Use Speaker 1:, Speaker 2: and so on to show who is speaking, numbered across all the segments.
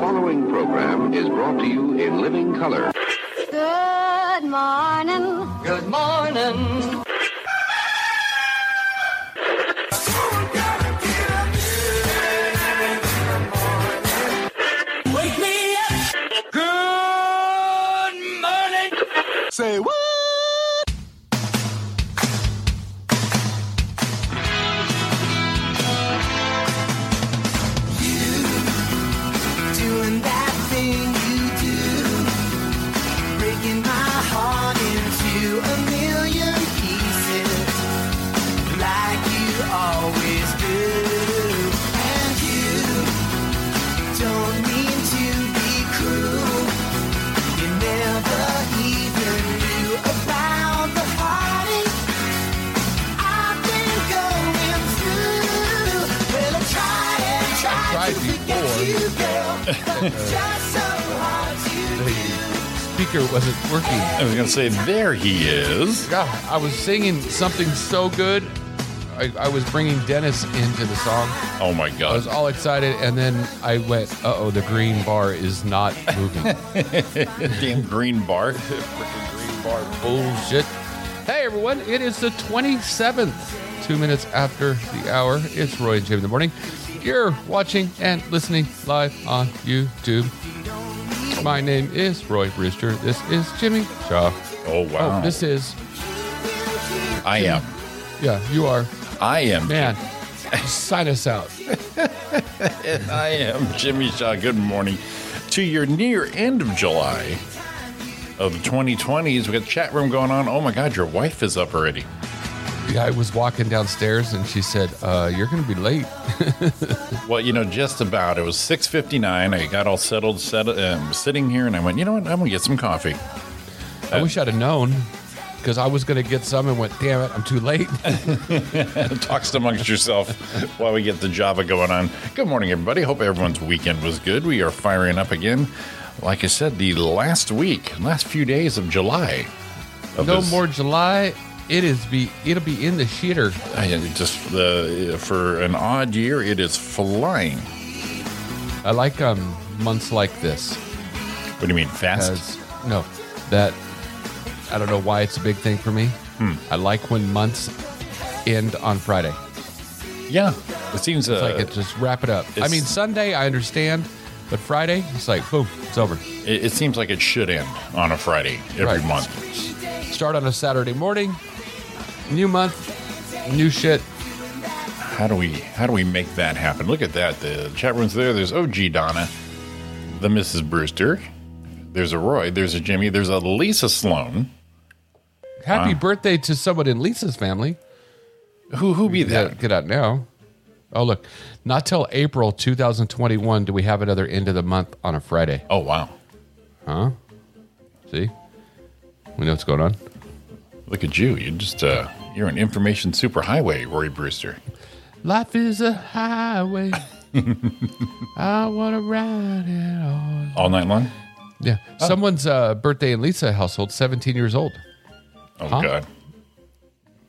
Speaker 1: following program is brought to you in living color.
Speaker 2: Good morning.
Speaker 3: Good morning.
Speaker 4: Wake me up. Good morning. Say what?
Speaker 5: Doing that thing you do, breaking my heart into a million pieces, like you always do. And you don't mean to be cruel. You never even knew about the heartache I've been going through. Well, I tried and tried to forget you, girl, but it's just so hard to do.
Speaker 6: Speaker wasn't working.
Speaker 7: I was going to say, there he is.
Speaker 6: God, I was singing something so good. I, I was bringing Dennis into the song.
Speaker 7: Oh my
Speaker 6: I was
Speaker 7: God.
Speaker 6: all excited, and then I went, "Uh oh, the green bar is not moving."
Speaker 7: Damn green bar.
Speaker 6: Bullshit. Hey everyone, it is the 27th, two minutes after the hour. It's Roy and Jim in the morning. You're watching and listening live on YouTube. My name is Roy Brewster. This is Jimmy Shaw.
Speaker 7: Oh wow.
Speaker 6: Oh, this is
Speaker 7: I am.
Speaker 6: yeah, you are
Speaker 7: I am.
Speaker 6: man. Sign us out.
Speaker 7: I am Jimmy Shaw. Good morning to your near end of July of 2020s. We got chat room going on. Oh my God, your wife is up already.
Speaker 6: Yeah, I was walking downstairs and she said, uh, "You're going to be late."
Speaker 7: Well, you know, just about. It was 6:59. I got all settled, set, um, sitting here, and I went. You know what? I'm gonna get some coffee.
Speaker 6: I wish I'd have known because I was going to get some and went, "Damn it, I'm too late."
Speaker 7: Talks amongst yourself while we get the Java going on. Good morning, everybody. Hope everyone's weekend was good. We are firing up again. Like I said, the last week, last few days of July. of
Speaker 6: no
Speaker 7: this-
Speaker 6: more July. It is be it'll be in the shitter.
Speaker 7: I it just the for an odd year, it is flying.
Speaker 6: I like um months like this
Speaker 7: What do you mean fast?
Speaker 6: as no that I don't know why it's a big thing for me.
Speaker 7: Hmm.
Speaker 6: I like when months end on Friday.
Speaker 7: Yeah, it seems uh,
Speaker 6: It's like it just wrap it up. I
Speaker 7: it's-
Speaker 6: mean Sunday I understand, but Friday it's like boom, it's over.
Speaker 7: it, it seems like it should end on a Friday every
Speaker 6: Right.
Speaker 7: month.
Speaker 6: Start on a Saturday morning, new month, new shit.
Speaker 7: How do we how do we make that happen? Look at that. The chat room's there. There's OG Donna, the Mrs. Brewster. There's a Roy. There's a Jimmy. There's a Lisa Sloan.
Speaker 6: Happy birthday to someone in Lisa's family.
Speaker 7: Who who be
Speaker 6: Yeah,
Speaker 7: that?
Speaker 6: get out now. Oh, look, not till April 2021 do we have another end of the month on a Friday.
Speaker 7: Oh wow!
Speaker 6: Huh? See? We know what's going on.
Speaker 7: Look at you. You just uh, you're an information superhighway, Roy Brewster.
Speaker 6: Life is a highway. I want to ride it all.
Speaker 7: All night long.
Speaker 6: Yeah. Someone's uh, birthday in Lisa household, 17 years old.
Speaker 7: Oh
Speaker 6: Huh?
Speaker 7: god.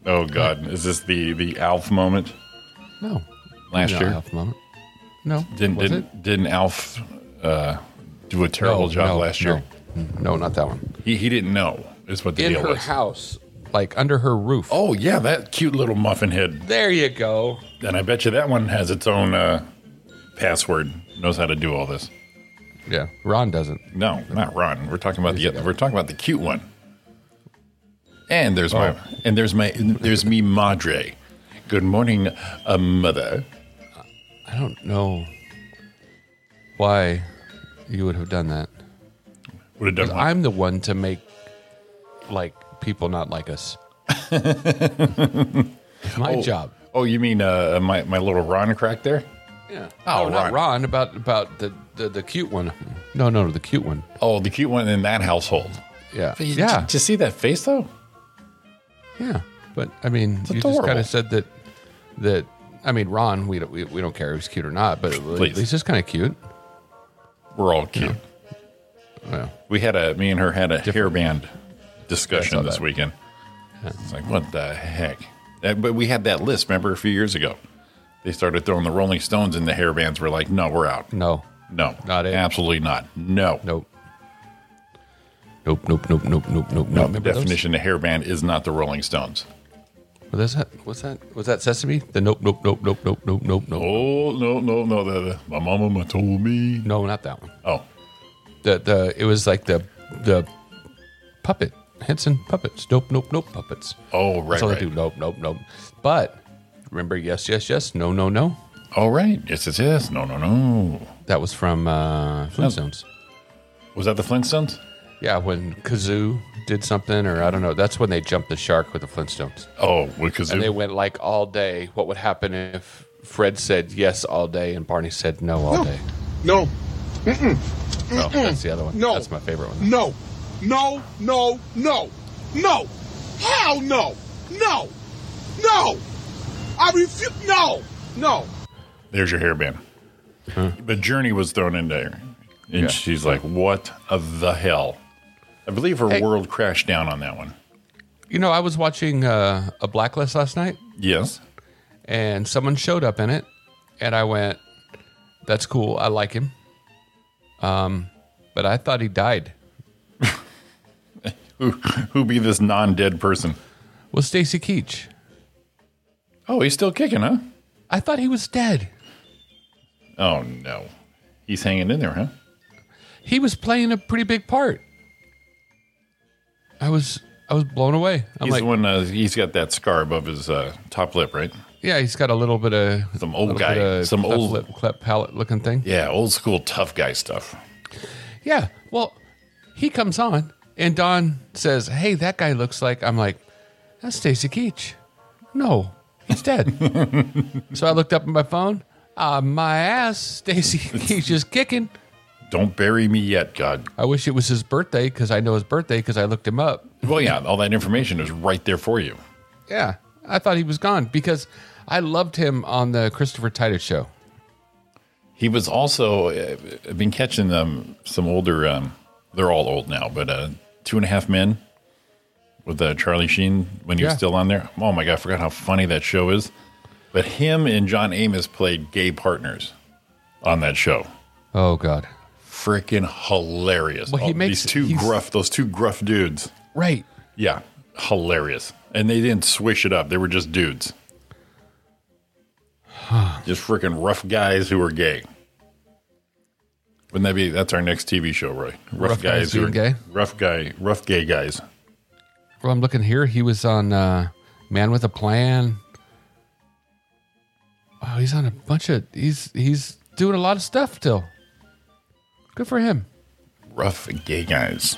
Speaker 7: Oh god. Is this the the Alf moment
Speaker 6: No.
Speaker 7: last
Speaker 6: No,
Speaker 7: year?
Speaker 6: Alf moment. No.
Speaker 7: Didn't
Speaker 6: was
Speaker 7: didn't
Speaker 6: it?
Speaker 7: didn't Alf uh, do a terrible
Speaker 6: No,
Speaker 7: job
Speaker 6: no,
Speaker 7: last year?
Speaker 6: No. no, not that one.
Speaker 7: He he didn't know. Is what the
Speaker 6: In
Speaker 7: deal
Speaker 6: her
Speaker 7: was.
Speaker 6: house, like under her roof.
Speaker 7: Oh yeah, that cute little muffin head.
Speaker 6: there you go.
Speaker 7: And I bet you that one has its own uh, password. Knows how to do all this.
Speaker 6: Yeah. Ron doesn't.
Speaker 7: No, not Ron. We're talking about the we're talking about the cute one. And there's my and there's my there's me madre. Good morning, uh, mother.
Speaker 6: I don't know why you would have done that.
Speaker 7: Would have done one.
Speaker 6: I'm the one to make like people not like us. it's my job.
Speaker 7: Oh, you mean uh, my my little Ron crack there?
Speaker 6: Yeah.
Speaker 7: Oh,
Speaker 6: no, not
Speaker 7: Ron.
Speaker 6: Ron about about the, the the cute one. No, no, the cute one.
Speaker 7: Oh, the cute one in that household.
Speaker 6: Yeah.
Speaker 7: You-
Speaker 6: yeah.
Speaker 7: Did you see that face though?
Speaker 6: yeah. But I mean, you just
Speaker 7: adorable.
Speaker 6: kind of said that that I mean, Ron, we don't we, we don't care if he's cute or not, but at
Speaker 7: Please.
Speaker 6: least it's kind of cute.
Speaker 7: We're all cute.
Speaker 6: Well,
Speaker 7: We had a me and her had a hairband
Speaker 6: Yeah, I
Speaker 7: discussion
Speaker 6: saw
Speaker 7: this
Speaker 6: that.
Speaker 7: weekend. It's like what the heck? That- but we had that list. Remember a few years ago, they started throwing the Rolling Stones in the hairbands. We're like, no, we're out.
Speaker 6: no.
Speaker 7: No.
Speaker 6: Not it.
Speaker 7: Absolutely not. No.
Speaker 6: Nope. Nope, nope, nope, nope, nope, nope,
Speaker 7: No,
Speaker 6: nope.
Speaker 7: the
Speaker 6: Remember those?
Speaker 7: definition of hairband is not the Rolling Stones.
Speaker 6: What is that? What's that? Was that Sesame? The nope, nope, nope, nope, nope, nope, nope, nope.
Speaker 7: Oh no no no! The, the, my mama told me.
Speaker 6: No, not that one.
Speaker 7: Oh,
Speaker 6: The the it was like the the puppet Henson puppets. Nope, nope, nope puppets.
Speaker 7: oh right
Speaker 6: That's all
Speaker 7: right.
Speaker 6: they do. Nope, nope, nope. But remember, yes, yes, yes. No, no, no.
Speaker 7: Oh right. Yes yes yes. No no no.
Speaker 6: That was from uh, Flintstones.
Speaker 7: Was that the Flintstones?
Speaker 6: Yeah, when Kazoo did something, or I don't know. That's when they jumped the shark with the Flintstones.
Speaker 7: Oh, because
Speaker 6: And they went like all day. What would happen if Fred said yes all day and Barney said no all day?
Speaker 8: No,
Speaker 6: No, that's the other one.
Speaker 8: No.
Speaker 6: That's my favorite one.
Speaker 8: no, no, no, no, no. Hell no, no, no. I refuse. No, no.
Speaker 7: there's your hairband. But Journey was thrown in there, and
Speaker 6: Yeah.
Speaker 7: she's like, "What of the hell?" I believe her world crashed down on that one.
Speaker 6: You know, I was watching uh, a Blacklist last night,
Speaker 7: Yes.
Speaker 6: and someone showed up in it, and I went, "That's cool. I like him." Um, but I thought he died.
Speaker 7: Who who be this non-dead person?
Speaker 6: Was Stacy Keach?
Speaker 7: Oh, he's still kicking, huh?
Speaker 6: I thought he was dead.
Speaker 7: Oh no, he's hanging in there, huh?
Speaker 6: He was playing a pretty big part. I was I was blown away. I'm
Speaker 7: he's
Speaker 6: like,
Speaker 7: the one. Uh, he's got that scar above his uh, top lip, right?
Speaker 6: yeah, he's got a little bit of
Speaker 7: Some old
Speaker 6: little
Speaker 7: guy.
Speaker 6: bit of
Speaker 7: Some
Speaker 6: cleft
Speaker 7: old-
Speaker 6: lip, cleft palate looking thing.
Speaker 7: Yeah, old school tough guy stuff.
Speaker 6: Yeah. Well, he comes on and Don says, Hey, that guy looks like I'm like, that's Stacy Keach. No, he's dead. so I looked up at my phone. Uh, my ass, Stacy Keach is kicking.
Speaker 7: Don't bury me yet, God.
Speaker 6: I wish it was his birthday because I know his birthday because I looked him up.
Speaker 7: Well, yeah, all that information is right there for you.
Speaker 6: Yeah. I thought he was gone because I loved him on the Christopher Titus show.
Speaker 7: He was also uh, I've been catching um, some older. Um, they're all old now, but uh, two and a half men with uh, Charlie Sheen when he was
Speaker 6: Yeah.
Speaker 7: still on there. Oh my God, I forgot how funny that show is. But him and John Amos played gay partners on that show.
Speaker 6: Oh, God.
Speaker 7: Freaking hilarious!
Speaker 6: Well, he
Speaker 7: Oh,
Speaker 6: makes-
Speaker 7: these two
Speaker 6: he's-
Speaker 7: gruff, those two gruff dudes.
Speaker 6: Right.
Speaker 7: Yeah, hilarious. And they didn't swish it up. They were just dudes. just freaking rough guys who were gay. Wouldn't that be? That's our next TV show, Roy. Rough,
Speaker 6: Rough guys
Speaker 7: guys, who are
Speaker 6: being gay?
Speaker 7: Rough guy, rough gay guys.
Speaker 6: Well, I'm looking here. He was on uh, Man with a Plan. Wow, he's on a bunch of he's he's doing a lot of stuff still. Good for him.
Speaker 7: Rough gay guys.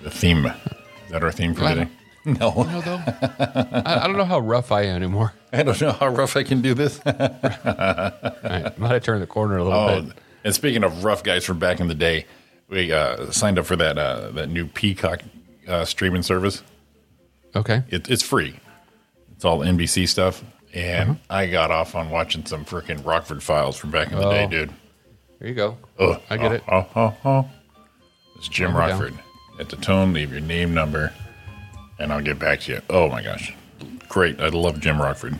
Speaker 7: The theme. Is that our theme for
Speaker 6: Well, I
Speaker 7: today? No,
Speaker 6: Although I, I don't know how rough I am anymore.
Speaker 7: I don't know how rough I can do this.
Speaker 6: All right, I might have turned the corner a little
Speaker 7: Oh,
Speaker 6: bit.
Speaker 7: and speaking of rough guys from back in the day, we uh, signed up for that uh, that new Peacock uh, streaming service.
Speaker 6: Okay.
Speaker 7: it, it's free. It's all NBC stuff. And
Speaker 6: Uh-huh.
Speaker 7: I got off on watching some freaking Rockford Files from back in the day,
Speaker 6: Oh.
Speaker 7: dude.
Speaker 6: There you go.
Speaker 7: Ugh.
Speaker 6: I get it.
Speaker 7: Oh, oh, oh. It's Jim
Speaker 6: Calm it down.
Speaker 7: Rockford. At the tone, leave your name, number, and I'll get back to you. Oh my gosh. Great. I love Jim Rockford.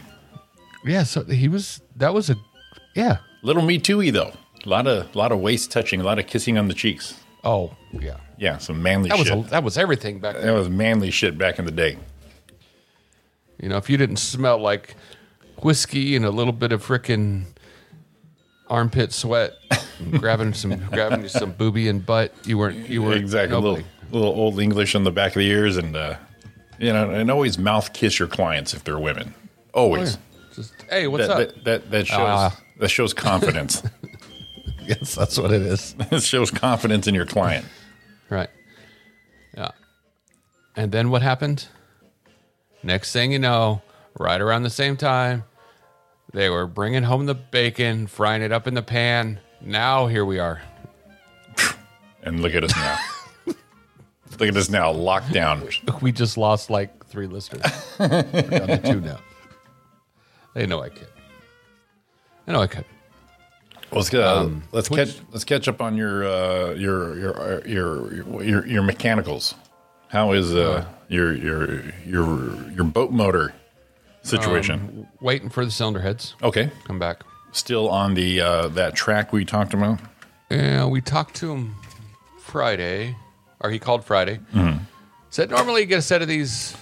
Speaker 6: Yeah, so he was that was a yeah.
Speaker 7: Little me too though. A lot of lot of waist touching, a lot of kissing on the cheeks.
Speaker 6: Oh, yeah.
Speaker 7: Yeah, some manly
Speaker 6: That was
Speaker 7: shit.
Speaker 6: a, that was everything back then.
Speaker 7: that was manly shit back in the day.
Speaker 6: You know, if you didn't smell like whiskey and a little bit of frickin' armpit sweat, and grabbing some grabbing you some booby and butt, you weren't you were
Speaker 7: exactly. A little, little old English on the back of the ears, and uh, you know, and always mouth kiss your clients if they're women. Always.
Speaker 6: Just hey, Oh, what's
Speaker 7: that,
Speaker 6: up?
Speaker 7: That, that that shows
Speaker 6: Ah.
Speaker 7: that shows confidence.
Speaker 6: yes, that's what it is.
Speaker 7: it shows confidence in your client.
Speaker 6: Right. Yeah. And then what happened? Next thing you know, right around the same time, they were bringing home the bacon, frying it up in the pan. Now here we are.
Speaker 7: And look at us now. look at us now, lockdown.
Speaker 6: We just lost like three listeners. We're down to two now. They know I could. I know I could.
Speaker 7: Let's get, uh,
Speaker 6: Um,
Speaker 7: let's catch let's catch up on your uh, your, your your your your mechanicals. How is uh, your your your your boat motor
Speaker 6: Um,
Speaker 7: situation?
Speaker 6: Waiting for the cylinder heads.
Speaker 7: okay,
Speaker 6: Come back.
Speaker 7: still on the uh, that track we talked about?
Speaker 6: Yeah, we talked to him Friday, or he called Friday.
Speaker 7: Mm-hmm.
Speaker 6: Said normally you get a set of these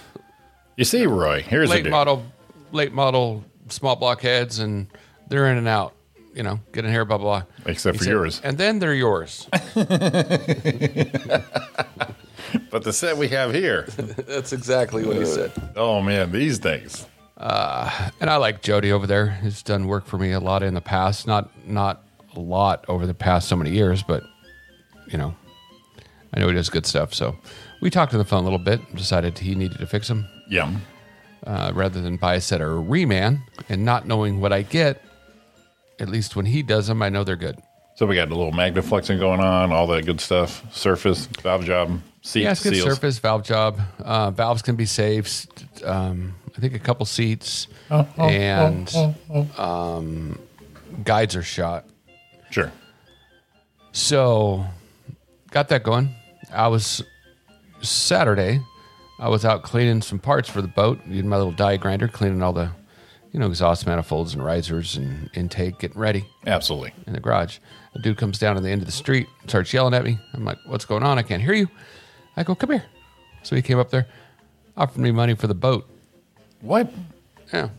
Speaker 7: You see, Roy, here's a
Speaker 6: late
Speaker 7: dude.
Speaker 6: model, late model small block heads, and they're in and out. You know, get in here, blah blah. blah.
Speaker 7: Except
Speaker 6: He
Speaker 7: for
Speaker 6: said,
Speaker 7: yours.
Speaker 6: and then they're yours.
Speaker 7: But the set we have here,
Speaker 6: That's exactly what he said.
Speaker 7: oh man, these things.
Speaker 6: And I like Jody over there. He's done work for me a lot in the past. Not not a lot over the past so many years, but you know, I know he does good stuff. So we talked on the phone a little bit. and Decided he needed to fix them
Speaker 7: Yum.
Speaker 6: uh, rather than buy a set or a reman. And not knowing what I get, at least when he does them, I know they're good.
Speaker 7: So we got a little magnaflexing going on, all that good stuff. Surface, valve job, seat,
Speaker 6: Yeah, it's good
Speaker 7: seals.
Speaker 6: surface valve job. Uh, valves can be saved. s- Um, I think a couple seats and Um, guides are shot.
Speaker 7: Sure.
Speaker 6: So, got that going. I was Saturday. I was out cleaning some parts for the boat. Using my little die grinder, cleaning all the, you know, exhaust manifolds and risers and intake, getting ready
Speaker 7: Absolutely.
Speaker 6: in the garage. A dude comes down to the end of the street, starts yelling at me. I'm like, "What's going on? I can't hear you." I go, "Come here." So he came up there, offered me money for the boat.
Speaker 7: What?
Speaker 6: Yeah.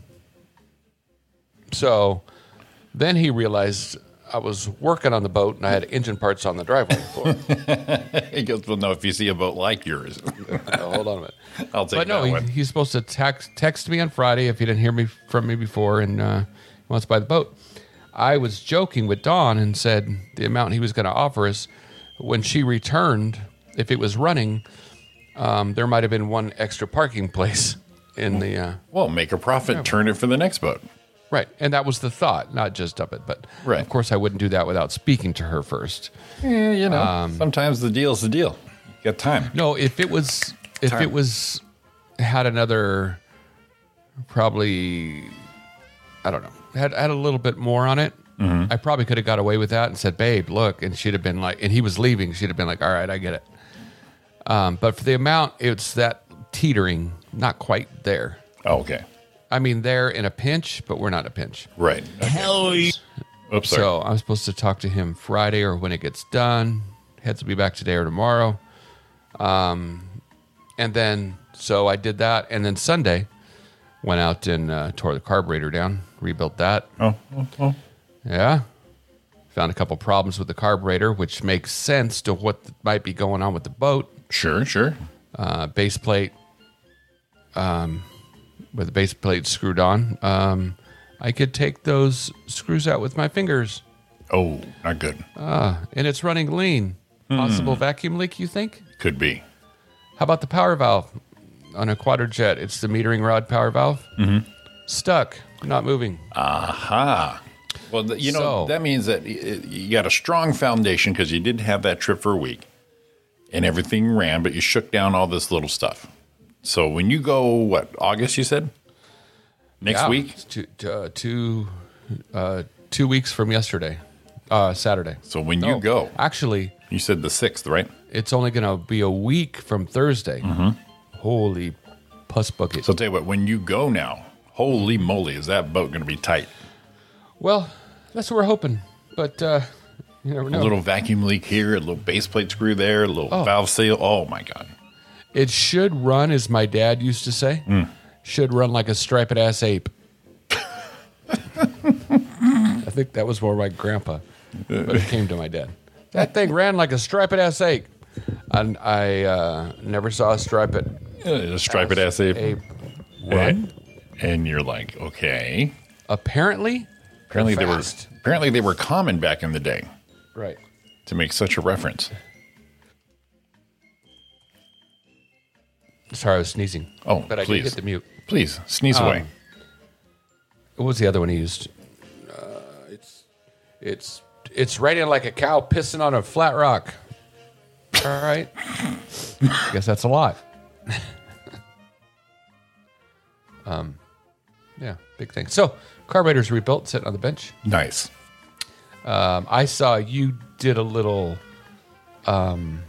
Speaker 6: So then he realized I was working on the boat and I had engine parts on the driveway floor.
Speaker 7: He goes, well, no, if you see a boat like yours,
Speaker 6: No, hold on a minute.
Speaker 7: I'll take
Speaker 6: but
Speaker 7: that
Speaker 6: no, he,
Speaker 7: one.
Speaker 6: he's supposed to text text me on Friday if he didn't hear me from me before and uh, he wants to buy the boat. I was joking with Don and said the amount he was going to offer us when she returned, if it was running, um, there might have been one extra parking place in the uh,
Speaker 7: Well, make a profit, turn it for the next boat.
Speaker 6: right, and that was the thought, not just of it, but
Speaker 7: Right.
Speaker 6: of course I wouldn't do that without speaking to her first.
Speaker 7: Yeah, you know,
Speaker 6: Um,
Speaker 7: sometimes the deal's the deal. You got time.
Speaker 6: No, if it was, if
Speaker 7: Time.
Speaker 6: it was, had another, probably, I don't know, had had a little bit more on it. I probably could have got away with that and said, "Babe, look," and she'd have been like, and he was leaving, she'd have been like, "All right, I get it." Um, but for the amount, it's that teetering, not quite there.
Speaker 7: Oh, okay.
Speaker 6: I mean, there in a pinch, but we're not in a pinch.
Speaker 7: Right. Hell Oops, sorry.
Speaker 6: So I'm supposed to talk to him Friday or when it gets done. Heads will be back today or tomorrow. Um, and then so I did that, and then Sunday went out and uh, tore the carburetor down, rebuilt that.
Speaker 7: oh, oh, oh.
Speaker 6: Yeah, found a couple problems with the carburetor, which makes sense to what might be going on with the boat.
Speaker 7: Sure, sure.
Speaker 6: Uh, base plate, um, with the base plate screwed on. Um, I could take those screws out with my fingers.
Speaker 7: Oh, not good.
Speaker 6: and it's running lean.
Speaker 7: Hmm.
Speaker 6: Possible vacuum leak, you think?
Speaker 7: Could be.
Speaker 6: How about the power valve on a quadra jet? It's the metering rod power valve. Mm-hmm. Stuck, not moving.
Speaker 7: Aha. Well, th- you know,
Speaker 6: So-
Speaker 7: that means that y- y- you got a strong foundation because you did have that trip for a week and everything ran, but you shook down all this little stuff. So when you go, what, August, you said? Next
Speaker 6: Yeah.
Speaker 7: week?
Speaker 6: It's two, t- uh, two, uh, two weeks from yesterday, uh, Saturday.
Speaker 7: So when
Speaker 6: No,
Speaker 7: you go,
Speaker 6: Actually,
Speaker 7: you said the 6th, right?
Speaker 6: it's only going to be a week from Thursday. Holy puss bucket.
Speaker 7: Mm-hmm. So I'll tell you what, when you go now, holy moly, is that boat going to be tight?
Speaker 6: well, that's what we're hoping, but uh, you never know.
Speaker 7: A little vacuum leak here, a little base plate screw there, a little
Speaker 6: Oh.
Speaker 7: valve seal. Oh my God.
Speaker 6: It should run, as my dad used to say,
Speaker 7: Hmm.
Speaker 6: should run like a striped ass ape. I think that was more my grandpa, but it came to my dad. That thing ran like a striped ass ape. And I uh, never saw a striped
Speaker 7: Uh, stripe it as a.
Speaker 6: ape run.
Speaker 7: And you're like, okay.
Speaker 6: Apparently,
Speaker 7: Apparently they were
Speaker 6: fast.
Speaker 7: apparently they were common back in the day
Speaker 6: right.
Speaker 7: to make such a reference.
Speaker 6: Sorry, I was sneezing.
Speaker 7: Oh,
Speaker 6: but I
Speaker 7: please.
Speaker 6: did hit the mute.
Speaker 7: Please sneeze away.
Speaker 6: What was the other one he used? Uh, it's it's it's raining like a cow pissing on a flat rock. All right. I guess that's a lot. um, Um, yeah, big thing. So carburetor's rebuilt, sitting on the bench.
Speaker 7: Nice.
Speaker 6: Um, I saw you did a little um,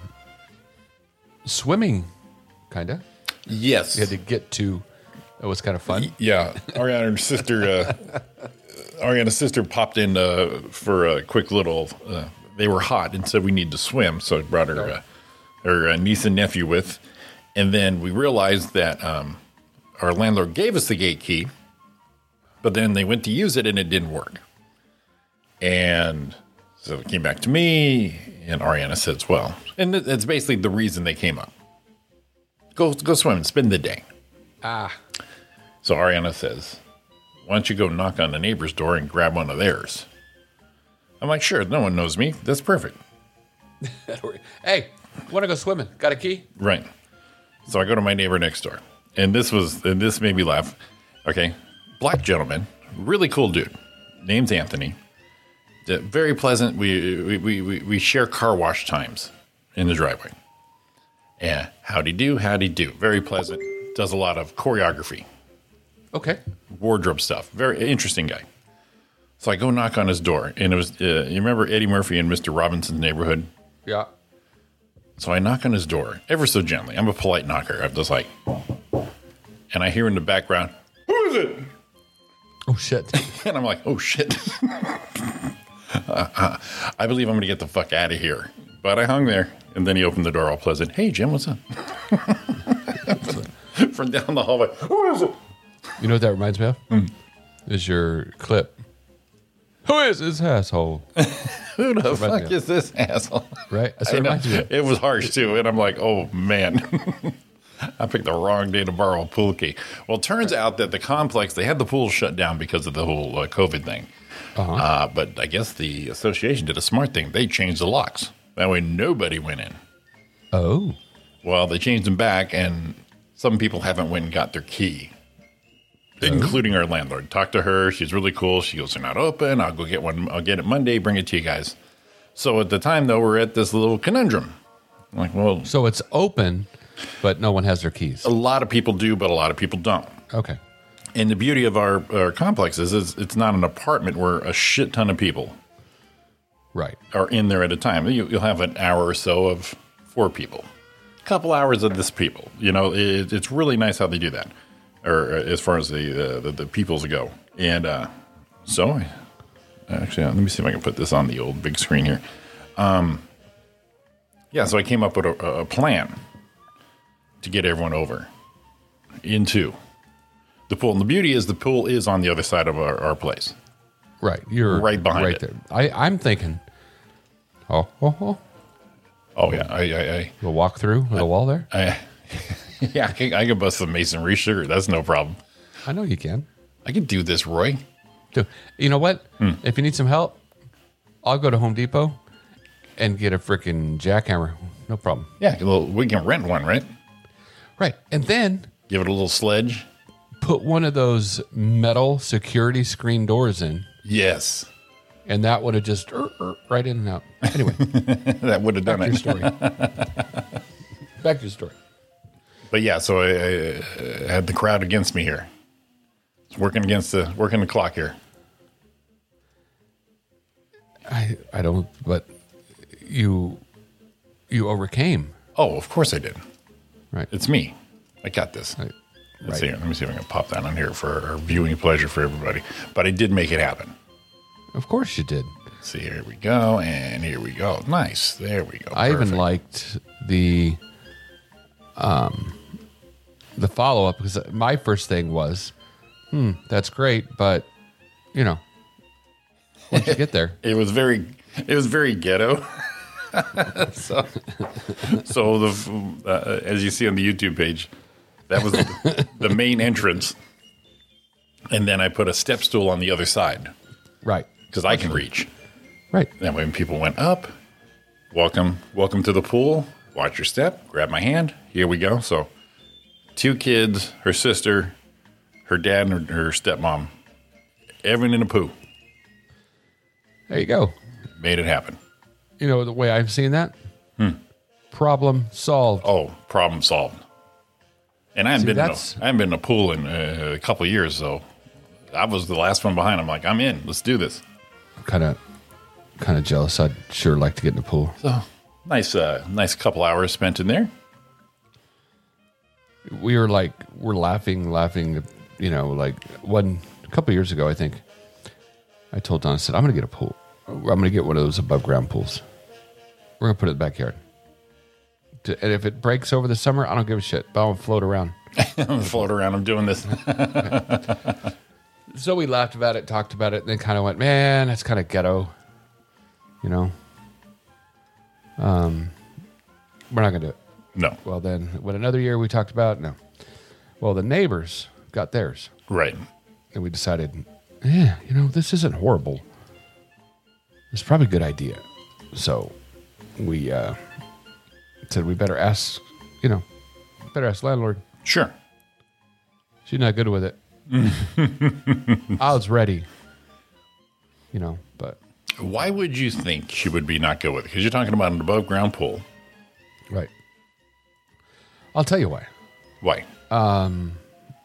Speaker 6: swimming, kind of.
Speaker 7: Yes.
Speaker 6: You had to get to. That was kind of fun.
Speaker 7: Yeah, Ariana and her sister uh, Ariana's sister popped in uh, for a quick little. Uh, they were hot and said we need to swim, so I brought her uh, her uh, niece and nephew with, and then we realized that um, our landlord gave us the gate key, but then they went to use it and it didn't work, and so it came back to me, and Ariana says, "Well," and th- that's basically the reason they came up. Go go swim and spend the day. Ah. So Ariana says, why don't you go knock on the neighbor's door and grab one of theirs? I'm like, sure, no one knows me. That's perfect.
Speaker 6: Hey, want to go swimming? Got a key?
Speaker 7: Right. So I go to my neighbor next door. And this was, and this made me laugh. Okay. Black gentleman, really cool dude. Name's Anthony. D- Very pleasant. We, we, we, we- we share car wash times in the driveway. Yeah. Howdy do, howdy do. Very pleasant. Does a lot of choreography.
Speaker 6: Okay.
Speaker 7: wardrobe stuff. Very interesting guy. So I go knock on his door, and it was uh, you remember Eddie Murphy in Mister Robinson's Neighborhood.
Speaker 6: Yeah.
Speaker 7: So I knock on his door ever so gently. I'm a polite knocker. I'm just like, and I hear in the background, "Who is it?"
Speaker 6: Oh shit.
Speaker 7: And I'm like, "Oh shit!" Uh, I believe I'm gonna get the fuck out of here. But I hung there, and then he opened the door all pleasant. Hey Jim, what's up? From down the hallway. Who is it?
Speaker 6: You know what that reminds me of?
Speaker 7: Hmm.
Speaker 6: Is your clip. Who is this asshole?
Speaker 7: Who the
Speaker 6: Reminds me
Speaker 7: fuck
Speaker 6: of-
Speaker 7: is this asshole?
Speaker 6: Right? That's what
Speaker 7: I
Speaker 6: it
Speaker 7: know.
Speaker 6: reminds me of.
Speaker 7: It was harsh too, and I'm like, oh man, I picked the wrong day to borrow a pool key. Well, it turns out that the complex they had the pool shut down because of the whole uh, COVID thing.
Speaker 6: Uh-huh.
Speaker 7: uh but I guess the association did a smart thing; they changed the locks. That way, nobody went in.
Speaker 6: Oh.
Speaker 7: Well, they changed them back, and some people haven't went and got their key, including our landlord. Talked to her; she's really cool. She goes, "They're not open. I'll go get one. I'll get it Monday. Bring it to you guys." So at the time, though, we're at this little conundrum. I'm like, well,
Speaker 6: So it's open, but no one has their keys.
Speaker 7: a lot of people do, but a lot of people don't.
Speaker 6: Okay.
Speaker 7: And the beauty of our, our complex is, is it's not an apartment where a shit ton of people
Speaker 6: Right.
Speaker 7: are in there at a time. You, you'll have an hour or so of four people, a couple hours of this people. You know, it, it's really nice how they do that, or uh, as far as the uh, the, the peoples go. And uh, so, I, actually, uh, let me see if I can put this on the old big screen here. Um, yeah, so I came up with a, a plan to get everyone over into the pool, and the beauty is the pool is on the other side of our, our place.
Speaker 6: Right. You're
Speaker 7: Right behind
Speaker 6: right
Speaker 7: it.
Speaker 6: there. I, I'm thinking, oh, oh, oh,
Speaker 7: Oh yeah, I, I, I
Speaker 6: we'll walk through the wall there.
Speaker 7: I, yeah, I can, I can bust some masonry, sure. That's no problem.
Speaker 6: I know you can.
Speaker 7: I can do this, Roy.
Speaker 6: Do you know what?
Speaker 7: Hmm.
Speaker 6: If you need some help, I'll go to Home Depot and get a freaking jackhammer. No problem.
Speaker 7: Yeah, well, we can rent one, right?
Speaker 6: Right. And then
Speaker 7: Give it a little sledge.
Speaker 6: put one of those metal security screen doors in,
Speaker 7: Yes,
Speaker 6: and that would have just er, er, right in and out. Anyway,
Speaker 7: that would have done
Speaker 6: back to your
Speaker 7: it.
Speaker 6: story. back to your story.
Speaker 7: But yeah, so I, I uh, had the crowd against me here. It's working against the working the clock here.
Speaker 6: I, I don't, but you you overcame.
Speaker 7: Oh, of course I did.
Speaker 6: Right.
Speaker 7: It's me. I got this.
Speaker 6: Right.
Speaker 7: Let's see. Let me see if I can pop that on here for our viewing pleasure for everybody. But I did make it happen.
Speaker 6: Of course you did.
Speaker 7: Let's see, here we go, and here we go. Nice. There we go.
Speaker 6: I even
Speaker 7: Perfect.
Speaker 6: liked the um the follow up because my first thing was, hmm, that's great, but you know, once you get there,
Speaker 7: it was very it was very ghetto so, so the uh, as you see on the youtube page that was the, the main entrance and then i put a step stool on the other side
Speaker 6: right,
Speaker 7: because i can reach
Speaker 6: right,
Speaker 7: that way when people went up welcome welcome to the pool watch your step grab my hand here we go so two kids her sister her dad and her, her stepmom everyone in the poo
Speaker 6: there you go.
Speaker 7: made it happen
Speaker 6: you know the way I've seen that. Problem solved.
Speaker 7: Oh, problem solved. And I haven't
Speaker 6: See,
Speaker 7: been in a,
Speaker 6: that's-
Speaker 7: I haven't been in a pool in uh, a couple of years, so I was the last one behind. I'm like, I'm in. Let's do this.
Speaker 6: Kind of, kind of jealous. I'd sure like to get in the pool.
Speaker 7: So nice, uh, nice couple hours spent in there.
Speaker 6: We were like, we're laughing, laughing. You know, like one a couple years ago, I think. I told Don, I said, I'm going to get a pool. I'm going to get one of those above ground pools. We're going to put it in the backyard. To- And if it breaks over the summer, I don't give a shit, but I'll float around.
Speaker 7: I'm floating around. I'm doing this.
Speaker 6: So we laughed about it, talked about it, and then kind of went, man, that's kind of ghetto. You know? Um, we're not going to do it.
Speaker 7: No.
Speaker 6: Well, then, what another year we talked about? No. Well, the neighbors got theirs.
Speaker 7: Right.
Speaker 6: and we decided, yeah, you know, this isn't horrible. It's probably a good idea. So we uh, said we better ask, you know, better ask landlord.
Speaker 7: Sure.
Speaker 6: She's not good with it. I was ready, you know, but
Speaker 7: Why would you think she would be not good with it? Because you're talking about an above ground pool.
Speaker 6: right. I'll tell you why.
Speaker 7: Why?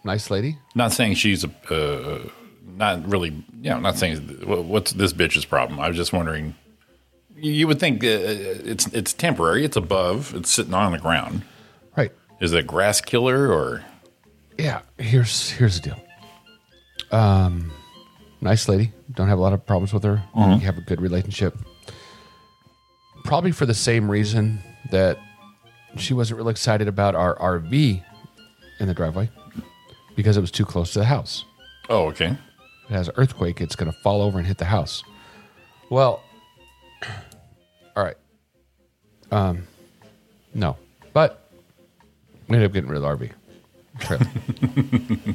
Speaker 6: Nice lady.
Speaker 7: Not saying she's a, uh, not really, you know, not saying wh- what's this bitch's problem. I was just wondering. You you would think uh, it's it's temporary. It's above. It's sitting on the ground.
Speaker 6: Right.
Speaker 7: Is it a grass killer or?
Speaker 6: Yeah. Here's here's the deal. Um, nice lady. Don't have a lot of problems with her. You have a good relationship. Probably for the same reason that she wasn't real excited about our RV in the driveway because it was too close to the house.
Speaker 7: Oh, okay.
Speaker 6: If it has an earthquake, it's going to fall over and hit the house. Well, all right. Um, no, but we ended up getting rid of the RV. trailer. then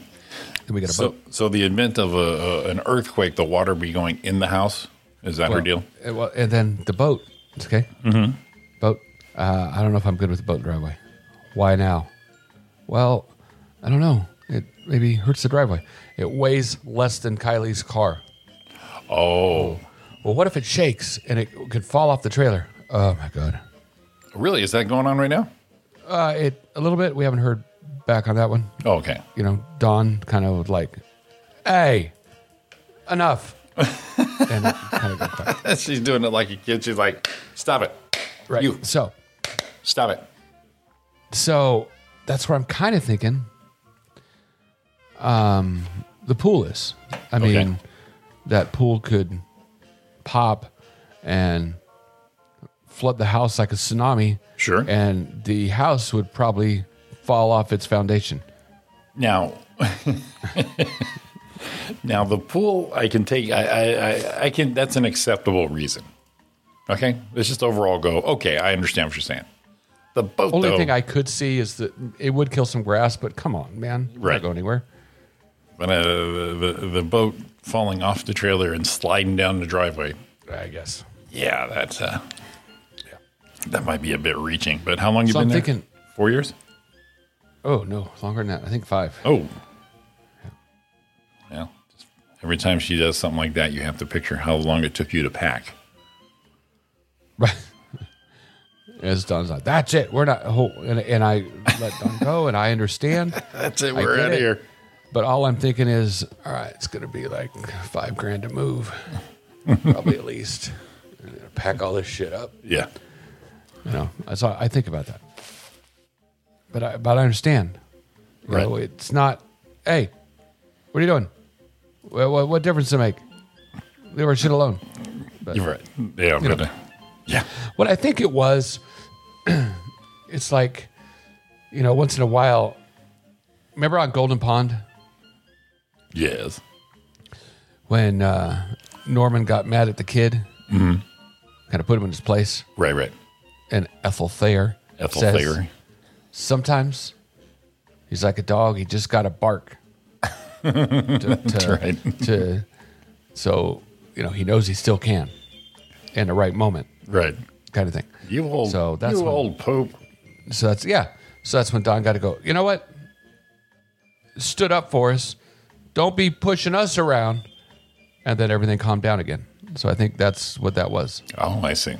Speaker 6: we got a
Speaker 7: So,
Speaker 6: boat.
Speaker 7: so the event of a, a, an earthquake, the water be going in the house. Is that her deal?
Speaker 6: Uh, Well, and then the boat. It's okay. Mm-hmm. Boat. Uh, I don't know if I'm good with the boat and driveway. Why now? Well, I don't know. It maybe hurts the driveway. It weighs less than Kylie's car.
Speaker 7: Oh,
Speaker 6: Well, what if it shakes and it could fall off the trailer? Oh my god.
Speaker 7: really? Is that going on right now?
Speaker 6: Uh, it a little bit. We haven't heard back on that one.
Speaker 7: Oh, okay.
Speaker 6: You know, Don kind of was like, "Hey, enough," and it kind of got quiet.
Speaker 7: She's doing it like a kid. She's like, stop it.
Speaker 6: Right.
Speaker 7: You,
Speaker 6: So,
Speaker 7: stop it.
Speaker 6: so that's where I'm kind of thinking. Um, the pool is. I mean,
Speaker 7: Okay.
Speaker 6: that pool could pop and flood the house like a tsunami.
Speaker 7: Sure.
Speaker 6: And the house would probably fall off its foundation.
Speaker 7: Now, now the pool, I can take, I, I, I, I can, that's an acceptable reason. Okay. Let's just overall go, okay, I understand what you're saying. The boat,
Speaker 6: Only
Speaker 7: though,
Speaker 6: thing I could see is that it would kill some grass, but come on, man, We're
Speaker 7: Right.
Speaker 6: not go anywhere.
Speaker 7: but, uh, the, the, the boat falling off the trailer and sliding down the driveway.
Speaker 6: I guess.
Speaker 7: Yeah, that's, uh, that might be a bit reaching, but how long you
Speaker 6: So I'm
Speaker 7: been there?
Speaker 6: thinking-
Speaker 7: Four years?
Speaker 6: Oh no, longer than that. I think five.
Speaker 7: Oh. Yeah. Just every time she does something like that, you have to picture how long it took you to pack.
Speaker 6: Right. As Don's like, that's it. We're not. Oh, and, and I let Don go, and I understand.
Speaker 7: That's it.
Speaker 6: I
Speaker 7: We're
Speaker 6: get
Speaker 7: out of
Speaker 6: it.
Speaker 7: here.
Speaker 6: But all I'm thinking is, all right, it's going to be like five grand to move, probably at least. And I'm gonna pack all this shit up.
Speaker 7: Yeah.
Speaker 6: You know, so I think about that. But I, but I understand. You
Speaker 7: Right.
Speaker 6: know, it's not. Hey, what are you doing? What, what, what difference does it make? Leave our shit alone.
Speaker 7: You're right. Yeah. But, uh, yeah.
Speaker 6: What I think it was, it's like, you know, once in a while. Remember on Golden Pond
Speaker 7: Yes.
Speaker 6: when uh, Norman got mad at the kid,
Speaker 7: Mm-hmm.
Speaker 6: kind of put him in his place,
Speaker 7: Right, right.
Speaker 6: and Ethel Thayer.
Speaker 7: Ethel
Speaker 6: says,
Speaker 7: Thayer.
Speaker 6: Sometimes he's like a dog; he just got to bark. to, to-
Speaker 7: right.
Speaker 6: to- so you know he knows he still can, in the right moment,
Speaker 7: Right.
Speaker 6: kind of thing.
Speaker 7: You old,
Speaker 6: So that's
Speaker 7: you
Speaker 6: when-
Speaker 7: old Pope.
Speaker 6: So that's yeah. So that's when Don got to go. You know what? Stood up for us. Don't be pushing us around. And then everything calmed down again. So I think that's what that was.
Speaker 7: Oh, I see.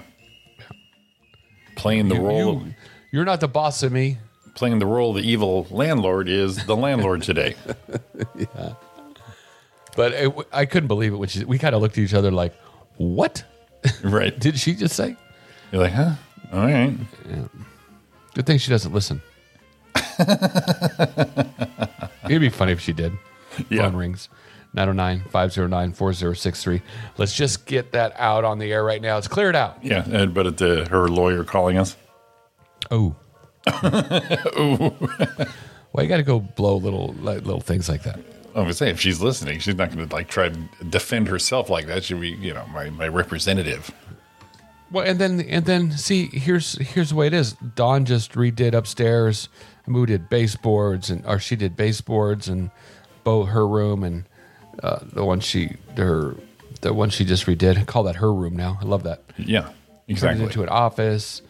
Speaker 7: Playing the role,
Speaker 6: You, you're not the boss of me.
Speaker 7: of, playing the role of the evil landlord is the landlord today.
Speaker 6: But it, I couldn't believe it. Which is, we kind of looked at each other like, "What
Speaker 7: right.
Speaker 6: did she just say?"
Speaker 7: You're like, huh? All right.
Speaker 6: Good thing she doesn't listen. It'd be funny if she did.
Speaker 7: Yeah.
Speaker 6: Phone rings. 909 509 4063. Let's just get that out on the air right now. Let's clear it out.
Speaker 7: Yeah, and- but at the, her lawyer calling us.
Speaker 6: Oh. Why you got to go blow little like, little things like that?
Speaker 7: I was gonna say if she's listening, she's not gonna like try to defend herself like that. She'd be, you know, my, my representative.
Speaker 6: Well, and then and then see here's here's the way it is. Dawn just redid upstairs. Moo did baseboards, and or she did baseboards and Bo her room and uh, the one she her the one she just redid. I call that her room now. I love that.
Speaker 7: Yeah,
Speaker 6: Turned it
Speaker 7: exactly.
Speaker 6: into an office.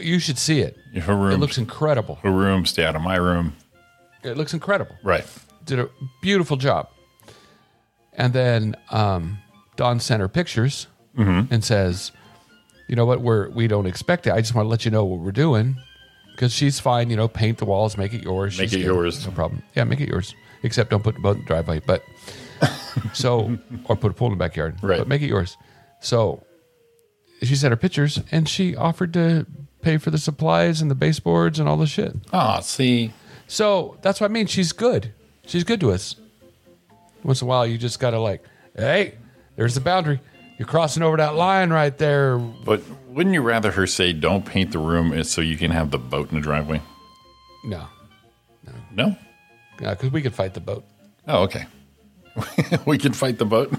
Speaker 6: You should see it.
Speaker 7: Her room,
Speaker 6: It looks incredible.
Speaker 7: her room, stay out of my room.
Speaker 6: It looks incredible.
Speaker 7: Right.
Speaker 6: did a beautiful job. And then um, Don sent her pictures
Speaker 7: Mm-hmm.
Speaker 6: and says, "You know what? We're we don't expect it. I just want to let you know what we're doing because she's fine. You know, paint the walls, make it yours,
Speaker 7: Make
Speaker 6: She's
Speaker 7: it
Speaker 6: good.
Speaker 7: yours.
Speaker 6: no problem. Yeah, make it yours. Except don't put the boat in the driveway, but so or put a pool in the backyard.
Speaker 7: Right.
Speaker 6: but make it yours. So she sent her pictures and she offered to pay for the supplies and the baseboards and all the shit.
Speaker 7: Ah, see,
Speaker 6: So that's what I mean. She's good. She's good to us. Once in a while, you just gotta like, hey, there's the boundary. You're crossing over that line right there.
Speaker 7: but wouldn't you rather her say, "Don't paint the room," it's so you can have the boat in the driveway?
Speaker 6: No,
Speaker 7: No.
Speaker 6: because we could fight the boat.
Speaker 7: Oh, okay. we can fight the boat.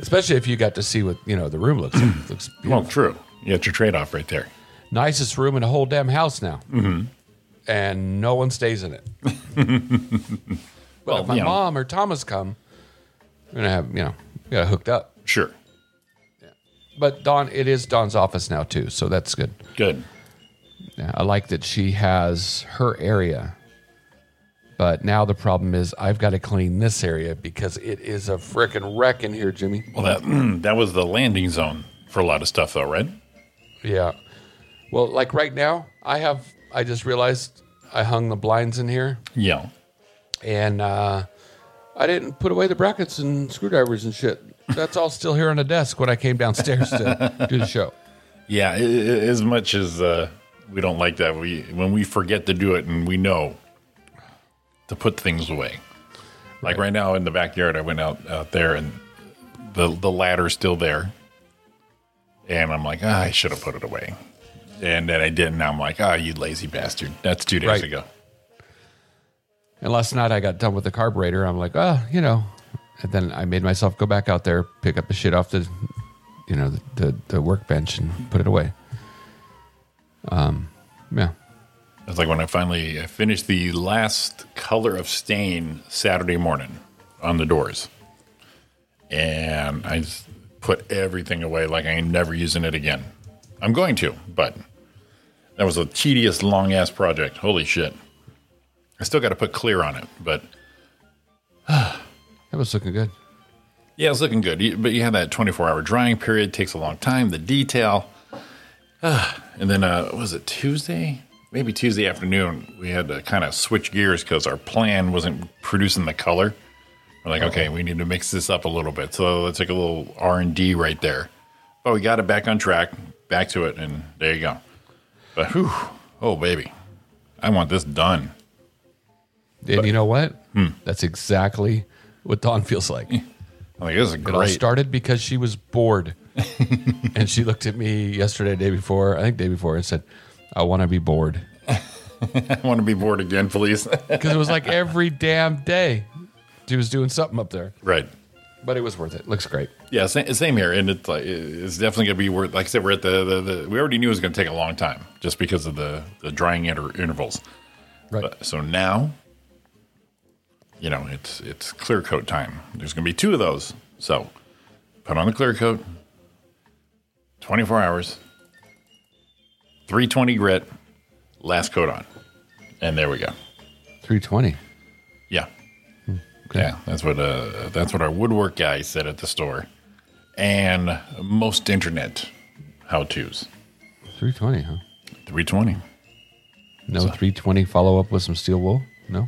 Speaker 6: Especially if you got to see what you know the room looks like. It looks beautiful.
Speaker 7: well, true. You got your trade off right there.
Speaker 6: nicest room in the whole damn house now, mm-hmm. and no one stays in it. well, if my
Speaker 7: you know.
Speaker 6: mom or Thomas come, we're gonna have you know we got hooked up.
Speaker 7: Sure.
Speaker 6: But Don, it is Don's office now too, so that's good.
Speaker 7: Good.
Speaker 6: Yeah, I like that she has her area. But now the problem is I've got to clean this area because it is a frickin' wreck in here, Jimmy.
Speaker 7: Well, that that was the landing zone for a lot of stuff, though, right?
Speaker 6: Yeah. Well, like right now, I have I just realized I hung the blinds in here
Speaker 7: Yeah.
Speaker 6: and uh, I didn't put away the brackets and screwdrivers and shit. That's all still here on the desk when I came downstairs to do the show.
Speaker 7: Yeah. i- i- as much as uh, we don't like that, we when we forget to do it, and we know to put things away. Like right now in the backyard, I went out out there, and the the ladder's still there, and I'm like, ah, I should have put it away, and then I didn't. Now I'm like, ah, you lazy bastard. That's two days
Speaker 6: Right.
Speaker 7: ago.
Speaker 6: And last night I got done with the carburetor. I'm like, oh, you know. And then I made myself go back out there, pick up the shit off the, you know, the, the, the workbench and put it away. Um, yeah.
Speaker 7: It's like when I finally I finished the last color of stain Saturday morning on the doors. And I just put everything away like I ain't never using it again. I'm going to, but that was a tedious, long ass project. Holy shit. I still got to put clear on it, but
Speaker 6: That was looking good.
Speaker 7: yeah, it's looking good. You- But you have that 24 hour drying period, takes a long time, the detail. Ah, and then, uh, what was it Tuesday? Maybe Tuesday afternoon, we had to kind of switch gears because our plan wasn't producing the color. We're like, okay, we need to mix this up a little bit. So let's take a little R and D right there. But we got it back on track, back to it, and there you go. But whew, oh baby, I want this done.
Speaker 6: And you know what? That's exactly what Dawn feels like. It
Speaker 7: I'm like, this is
Speaker 6: all
Speaker 7: great.
Speaker 6: started because she was bored. and she looked at me yesterday, day before, I think day before, and said, I want to be bored.
Speaker 7: I want to be bored again, please.
Speaker 6: Because it was like every damn day she was doing something up there.
Speaker 7: right.
Speaker 6: But it was worth it. Looks great.
Speaker 7: Yeah, same, same here, and it's like it's definitely going to be worth. Like I said, we're at the, the, the we already knew it was going to take a long time just because of the the drying inter- intervals.
Speaker 6: Right.
Speaker 7: But, so now, you know, it's it's clear coat time. There's going to be two of those. So put on the clear coat. Twenty four hours. Three twenty grit. Last coat on, and there we go.
Speaker 6: 320.
Speaker 7: Yeah.
Speaker 6: Hmm,
Speaker 7: Yeah, that's what uh, that's what our woodwork guy said at the store, and most internet how tos
Speaker 6: 320, huh?
Speaker 7: three twenty.
Speaker 6: No 320 follow up with some steel wool? No?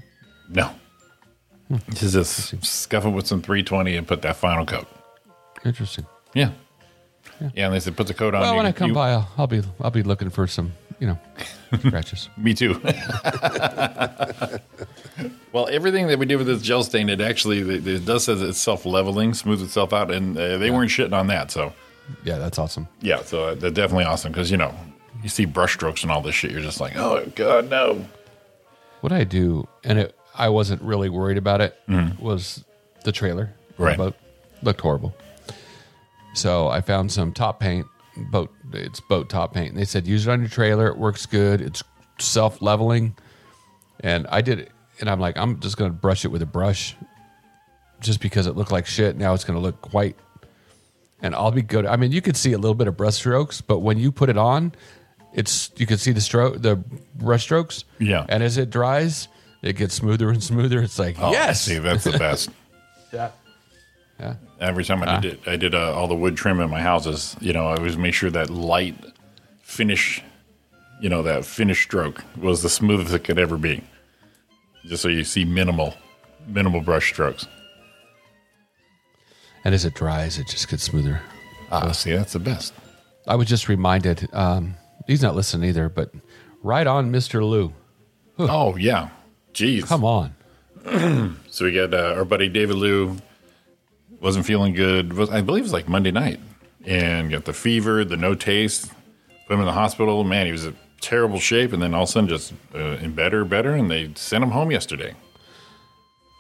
Speaker 7: No,
Speaker 6: Hmm.
Speaker 7: this is just scuff it with some three twenty and put that final coat.
Speaker 6: Interesting.
Speaker 7: Yeah, yeah. and they said put the coat on.
Speaker 6: Well,
Speaker 7: you-
Speaker 6: when I come
Speaker 7: you-
Speaker 6: by, I'll, I'll be I'll be looking for some, you know, scratches.
Speaker 7: Me too. well, everything that we did with this gel stain, it actually it, it does says it's self leveling, smooths itself out, and uh, they weren't shitting on that. So
Speaker 6: Yeah, that's awesome.
Speaker 7: yeah, so uh, they're definitely awesome because you know you see brush strokes and all this shit, you're just like, oh god, no.
Speaker 6: What I do, and it, I wasn't really worried about it, was the trailer. for the
Speaker 7: Right.
Speaker 6: Boat looked horrible. So I found some top paint, boat. It's boat top paint. And they said use it on your trailer. It works good. It's self leveling. And I did it, and I'm like, I'm just gonna brush it with a brush, just because it looked like shit. Now it's gonna look white, and I'll be good. I mean, you could see a little bit of brush strokes, but when you put it on, it's you can see the stroke, the brush strokes.
Speaker 7: Yeah.
Speaker 6: And as it dries, it gets smoother and smoother. It's like
Speaker 7: Oh,
Speaker 6: yes,
Speaker 7: see, that's the best.
Speaker 6: yeah, yeah.
Speaker 7: Every time I did, I did uh, all the wood trim in my houses. You know, I always make sure that light finish, you know, that finish stroke was the smoothest it could ever be, just so you see minimal, minimal brush strokes.
Speaker 6: And as it dries, it just gets smoother.
Speaker 7: Ah, see, that's the best.
Speaker 6: I was just reminded, um, he's not listening either, but right on, Mr. Lou.
Speaker 7: Oh yeah, jeez.
Speaker 6: Come on.
Speaker 7: So we got uh, our buddy David Lou wasn't feeling good. Was, I believe it was like Monday night, and got the fever, the no taste. Put him in the hospital. Man, he was in terrible shape, and then all of a sudden, just uh, in better, better, and they sent him home yesterday.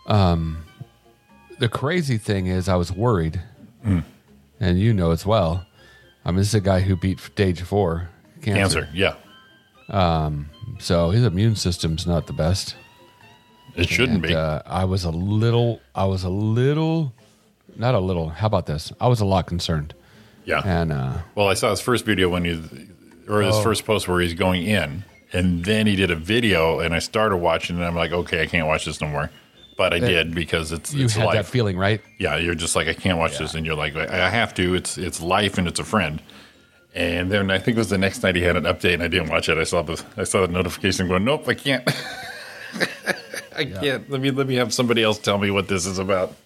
Speaker 6: The crazy thing is, I was worried,
Speaker 7: Hmm.
Speaker 6: and you know as well. I mean, this is a guy who beat stage four
Speaker 7: Cancer,
Speaker 6: cancer.
Speaker 7: yeah,
Speaker 6: So his immune system's not the best.
Speaker 7: it shouldn't
Speaker 6: And
Speaker 7: be.
Speaker 6: uh, I was a little, I was a little, not a little, how about this? I was a lot concerned.
Speaker 7: yeah.
Speaker 6: And uh,
Speaker 7: well, I saw his first video when he, or his first post where he's going in, and then he did a video, and I started watching, and I'm like, okay, I can't watch this no more. But I did because it's
Speaker 6: you
Speaker 7: it's
Speaker 6: had
Speaker 7: life.
Speaker 6: that feeling, right?
Speaker 7: yeah, you're just like I can't watch this, and you're like I I have to. It's it's life, and it's a friend. And then I think it was the next night he had an update, and I didn't watch it. I saw the I saw the notification going, nope, I can't. I can't. Let me let me have somebody else tell me what this is about.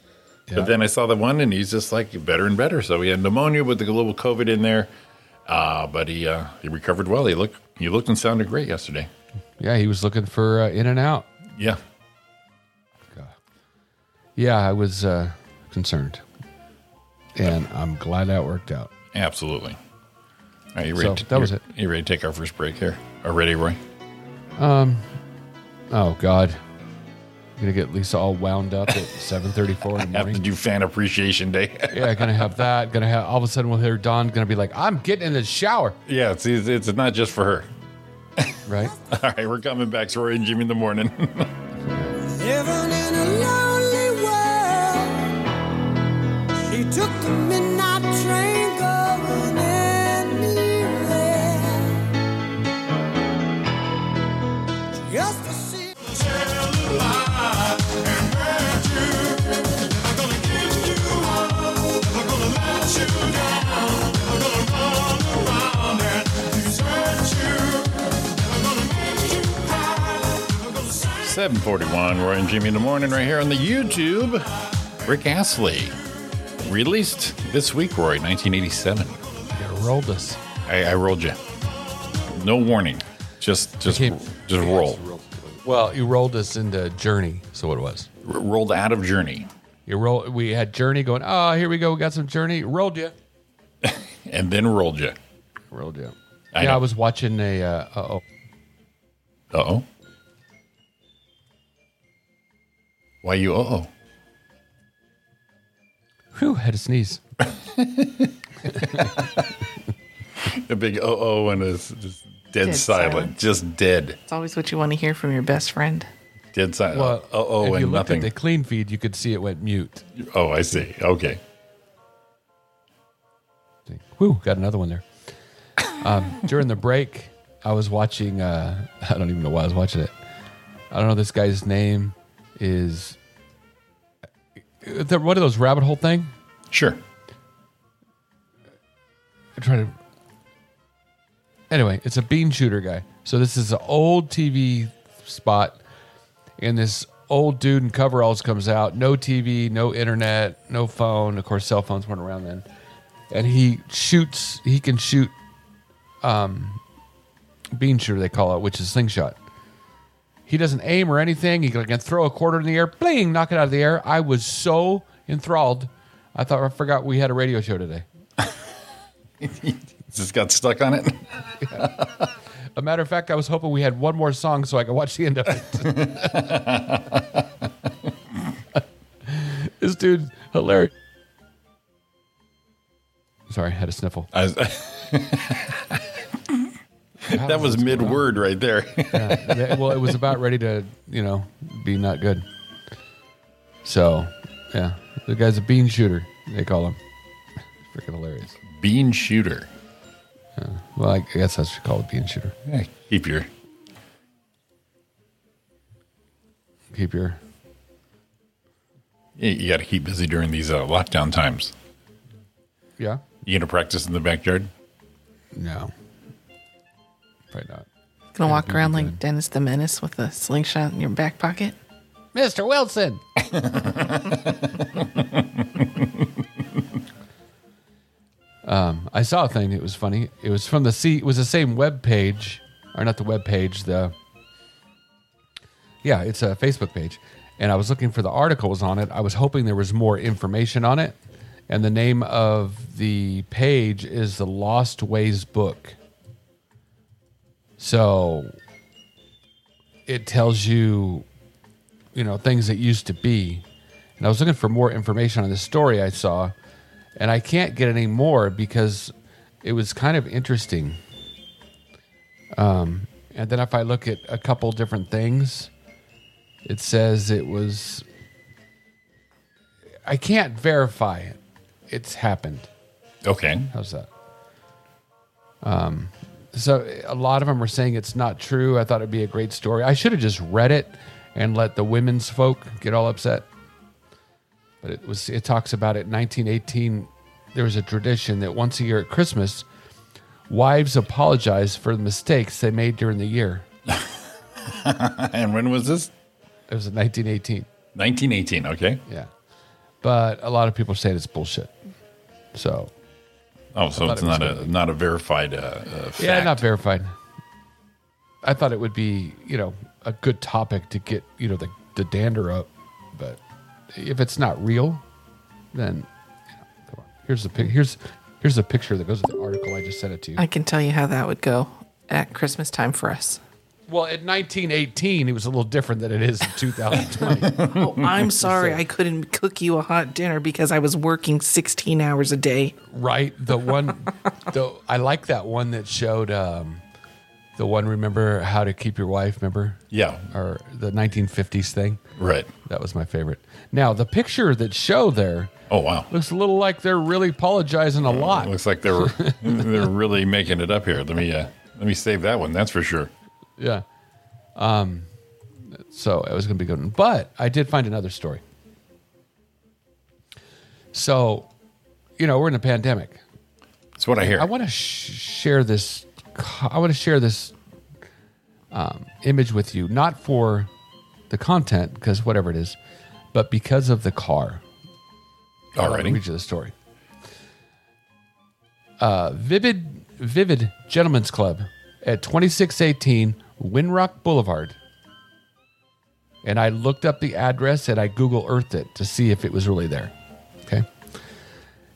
Speaker 6: Yeah.
Speaker 7: But then I saw the one, and he's just like better and better. So he had pneumonia with the little COVID in there, uh, but he uh, he recovered well. He looked he looked and sounded great yesterday.
Speaker 6: Yeah, he was looking for uh, In and Out.
Speaker 7: Yeah,
Speaker 6: Yeah, I was uh, concerned, and I'm glad that worked out.
Speaker 7: absolutely. All right, you ready
Speaker 6: So,
Speaker 7: to-
Speaker 6: that was
Speaker 7: you- You ready to take our first break here? Are ready, Roy?
Speaker 6: Oh God, I'm gonna get Lisa all wound up at 7:34 in the
Speaker 7: have to
Speaker 6: morning.
Speaker 7: do fan appreciation day.
Speaker 6: Yeah, gonna have that. Gonna have all of a sudden we'll hear Dawn gonna be like, "I'm getting in the shower,"
Speaker 7: yeah, it's, it's it's not just for her.
Speaker 6: right?
Speaker 7: All right, we're coming back. So Roy and Jimmy in the morning.
Speaker 5: Living in a lonely world. She took the midnight train going anywhere. Just to see.
Speaker 7: Seven forty-one. Roy and Jimmy in the morning, right here on the YouTube. Rick Astley released this week, Roy, nineteen eighty-seven.
Speaker 6: Yeah, roll this.
Speaker 7: I, I rolled you. No warning. Just just
Speaker 6: Okay.
Speaker 7: just roll.
Speaker 6: Well, you rolled us into Journey, so what it was?
Speaker 7: R- rolled out of Journey,
Speaker 6: You roll. We had Journey going. Oh, here we go. We got some Journey. Rolled you.
Speaker 7: and then rolled you.
Speaker 6: Rolled you.
Speaker 7: I
Speaker 6: yeah,
Speaker 7: know.
Speaker 6: I was watching a. Uh, oh,
Speaker 7: Uh oh. Why you? Uh oh.
Speaker 6: whew, had a sneeze.
Speaker 7: A big oh oh and a s- just dead,
Speaker 9: Dead
Speaker 7: silent.
Speaker 9: silence.
Speaker 7: just dead,
Speaker 9: It's always what you want to hear from your best friend.
Speaker 7: dead silent.
Speaker 6: Well,
Speaker 7: oh oh
Speaker 6: if you
Speaker 7: and
Speaker 6: looked
Speaker 7: nothing.
Speaker 6: at the clean feed, you could see it went mute.
Speaker 7: oh, I see. Okay,
Speaker 6: Think, Whew, got another one there. Um, during the break, I was watching. Uh, I don't even know why I was watching it. I don't know. This guy's name is. uh, The, what are those rabbit hole thing?
Speaker 7: sure.
Speaker 6: I'm trying to. Anyway, it's a bean shooter guy. So this is an old TV spot, and this old dude in coveralls comes out. No TV, no internet, no phone. Of course, cell phones weren't around then. And he shoots. He can shoot um, bean shooter they call it, which is slingshot. He doesn't aim or anything. He can throw a quarter in the air, bling, knock it out of the air. I was so enthralled. I thought I forgot we had a radio show today.
Speaker 7: Just got stuck on it.
Speaker 6: A matter of fact, I was hoping we had one more song so I could watch the end of it. this dude's hilarious. Sorry, I had a sniffle.
Speaker 7: I was- that was mid word right there.
Speaker 6: Yeah, well, it was about ready to, you know, be not good. So, yeah, the guy's a bean shooter. They call him. Freaking hilarious.
Speaker 7: Bean shooter.
Speaker 6: Well, I guess that's what you call a bean shooter.
Speaker 7: Yeah, Eh, keep your
Speaker 6: Keep your
Speaker 7: eh, you- you got to keep busy during these uh, lockdown times.
Speaker 6: yeah.
Speaker 7: You gonna practice in the backyard?
Speaker 6: No, probably not.
Speaker 9: Gonna walk around like Dennis the Menace with a slingshot in your back pocket.
Speaker 6: Mr. Wilson. um, I saw a thing. It was funny. It was from the C. It was the same web page, or not the web page. The yeah, it's a Facebook page, and I was looking for the articles on it. I was hoping there was more information on it, and the name of the page is the Lost Ways Book. So it tells you you know things that used to be and i was looking for more information on this story i saw and i can't get any more because it was kind of interesting um, and then if i look at a couple different things it says it was i can't verify it it's happened
Speaker 7: Okay.
Speaker 6: how's that um, so a lot of them are saying it's not true i thought it'd be a great story i should have just read it and let the women's folk get all upset but it was it talks about it 1918 there was a tradition that once a year at christmas wives apologize for the mistakes they made during the year
Speaker 7: And when was this?
Speaker 6: it was in 1918
Speaker 7: 1918. Okay.
Speaker 6: yeah but a lot of people say it's bullshit so
Speaker 7: Oh, so
Speaker 6: thought
Speaker 7: it's
Speaker 6: it was
Speaker 7: not a
Speaker 6: gonna
Speaker 7: not a verified uh, uh, fact.
Speaker 6: Yeah, not verified. I thought it would be, you know, a good topic to get, you know, the, the dander up. But if it's not real, then come on. here's the pic. Here's here's a picture that goes with the article. I just sent it to you.
Speaker 9: I can tell you how that would go at Christmas time for us.
Speaker 6: well, in 1918, it was a little different than it is in 2020.
Speaker 9: Oh, I'm sorry I couldn't cook you a hot dinner because I was working 16 hours a day.
Speaker 6: right? The one, the I like that one that showed um, the one. Remember how to keep your wife? Remember?
Speaker 7: Yeah.
Speaker 6: Or the 1950s thing.
Speaker 7: Right.
Speaker 6: That was my favorite. Now the picture that show there
Speaker 7: Oh wow.
Speaker 6: looks a little like they're really apologizing a lot.
Speaker 7: Looks like they're they're really making it up here. Let me uh, let me save that one. That's for sure.
Speaker 6: Yeah. Um. So it was going to be a good, one. but I did find another story. So, you know, we're in a pandemic.
Speaker 7: That's what I hear.
Speaker 6: I want to sh- share this. co- I want to share this um, image with you, not for the content because whatever it is, but because of the car. I'll
Speaker 7: Alrighty.
Speaker 6: read you the story. Uh, vivid, vivid gentlemen's club at 2618 Winrock Boulevard. And I looked up the address and I Google Earthed it to see if it was really there. Okay.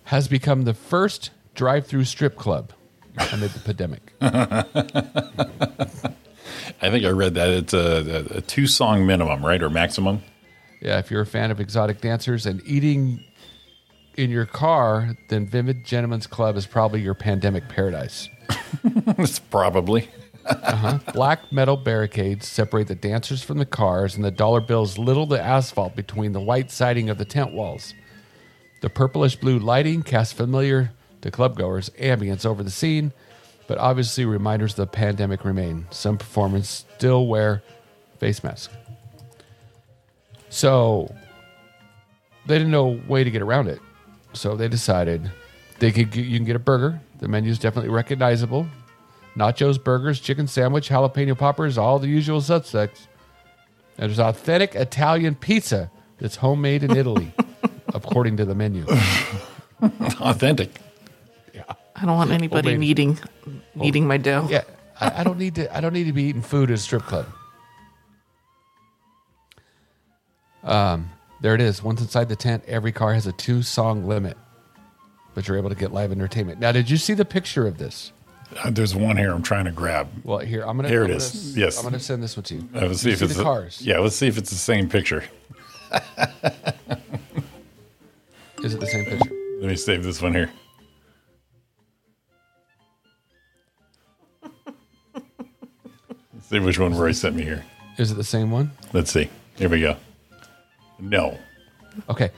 Speaker 6: Has become the first drive through strip club amid the pandemic.
Speaker 7: I think I read that it's a, a, a two song minimum, right, or maximum.
Speaker 6: Yeah, if you're a fan of exotic dancers and eating in your car, then Vivid Gentlemen's Club is probably your pandemic paradise.
Speaker 7: it's probably
Speaker 6: Black metal barricades separate the dancers from the cars, and the dollar bills little the asphalt between the white siding of the tent walls. The purplish blue lighting casts familiar to clubgoers ambience over the scene, but obviously reminders of the pandemic remain. Some performers still wear face masks. So they didn't know a way to get around it. So they decided they could get, you can get a burger. The menu is definitely recognizable. Nachos, burgers, chicken sandwich, jalapeno poppers, all the usual suspects. And there's authentic Italian pizza that's homemade in Italy, according to the menu.
Speaker 7: authentic.
Speaker 9: I don't want anybody
Speaker 6: Homemade.
Speaker 9: needing needing my dough.
Speaker 6: Yeah, I, I don't need to. I don't need to be eating food at a strip club. Um, Um, there it is. Once inside the tent, every car has a two-song limit, but you're able to get live entertainment. Now, did you see the picture of this?
Speaker 7: Uh, There's one here I'm trying to grab.
Speaker 6: Well, here I'm gonna.
Speaker 7: Here
Speaker 6: I'm
Speaker 7: it
Speaker 6: gonna
Speaker 7: is.
Speaker 6: s-
Speaker 7: Yes.
Speaker 6: I'm gonna send this one to you.
Speaker 7: Uh, let's see
Speaker 6: You
Speaker 7: if
Speaker 6: see
Speaker 7: it's
Speaker 6: the
Speaker 7: the-
Speaker 6: cars.
Speaker 7: Yeah, let's see if it's the same picture.
Speaker 6: Is it the same picture?
Speaker 7: Let me save this one here. Let's see which one Roy sent me here.
Speaker 6: Is it the same one?
Speaker 7: Let's see. Here we go. No.
Speaker 6: Okay.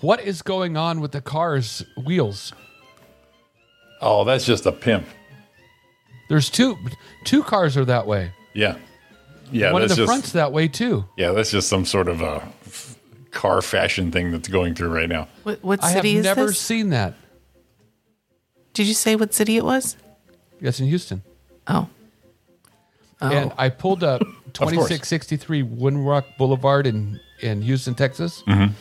Speaker 6: What is going on with the car's wheels?
Speaker 7: Oh, that's just a pimp.
Speaker 6: There's two. Two cars are that way.
Speaker 7: Yeah. Yeah,
Speaker 6: one of
Speaker 7: that's
Speaker 6: the
Speaker 7: just
Speaker 6: front's that way too.
Speaker 7: Yeah, that's just some sort of a f- car fashion thing that's going through right now.
Speaker 9: What, what
Speaker 6: I have
Speaker 9: city is
Speaker 6: never
Speaker 9: this?
Speaker 6: seen that.
Speaker 9: Did you say what city it was?
Speaker 6: That's in Houston.
Speaker 9: Oh. Oh.
Speaker 6: And I pulled up
Speaker 7: course.
Speaker 6: 2663 Windrock Boulevard in, in Houston, Texas.
Speaker 7: Mm-hmm.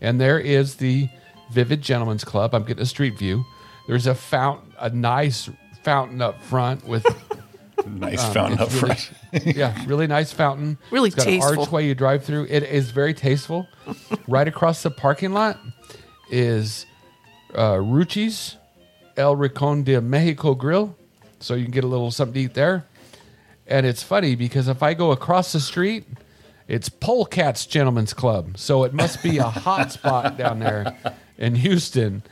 Speaker 6: And there is the Vivid Gentlemen's Club. I'm getting a street view. There's a fountain, a nice fountain up front with,
Speaker 7: Nice fountain up
Speaker 6: it's Ah, really-
Speaker 7: front.
Speaker 6: yeah, really nice fountain.
Speaker 9: Really
Speaker 6: it's got an
Speaker 9: tasteful.
Speaker 6: archway you drive through. It is very tasteful. right across the parking lot is uh, Ruchi's El Rincon de Mexico Grill. So you can get a little something to eat there. And it's funny because if I go across the street, it's Polecats Gentlemen's Club. So it must be a hot spot down there in Houston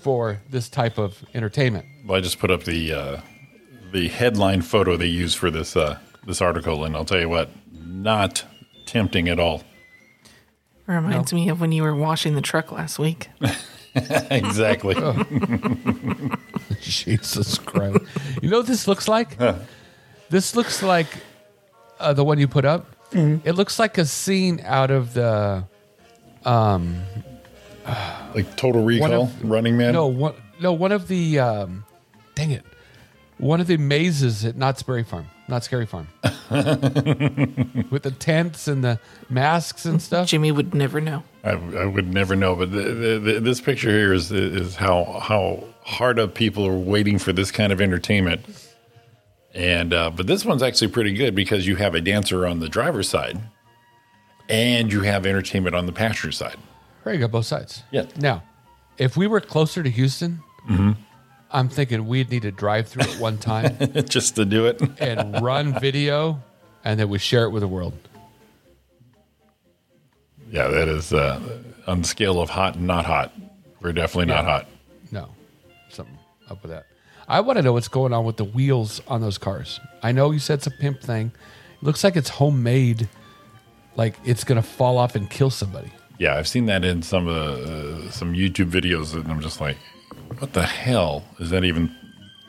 Speaker 6: for this type of entertainment.
Speaker 7: Well, I just put up the uh, the headline photo they used for this uh, this article, and I'll tell you what, not tempting at all.
Speaker 9: Reminds me of when you were washing the truck last week.
Speaker 7: exactly.
Speaker 6: Oh. Jesus Christ. You know what this looks like? This looks like uh, the one you put up. It looks like a scene out of the
Speaker 7: like Total Recall,
Speaker 6: One of-
Speaker 7: Running Man.
Speaker 6: no one no one of the um, dang it one of the mazes at Knott's Berry Farm, Knott's Scary Farm, with the tents and the masks and stuff.
Speaker 9: Jimmy would never know.
Speaker 7: I, I would never know, but the, the, the, this picture here is is how how hard up people are waiting for this kind of entertainment. And uh, but this one's actually pretty good because you have a dancer on the driver's side, and you have entertainment on the passenger side.
Speaker 6: There you go, both sides.
Speaker 7: Yeah.
Speaker 6: Now, if we were closer to Houston, I'm thinking we'd need to drive through at one time
Speaker 7: Just to do it,
Speaker 6: and run video, and then we share it with the world.
Speaker 7: yeah, that is uh, on the scale of hot and not hot. We're definitely not hot.
Speaker 6: No, something up with that. I want to know what's going on with the wheels on those cars. I know you said it's a pimp thing. It looks like it's homemade, like it's gonna fall off and kill somebody.
Speaker 7: Yeah, I've seen that in some uh, some YouTube videos, and I'm just like, what the hell is that even?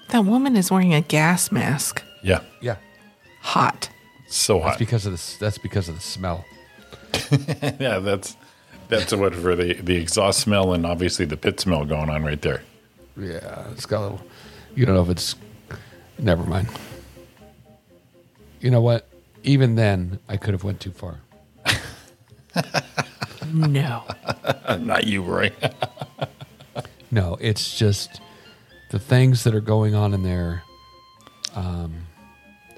Speaker 9: That woman is wearing a gas mask.
Speaker 7: Yeah,
Speaker 6: Yeah,
Speaker 9: Hot.
Speaker 7: so hot.
Speaker 6: that's because of this. That's because of the smell.
Speaker 7: Yeah, that's that's what for the the exhaust smell and obviously the pit smell going on right there.
Speaker 6: Yeah, it's got a little. You don't know if it's. Never mind. You know what? Even then, I could have went too far.
Speaker 9: No.
Speaker 7: Uh, Not you, Roy.
Speaker 6: No, it's just the things that are going on in there. Um,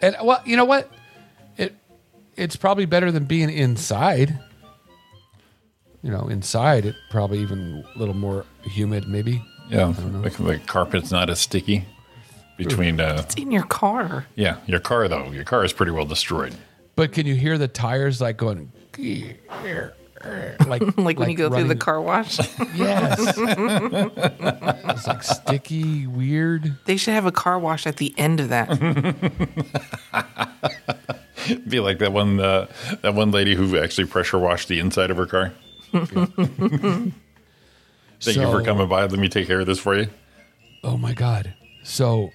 Speaker 6: and well, you know what? It it's probably better than being inside. You know, inside it probably even a little more humid, maybe.
Speaker 7: yeah, the, the carpet's not as sticky between. Uh,
Speaker 9: It's in your car.
Speaker 7: yeah, your car though, your car is pretty well destroyed.
Speaker 6: But can you hear the tires like going like
Speaker 9: Like, when you go through
Speaker 6: running-
Speaker 9: the car wash.
Speaker 6: Yes, it's like sticky, weird.
Speaker 9: they should have a car wash at the end of
Speaker 6: Mm-hmm.
Speaker 9: that.
Speaker 7: It'd be like that one uh, that one lady who actually pressure washed the inside of her car. Thank you for
Speaker 6: So-
Speaker 7: coming by. Let me take care of this for you.
Speaker 6: Oh my god. So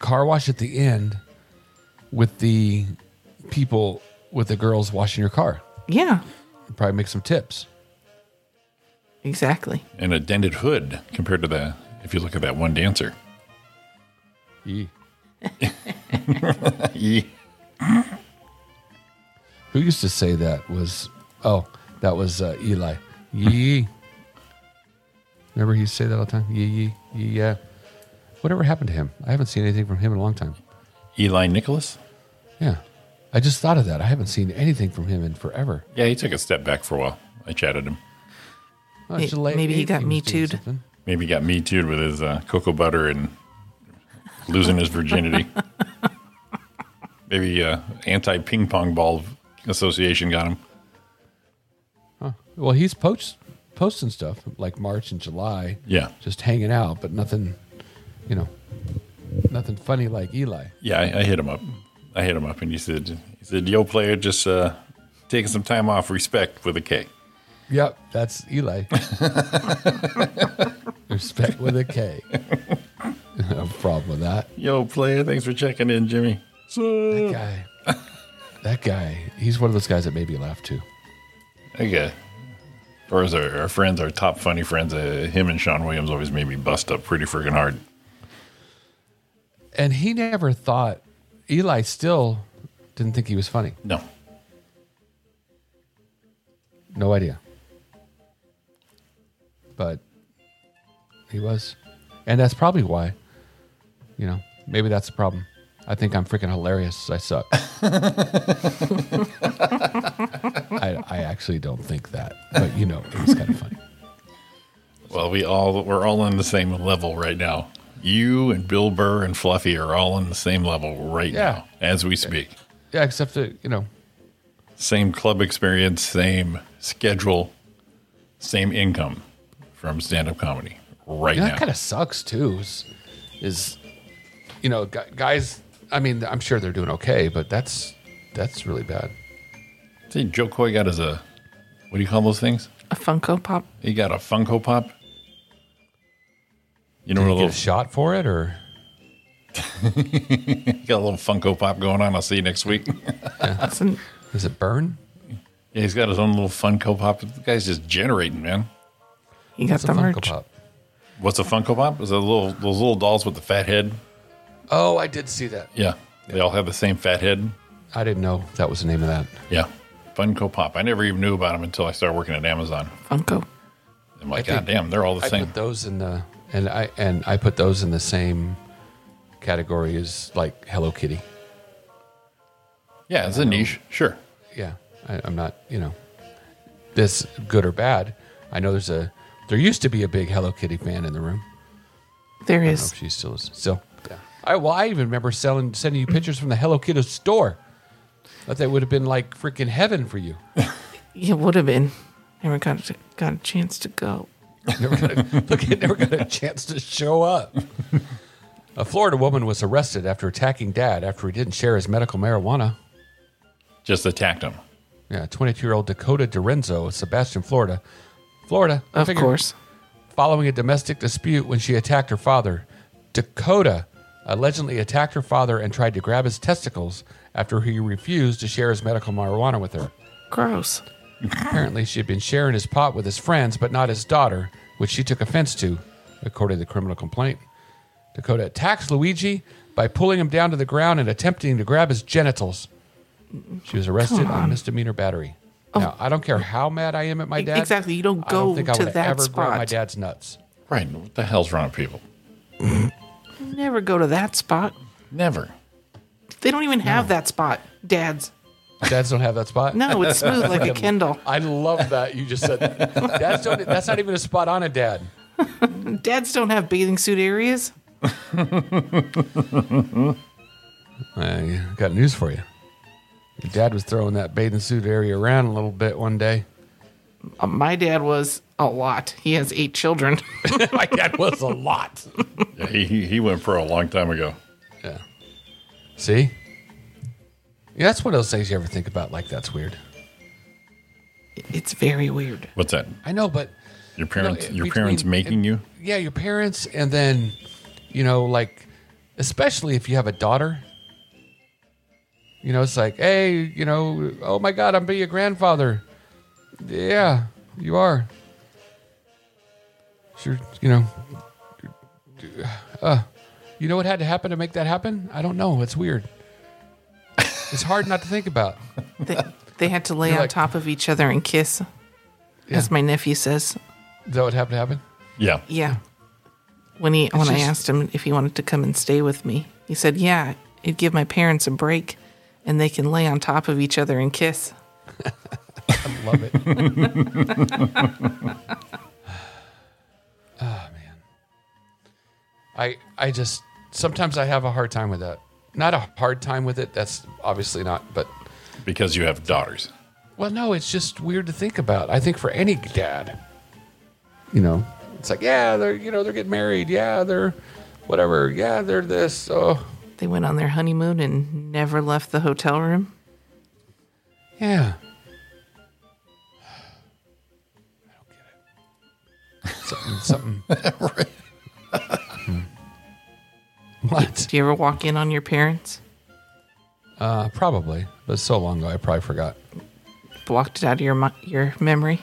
Speaker 6: car wash at the end with the people with the girls washing your car.
Speaker 9: yeah.
Speaker 6: Probably make some tips.
Speaker 9: Exactly.
Speaker 7: And a dented hood compared to the if you look at that one dancer.
Speaker 6: Yee.
Speaker 7: Yee.
Speaker 6: Who used to say that was oh, that was uh, Eli. Yee. Remember he used to say that all the time? Yee yee yee yeah. Whatever happened to him? I haven't seen anything from him in a long time.
Speaker 7: Eli Nicholas?
Speaker 6: Yeah. I just thought of that. I haven't seen anything from him in forever.
Speaker 7: Yeah, he took a step back for a while. I chatted him.
Speaker 6: Oh,
Speaker 9: May-
Speaker 6: July
Speaker 9: maybe he
Speaker 6: 8th
Speaker 9: got
Speaker 6: was
Speaker 9: Me
Speaker 6: doing
Speaker 9: Too'd.
Speaker 6: something.
Speaker 7: Maybe he got me too with his uh, cocoa butter and losing his virginity. Maybe uh, anti ping pong ball association got him.
Speaker 6: Well, he's post, posting stuff like March and July,
Speaker 7: Yeah,
Speaker 6: just hanging out, but nothing, you know, nothing funny like Eli.
Speaker 7: yeah. I, I hit him up. I hit him up, and he said, "He said, yo, player, just uh, taking some time off. Respect with a K."
Speaker 6: Yep, that's Eli. Respect with a K. no problem with that.
Speaker 7: Yo, player, thanks for checking in, Jimmy.
Speaker 6: That guy. That guy. He's one of those guys that made me laugh too.
Speaker 7: Okay. Or as our, our friends, our top funny friends, uh, him and Sean Williams always made me bust up pretty freaking hard.
Speaker 6: And he never thought Eli still didn't think he was funny.
Speaker 7: No,
Speaker 6: No idea. But he was. And that's probably why. You know, maybe that's the problem. I think I'm freaking hilarious. I suck. I, I actually don't think that. But, you know, it was kind of funny.
Speaker 7: Well, we all we're all on the same level right now. You and Bill Burr and Fluffy are all on the same level right
Speaker 6: Yeah.
Speaker 7: now as we speak.
Speaker 6: Yeah, except that, you know,
Speaker 7: Same club experience, same schedule, same income from stand-up comedy right
Speaker 6: you know,
Speaker 7: now.
Speaker 6: that kind of sucks too. Is, is you know, gu- guys, I mean, I'm sure they're doing okay, but that's that's really bad.
Speaker 7: See, Joe Coy got his a what do you call those things?
Speaker 9: A Funko Pop.
Speaker 7: He got a Funko Pop. You know
Speaker 6: Did
Speaker 7: what a
Speaker 6: you get
Speaker 7: little
Speaker 6: a shot for it or?
Speaker 7: he got a little Funko Pop going on. I'll see you next week.
Speaker 9: That's an,
Speaker 6: Does it burn?
Speaker 7: yeah, he's got his own little Funko Pop. The guy's just generating, man.
Speaker 9: he got
Speaker 6: It's a
Speaker 9: the
Speaker 6: Funko
Speaker 9: merch.
Speaker 6: Pop.
Speaker 7: What's a Funko Pop? Is it little those little dolls with the fat head?
Speaker 6: Oh, I did see that.
Speaker 7: Yeah. They all have the same fat head.
Speaker 6: I didn't know that was the name of that.
Speaker 7: Yeah. Funko Pop. I never even knew about them until I started working at Amazon.
Speaker 9: Funko.
Speaker 7: I'm like,
Speaker 6: I think-
Speaker 7: God damn, they're all the
Speaker 6: I
Speaker 7: same.
Speaker 6: put those in the and I and I put those in the same category as like Hello Kitty.
Speaker 7: yeah, it's a niche. Sure.
Speaker 6: Yeah, I, I'm not you know this good or bad. I know there's a there used to be a big Hello Kitty fan in the room.
Speaker 9: There
Speaker 6: I don't know
Speaker 9: is.
Speaker 6: if she still is. So yeah. I well I even remember selling sending you pictures from the Hello Kitty store. That they would have been like freaking heaven for you.
Speaker 9: It would have been. Never got a, got a chance to go.
Speaker 6: never got a, look, it never got a chance to show up. A Florida woman was arrested after attacking dad after he didn't share his medical marijuana.
Speaker 7: Just attacked them.
Speaker 6: Yeah, 22 year old Dakota Dorenzo of Sebastian, Florida. Florida, I
Speaker 9: Of
Speaker 6: figured,
Speaker 9: course.
Speaker 6: Following a domestic dispute when she attacked her father, Dakota allegedly attacked her father and tried to grab his testicles after he refused to share his medical marijuana with her.
Speaker 9: Gross.
Speaker 6: Apparently, she had been sharing his pot with his friends, but not his daughter, which she took offense to, according to the criminal complaint. Dakota attacks Luigi by pulling him down to the ground and attempting to grab his genitals. She was arrested on misdemeanor battery. Now, I don't care how mad I am at my
Speaker 9: Oh. E-
Speaker 6: dad.
Speaker 9: exactly, you don't
Speaker 6: I don't
Speaker 9: go
Speaker 6: think I
Speaker 9: to
Speaker 6: would
Speaker 9: that
Speaker 6: ever grab my
Speaker 9: spot.
Speaker 6: dad's nuts.
Speaker 7: Right. What the hell's wrong with people?
Speaker 9: Never go to that spot.
Speaker 7: Never.
Speaker 9: They don't even have that spot. Dads.
Speaker 6: Dads don't have that spot.
Speaker 9: No, it's smooth like a Kindle.
Speaker 6: I love that you just said. that. Dads don't, that's not even a spot on a dad.
Speaker 9: Dads don't have bathing suit areas.
Speaker 6: I got news for you. Your dad was throwing that bathing suit area around a little bit one day.
Speaker 9: Uh, my dad was a lot. He has eight children.
Speaker 6: My dad was a lot.
Speaker 7: Yeah, he, he he went pro a long time ago.
Speaker 6: Yeah. See? Yeah, that's one of those things you ever think about like that's weird.
Speaker 9: it's very weird.
Speaker 7: What's that?
Speaker 6: I know, but
Speaker 7: Your parents
Speaker 6: it-
Speaker 7: your
Speaker 6: between-
Speaker 7: parents making
Speaker 6: it-
Speaker 7: you?
Speaker 6: yeah, your parents and then you know, like especially if you have a daughter. You know, it's like, hey, you know, oh my god, I'm being a grandfather. Yeah, you are. Sure, you know. Uh, you know what had to happen to make that happen? I don't know. It's weird. It's hard not to think about.
Speaker 9: They, they had to lay
Speaker 6: You're
Speaker 9: on
Speaker 6: like-
Speaker 9: top of each other and kiss, as my nephew says.
Speaker 6: Is that what happened to happen?
Speaker 7: Yeah.
Speaker 9: Yeah. When he when I
Speaker 6: just-
Speaker 9: asked him if he wanted to come and stay with me, he said, "Yeah, It'd give my parents a break and they can lay on top of each other and kiss.
Speaker 6: Love it. oh, man. Ah, I I just sometimes I have a hard time with that. Not a hard time with it. That's obviously not, but
Speaker 7: because you have daughters.
Speaker 6: well, no, it's just weird to think about. I think for any dad, you know, it's like, yeah, they're, you know, they're getting married. Yeah, they're whatever. Yeah, they're this. Oh,
Speaker 9: They went on their honeymoon and never left the hotel room.
Speaker 6: yeah. I don't get it. Something, something. Hmm. What?
Speaker 9: Do you ever walk in on your parents?
Speaker 6: Uh, probably, but so long ago, I probably forgot.
Speaker 9: Blocked it out of your mi- your memory.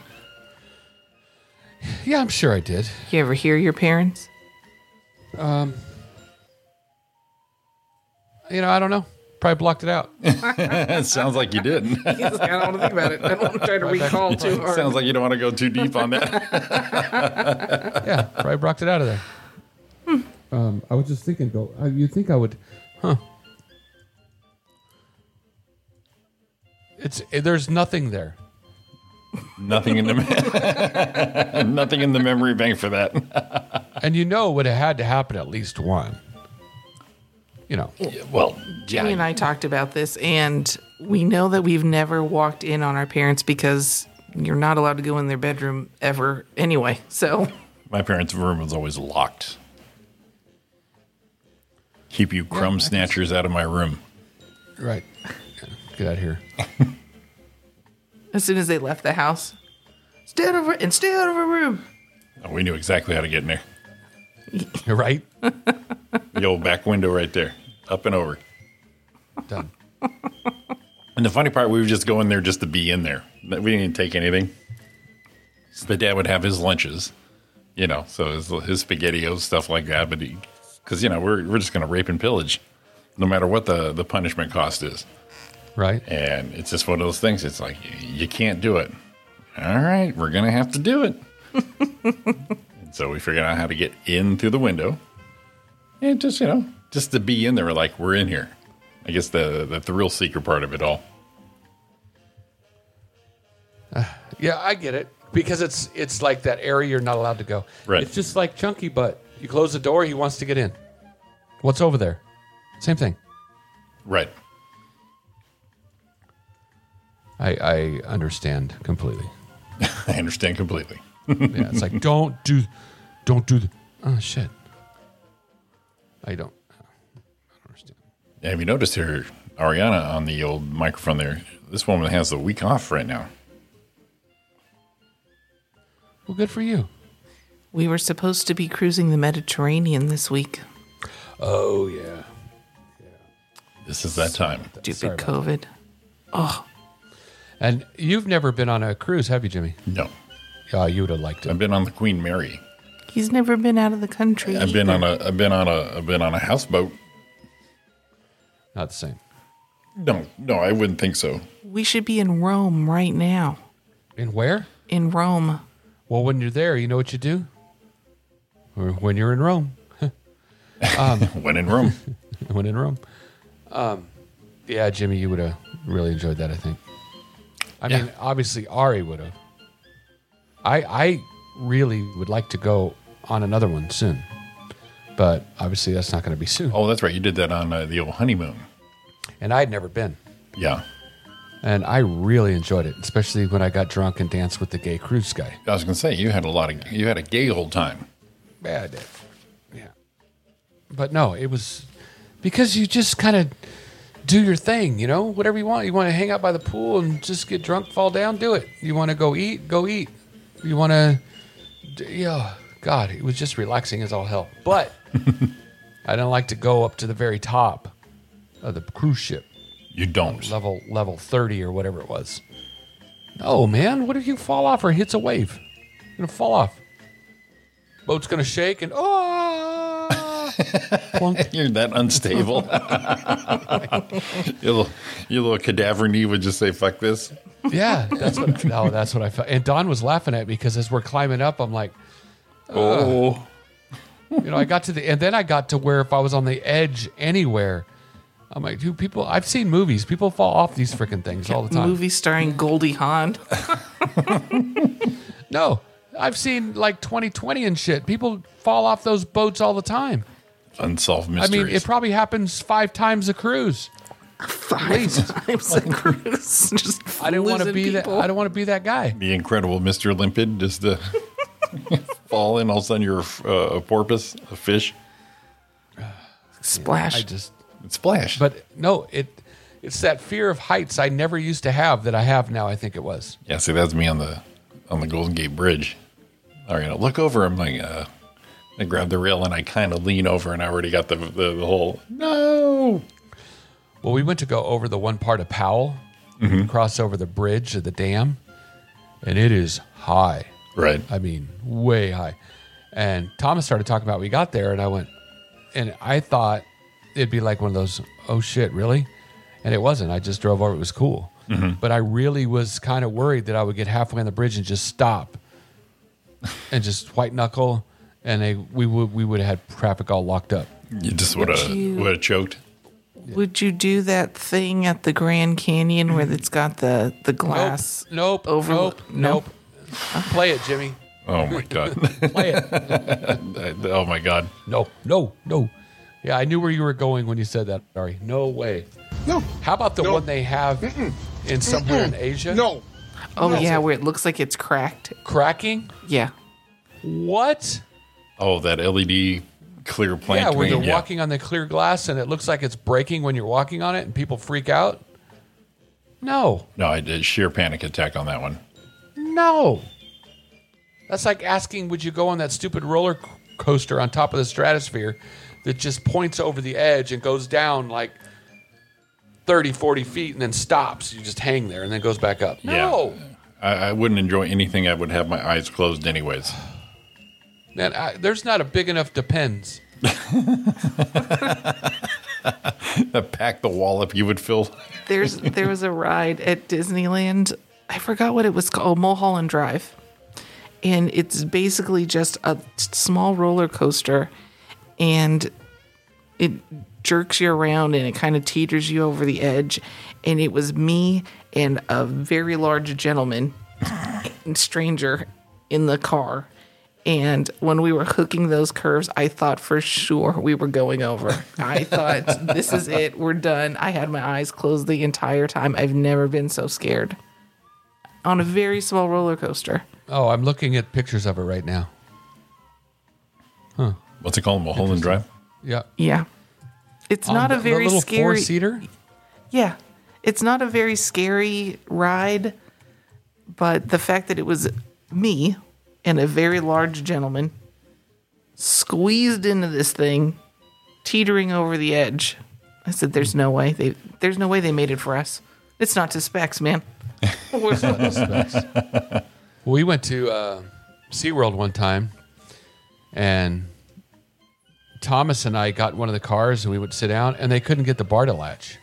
Speaker 6: Yeah, I'm sure I did.
Speaker 9: You ever hear your parents?
Speaker 6: You know, I don't know. Probably blocked it out.
Speaker 7: It sounds like you didn't.
Speaker 9: I don't want to think about it. I don't want to try to recall too hard.
Speaker 7: sounds like you don't want to go too deep on that.
Speaker 6: yeah, probably blocked it out of there. Um, I was just thinking, though, uh, you think I would, huh? It's eh, there's nothing there.
Speaker 7: nothing in the nothing in the memory bank for that.
Speaker 6: And you know it would have had to happen at least one. You know,
Speaker 7: Well, yeah,
Speaker 9: Amy and I talked about this, and we know that we've never walked in on our parents because you're not allowed to go in their bedroom ever anyway. So
Speaker 7: my parents' room was always locked. Keep you crumb snatchers out of my room.
Speaker 6: right? Get out of here.
Speaker 9: as soon as they left the house, stay out of our- and stay out of our room.
Speaker 7: Oh, we knew exactly how to get in there.
Speaker 6: You're right.
Speaker 7: The old back window right there, up and over.
Speaker 6: Done.
Speaker 7: And the funny part, we would just go in there just to be in there. We didn't even take anything. So the dad would have his lunches, you know, so his, his spaghettios, stuff like that. But because, you know, we're, we're just going to rape and pillage no matter what the, the punishment cost is.
Speaker 6: Right.
Speaker 7: And it's just one of those things. It's like, y- you can't do it. All right, we're going to have to do it. and so we figured out how to get in through the window. And just, you know, just to be in there, we're like, we're in here. I guess the, that's the real secret part of it all.
Speaker 6: Yeah, I get it because it's it's like that area you're not allowed to go.
Speaker 7: Right.
Speaker 6: It's just like Chunky Butt. You close the door, he wants to get in. What's over there? Same thing.
Speaker 7: Right.
Speaker 6: I, I understand completely.
Speaker 7: I understand completely.
Speaker 6: Yeah, it's like don't do, don't do. The, oh shit. I don't. I don't understand.
Speaker 7: Have you noticed here, Ariana, on the old microphone there? This woman has the week off right now.
Speaker 6: Well, good for you.
Speaker 9: We were supposed to be cruising the Mediterranean this week.
Speaker 6: Oh yeah.
Speaker 7: This is that time.
Speaker 9: Stupid COVID.
Speaker 6: And you've never been on a cruise, have you, Jimmy?
Speaker 7: No,
Speaker 6: Yeah, Uh, you would have liked it.
Speaker 7: I've been on the Queen Mary.
Speaker 9: He's never been out of the country.
Speaker 7: I've been
Speaker 9: either.
Speaker 7: on a. I've been on a. I've been on a houseboat.
Speaker 6: Not the same.
Speaker 7: No, no, I wouldn't think so.
Speaker 9: We should be in Rome right now.
Speaker 6: And where?
Speaker 9: In Rome.
Speaker 6: Well, when you're there, you know what you do. Or When you're in Rome.
Speaker 7: When in Rome,
Speaker 6: when in Rome. Um, yeah, Jimmy, you would have really enjoyed that, I think. I mean, obviously Ari would have. I I really would like to go on another one soon, but obviously that's not going to be soon.
Speaker 7: oh, that's right. You did that on uh, the old honeymoon.
Speaker 6: And I'd never been,
Speaker 7: Yeah,
Speaker 6: and I really enjoyed it, especially when I got drunk and danced with the gay cruise guy.
Speaker 7: I was gonna say you had a lot of. You had a gay old time.
Speaker 6: bad. Yeah. But no, it was because you just kind of do your thing, you know, whatever you want. You want to hang out by the pool and just get drunk, fall down, do it. You want to go eat, go eat. You want to, yeah, God, it was just relaxing as all hell. But I don't like to go up to the very top of the cruise ship,
Speaker 7: You don't.
Speaker 6: level level thirty or whatever it was. No, man, what if you fall off or hits a wave? You're gonna fall off. Boat's gonna shake and oh, plunk.
Speaker 7: You're that unstable. your, little, your little cadaver knee would just say, "Fuck this."
Speaker 6: yeah, that's what. No, that's what I felt. And Don was laughing at me because as we're climbing up, I'm like,
Speaker 7: Oh,
Speaker 6: Uh. you know, I got to the, and then I got to where if I was on the edge anywhere, I'm like, dude, people, I've seen movies. People fall off these freaking things all the time.
Speaker 9: Movie starring Goldie Hawn.
Speaker 6: No, I've seen like 2020 and shit. People fall off those boats all the time.
Speaker 7: Unsolved
Speaker 6: I
Speaker 7: mysteries.
Speaker 6: mean, it probably happens five times a cruise.
Speaker 9: Five times a cruise. Just
Speaker 6: I didn't want to
Speaker 9: losing
Speaker 6: be that.
Speaker 9: people.
Speaker 6: I don't want to be that guy.
Speaker 7: the incredible Mr. Limpid does the fall in all of a sudden you're uh, a porpoise, a fish.
Speaker 9: Splash.
Speaker 6: I just.
Speaker 7: It splashed.
Speaker 6: But no, it. It's that fear of heights I never used to have that I have now. I think it was.
Speaker 7: yeah, see that's me on the on the Golden Gate Bridge. All right, I look over, I'm like uh I grab the rail and I kind of lean over and I already got the, the the whole no.
Speaker 6: Well, we went to go over the one part of Powell, cross over the bridge of the dam, and it is high.
Speaker 7: Right.
Speaker 6: I mean, way high. And Thomas started talking about we got there, and I went, and I thought it'd be like one of those, oh shit, really? And it wasn't. I just drove over. It was cool. But I really was kind of worried that I would get halfway on the bridge and just stop and just white knuckle, and they, we would we would have had traffic all locked up.
Speaker 7: You just would have
Speaker 9: you-
Speaker 7: would have choked.
Speaker 9: Would you do that thing at the Grand Canyon where it's got the the glass?
Speaker 6: Nope. Nope.
Speaker 9: Over-
Speaker 6: nope.
Speaker 9: no?
Speaker 6: Nope. Play it, Jimmy.
Speaker 7: Oh my god.
Speaker 6: Play it.
Speaker 7: I- oh my god.
Speaker 6: no. No. No. Yeah, I knew where you were going when you said that, Ari. No way.
Speaker 8: No.
Speaker 6: How about the
Speaker 8: No.
Speaker 6: one they have in somewhere in Asia?
Speaker 8: No.
Speaker 9: Oh yeah, where it looks like it's cracked.
Speaker 6: Cracking?
Speaker 9: Yeah.
Speaker 6: What?
Speaker 7: Oh, that LED clear plant.
Speaker 6: Yeah, where
Speaker 7: thing,
Speaker 6: you're walking on the clear glass and it looks like it's breaking when you're walking on it and people freak out? No.
Speaker 7: No, I did sheer panic attack on that one.
Speaker 6: No. That's like asking, would you go on that stupid roller c- coaster on top of the stratosphere that just points over the edge and goes down like 30, 40 feet and then stops? You just hang there and then goes back up. No.
Speaker 7: I, I wouldn't enjoy anything. I would have my eyes closed anyways.
Speaker 6: Man, I, there's not a big enough depends.
Speaker 7: Pack the wallop you would fill.
Speaker 9: There's there was a ride at Disneyland. I forgot what it was called. Mulholland Drive, and it's basically just a small roller coaster, and it jerks you around and it kind of teeters you over the edge. And it was me and a very large gentleman, stranger, in the car. And when we were hooking those curves, I thought for sure we were going over. I thought, this is it. We're done. I had my eyes closed the entire time. I've never been so scared on a very small roller coaster.
Speaker 6: Oh, I'm looking at pictures of it right now.
Speaker 7: What's it called? Mulholland Drive?
Speaker 6: Yeah.
Speaker 9: Yeah. It's not
Speaker 6: On
Speaker 9: a
Speaker 6: the- the
Speaker 9: very
Speaker 6: little
Speaker 9: scary.
Speaker 6: four seater.
Speaker 9: Yeah. It's not a very scary ride, but the fact that it was me and a very large gentleman squeezed into this thing, teetering over the edge. I said, There's no way they there's no way they made it for us. It's not to specs, man.
Speaker 6: We went to uh, SeaWorld one time, and Thomas and I got one of the cars, and we would sit down, and they couldn't get the bar to latch.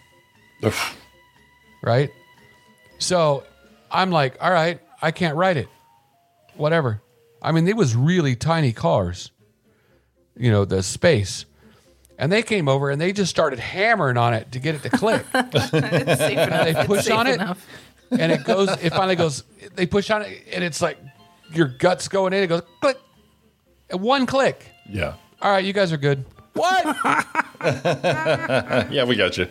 Speaker 6: right? So I'm like, all right, I can't ride it. Whatever. I mean, it was really tiny cars, you know, the space. And they came over and they just started hammering on it to get it to click.
Speaker 9: It's safe enough.
Speaker 6: they push
Speaker 9: safe
Speaker 6: on it
Speaker 9: enough.
Speaker 6: and it goes it finally goes they push on it and it's like your guts going in it goes click And one click
Speaker 7: Yeah.
Speaker 6: all right you guys are good what
Speaker 7: Yeah, we got you.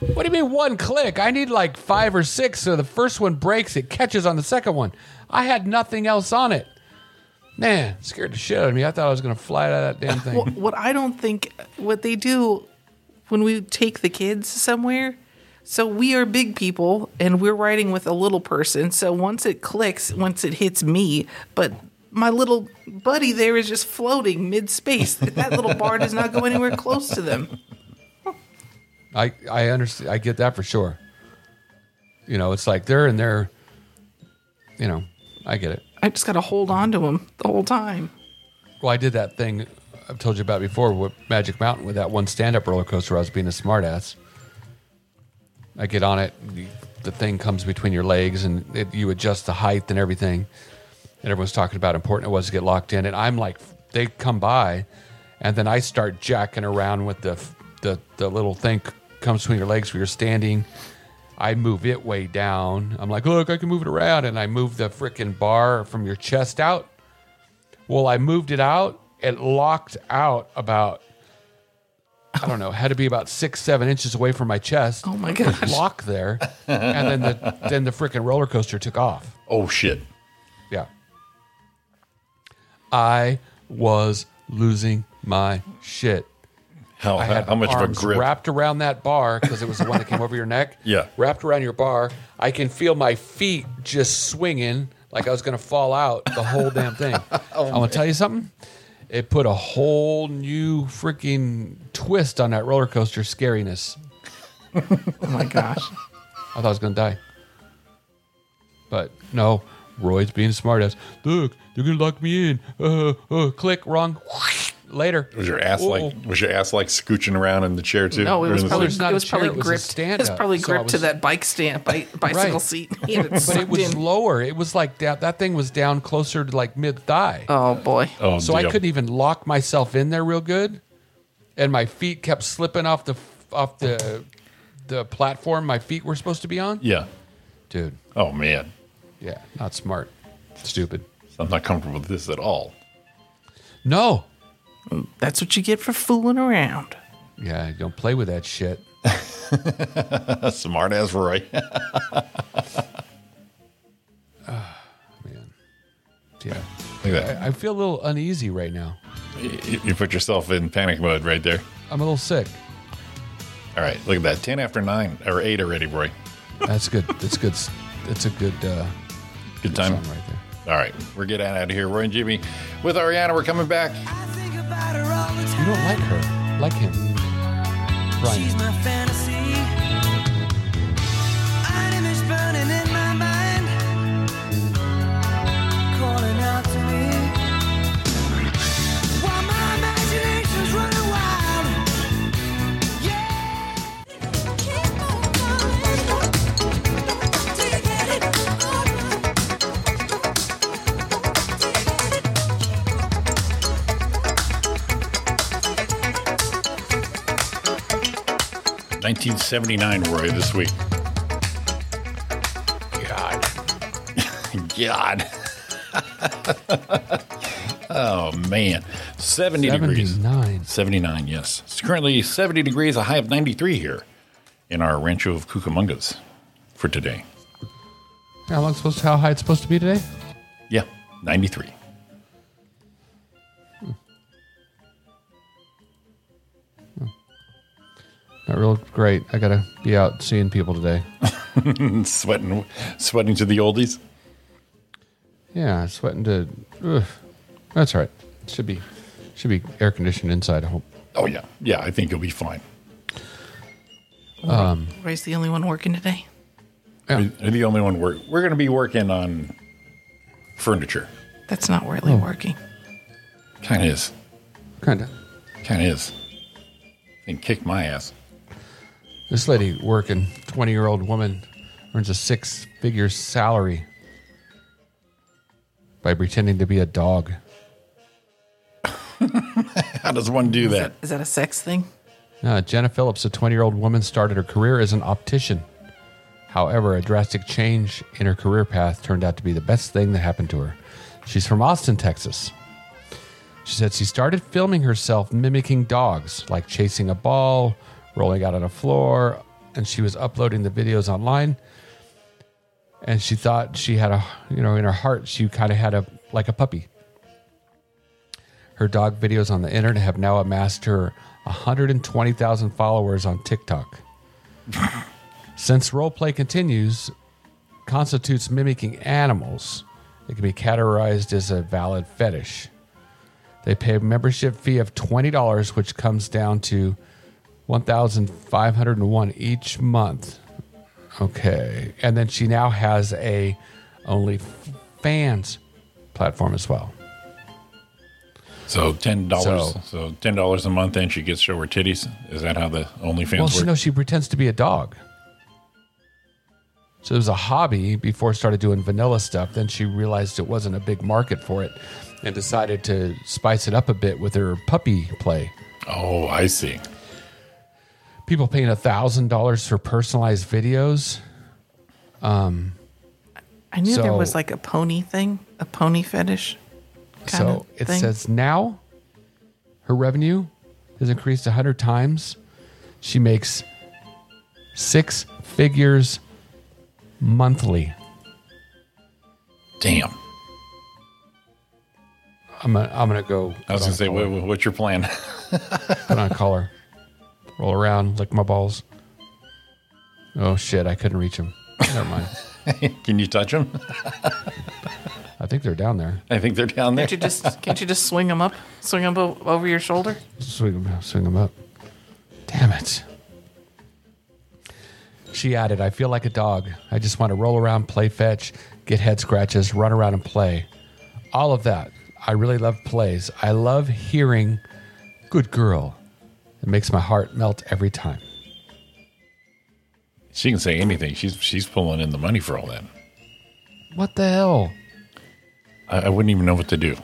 Speaker 6: what do you mean one click i need like five or six so the first one breaks it catches on the second one i had nothing else on it man scared the shit out of me i thought i was gonna fly out of that damn thing
Speaker 9: Well, what I don't think what they do when we take the kids somewhere. So we are big people and we're riding with a little person. So once it clicks, once it hits me, but my little buddy there is just floating mid space. That little bar does not go anywhere close to them.
Speaker 6: I I understand. I get that for sure. You know, it's like they're in their, you know, I get it.
Speaker 9: I just got to hold on to him the whole time.
Speaker 6: Well, I did that thing I've told you about before with Magic Mountain with that one stand up roller coaster. where I was being a smartass. I get on it, the- the thing comes between your legs, and it, you adjust the height and everything. And everyone's talking about how important it was to get locked in. And I'm like, they come by, and then I start jacking around with the the, the little thing c- comes between your legs where you're standing. I move it way down. I'm like, look, I can move it around. And I move the freaking bar from your chest out. Well, I moved it out. It locked out about, I don't know, had to be about six, seven inches away from my chest.
Speaker 9: Oh my gosh.
Speaker 6: Lock there. And then the, then the freaking roller coaster took off.
Speaker 7: Oh shit.
Speaker 6: Yeah. I was losing my shit.
Speaker 7: How
Speaker 6: I had
Speaker 7: how much of a
Speaker 6: arms
Speaker 7: grip?
Speaker 6: wrapped around that bar because it was the one that came over your neck.
Speaker 7: Yeah.
Speaker 6: Wrapped around your bar. I can feel my feet just swinging like I was going to fall out the whole damn thing.
Speaker 7: Oh,
Speaker 6: I'm going to tell you something. It put a whole new freaking twist on that roller coaster scariness.
Speaker 9: Oh my gosh.
Speaker 6: I thought I was going to die. But no, Roy's being smart ass. Look, they're going to lock me in. Uh, uh, click, wrong. Later. Oh.
Speaker 7: Was your ass like was your ass like scooching around in the chair too?
Speaker 9: No, it
Speaker 7: Or
Speaker 9: was
Speaker 7: in the
Speaker 9: probably
Speaker 6: There's not
Speaker 9: it
Speaker 6: a
Speaker 9: was probably
Speaker 6: chair, it was a
Speaker 9: gripped. It was
Speaker 6: stand-up,
Speaker 9: probably
Speaker 6: so I
Speaker 9: gripped to
Speaker 6: was-
Speaker 9: that bike stand, bike, bicycle
Speaker 6: Right.
Speaker 9: seat. He had it
Speaker 6: But it
Speaker 9: sucked
Speaker 6: was
Speaker 9: in.
Speaker 6: lower. It was like that. That thing was down closer to like mid thigh.
Speaker 9: oh boy.
Speaker 7: Oh,
Speaker 6: so I
Speaker 7: damn.
Speaker 6: couldn't e even lock myself in there real good, and my feet kept slipping off the off the the platform my feet were supposed to be on.
Speaker 7: Yeah.
Speaker 6: Dude,
Speaker 7: Oh man.
Speaker 6: yeah, not smart, stupid.
Speaker 7: I'm not comfortable with this at all.
Speaker 6: No,
Speaker 9: That's what you get for fooling around.
Speaker 6: yeah, don't play with that shit.
Speaker 7: That's smart ass Roy.
Speaker 6: Man. Yeah,
Speaker 7: Look at
Speaker 6: I feel a little uneasy right now.
Speaker 7: that. You, you put yourself in panic mode right there.
Speaker 6: I'm a little sick.
Speaker 7: All right, look at that. Ten after nine or eight already, Roy.
Speaker 6: That's good. That's good. That's a good uh,
Speaker 7: Good time.
Speaker 6: song right there.
Speaker 7: All right, we're getting out of here. Roy and Jimmy with Ariana. We're coming back.
Speaker 6: You don't like her, like him. Brian.
Speaker 5: She's my fantasy. An image burning in my mind, calling out to me. While my imagination's running wild.
Speaker 7: Nineteen seventy nine, Roy. This week. God. God. oh man, seventy degrees.
Speaker 6: 79.
Speaker 7: 79, yes. It's currently 70 degrees, a high of 93 here in our Rancho of Cucamongas for today.
Speaker 6: How long supposed how high it's supposed to be today?
Speaker 7: Yeah, 93.
Speaker 6: Not real great. I gotta be out seeing people today.
Speaker 7: And sweating, sweating to the oldies.
Speaker 6: Yeah, sweating to. Ugh. That's all right. Should be, should be air conditioned inside. I hope.
Speaker 7: Oh, yeah. Yeah, I think you'll be fine.
Speaker 9: Roy's the only one working today.
Speaker 6: Yeah.
Speaker 7: You're the only one work. We're going to be working on furniture.
Speaker 9: That's not really
Speaker 7: Hmm.
Speaker 9: working.
Speaker 7: Kind of is.
Speaker 6: Kind of.
Speaker 7: Kind of is. And kick my ass.
Speaker 6: This lady working, twenty year old woman, earns a six figure salary by pretending to be a dog.
Speaker 7: How does one do that?
Speaker 9: Is that a sex thing?
Speaker 6: Uh, Jenna Phillips, a 20 year old woman, started her career as an optician. However, a drastic change in her career path turned out to be the best thing that happened to her. She's from Austin, Texas. She said she started filming herself mimicking dogs, like chasing a ball, rolling out on a floor, and she was uploading the videos online. And she thought she had a, you know, in her heart, she kind of had a, like a puppy. Her dog videos on the internet have now amassed her 120,000 followers on TikTok. Since role play continues, constitutes mimicking animals, it can be categorized as a valid fetish. They pay a membership fee of $20, which comes down to 1,501 each month. Okay. And then she now has a OnlyFans platform as well.
Speaker 7: So ten dollars.
Speaker 6: So-
Speaker 7: So, ten dollars a month, and she gets to show her titties. Is that how the OnlyFans
Speaker 6: Well,
Speaker 7: work?
Speaker 6: she, no, she pretends to be a dog. So it was a hobby before it started doing vanilla stuff. Then she realized it wasn't a big market for it and decided to spice it up a bit with her puppy play.
Speaker 7: Oh, I see.
Speaker 6: people paying a thousand dollars for personalized videos.
Speaker 9: I knew there
Speaker 6: So-
Speaker 9: was like a pony thing, a pony fetish. kind
Speaker 6: so
Speaker 9: of
Speaker 6: it
Speaker 9: thing.
Speaker 6: says now her revenue has increased 100 times. She makes six figures monthly.
Speaker 7: Damn.
Speaker 6: I'm gonna, I'm gonna go.
Speaker 7: I was going to say, what, what's your plan?
Speaker 6: put on a collar, roll around, lick my balls. Oh shit! I couldn't reach them. Never mind.
Speaker 7: Can you touch them?
Speaker 6: I think they're down there.
Speaker 7: I think they're down there.
Speaker 9: Can't you just can't you just swing them up, swing them over your shoulder?
Speaker 6: Swing them, swing them up. Damn it. She added, I feel like a dog. I just want to roll around, play fetch, get head scratches, run around and play. All of that. I really love plays. I love hearing good girl. It makes my heart melt every time.
Speaker 7: She can say anything. She's she's pulling in the money for all that.
Speaker 6: What the hell?
Speaker 7: I, I wouldn't even know what to do.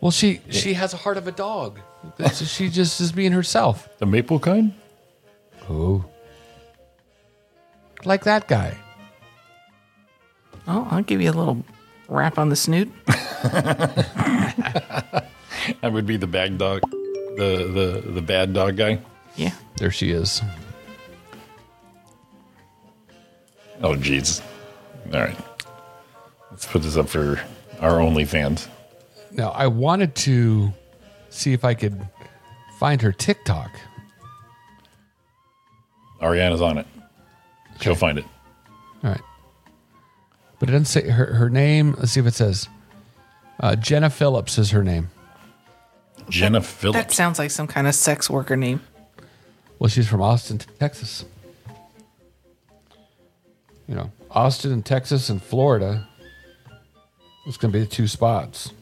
Speaker 6: Well, she she has a heart of a dog. That's- she just is being herself.
Speaker 7: The maple kind?
Speaker 6: Oh. Like that guy.
Speaker 9: Oh, I'll give you a little rap on the snoot.
Speaker 7: That would be the bag dog, the the the bad dog guy.
Speaker 9: Yeah.
Speaker 6: There she is.
Speaker 7: Oh, jeez. All right, let's put this up for our OnlyFans.
Speaker 6: Now, I wanted to see if I could find her TikTok.
Speaker 7: Ariana's on it. She'll find it.
Speaker 6: All right. But it doesn't say her, her name. Let's see if it says. Uh, Jenna Phillips is her name.
Speaker 7: Jenna
Speaker 9: That
Speaker 7: Phillips.
Speaker 9: sounds like some kind of sex worker name.
Speaker 6: Well, she's from Austin, Texas. You know, Austin and Texas and Florida. It's going to be the two spots.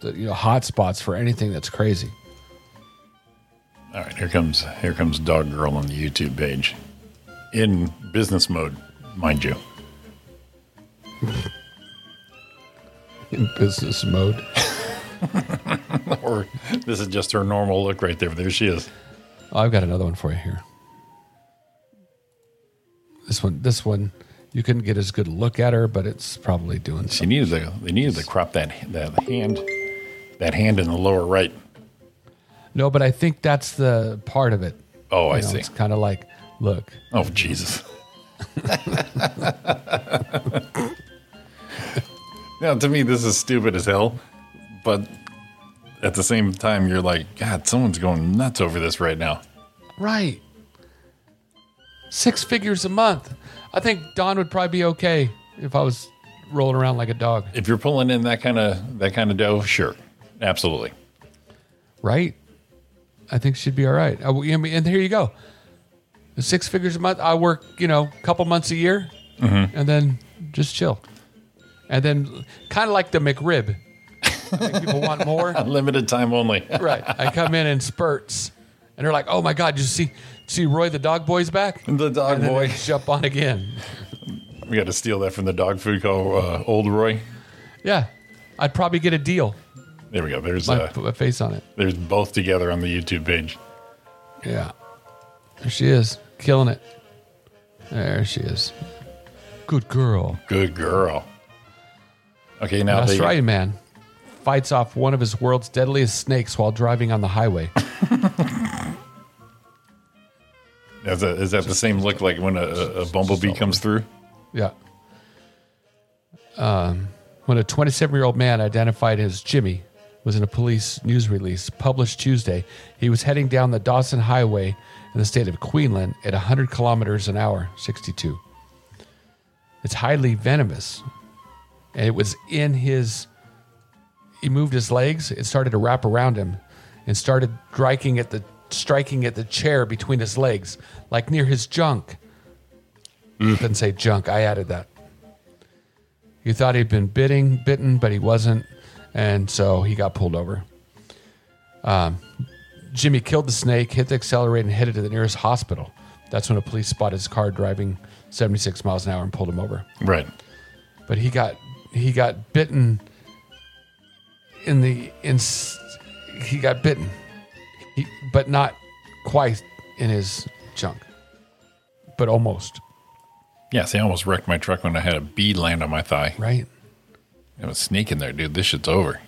Speaker 6: The, you know, hot spots for anything that's crazy.
Speaker 7: All right, here comes here comes Dog Girl on the YouTube page, in business mode, mind you.
Speaker 6: In business mode.
Speaker 7: or this is just her normal look right there. There she is.
Speaker 6: I've got another one for you here. This one, this one, you couldn't get as good a look at her, but it's probably doing
Speaker 7: She
Speaker 6: something.
Speaker 7: needed to they needed to crop that that hand, that hand in the lower right.
Speaker 6: No, but I think that's the part of it.
Speaker 7: Oh, I
Speaker 6: You know,
Speaker 7: see.
Speaker 6: It's kind of like, look,
Speaker 7: Oh Jesus. now to me this is stupid as hell, but at the same time you're like, God, someone's going nuts over this right now.
Speaker 6: right, six figures a month. I think Don would probably be okay if I was rolling around like a dog,
Speaker 7: If you're pulling in that kind of that kind of dough, sure, absolutely.
Speaker 6: right? I think she'd be all right. I, I mean, and here you go, six figures a month. I work, you know, a couple months a year,
Speaker 7: Mm-hmm.
Speaker 6: and then just chill, and then kind of like the McRib. I think people want more.
Speaker 7: Limited time only.
Speaker 6: Right. I come in in spurts, and they're like, "Oh my God, you see, see Roy the dog boy's back."
Speaker 7: The dog
Speaker 6: and then
Speaker 7: boy.
Speaker 6: they jump on again.
Speaker 7: We got to steal that from the dog food call, uh, Old Roy.
Speaker 6: Yeah, I'd probably get a deal.
Speaker 7: There we go. There's
Speaker 6: I
Speaker 7: uh,
Speaker 6: put my face on it.
Speaker 7: there's both together on the YouTube page.
Speaker 6: Yeah, there she is, killing it. There she is. Good girl.
Speaker 7: Good girl. Okay, now
Speaker 6: An
Speaker 7: they,
Speaker 6: Australian man fights off one of his world's deadliest snakes while driving on the highway.
Speaker 7: Is, that- is that the same look like when a, a a bumblebee comes through?
Speaker 6: Yeah. Um, when a 27 year old man identified as Jimmy was in a police news release published Tuesday, he was heading down the Dawson Highway in the state of Queensland at 100 kilometers an hour, 62. It's highly venomous. And it was in his, he moved his legs, it started to wrap around him and started striking at the striking at the chair between his legs, like near his junk didn't say junk. I added that. He thought he'd been biting, bitten, but he wasn't, and so he got pulled over. Um, Jimmy killed the snake, hit the accelerator, and headed to the nearest hospital. That's when the police spotted his car driving 76 miles an hour and pulled him over.
Speaker 7: Right.
Speaker 6: But he got he got bitten in the in he got bitten. He, but not quite in his junk, but almost,
Speaker 7: Yes, I almost wrecked my truck when I had a bee land on my thigh.
Speaker 6: right?
Speaker 7: It was sneaking there, dude. This shit's over.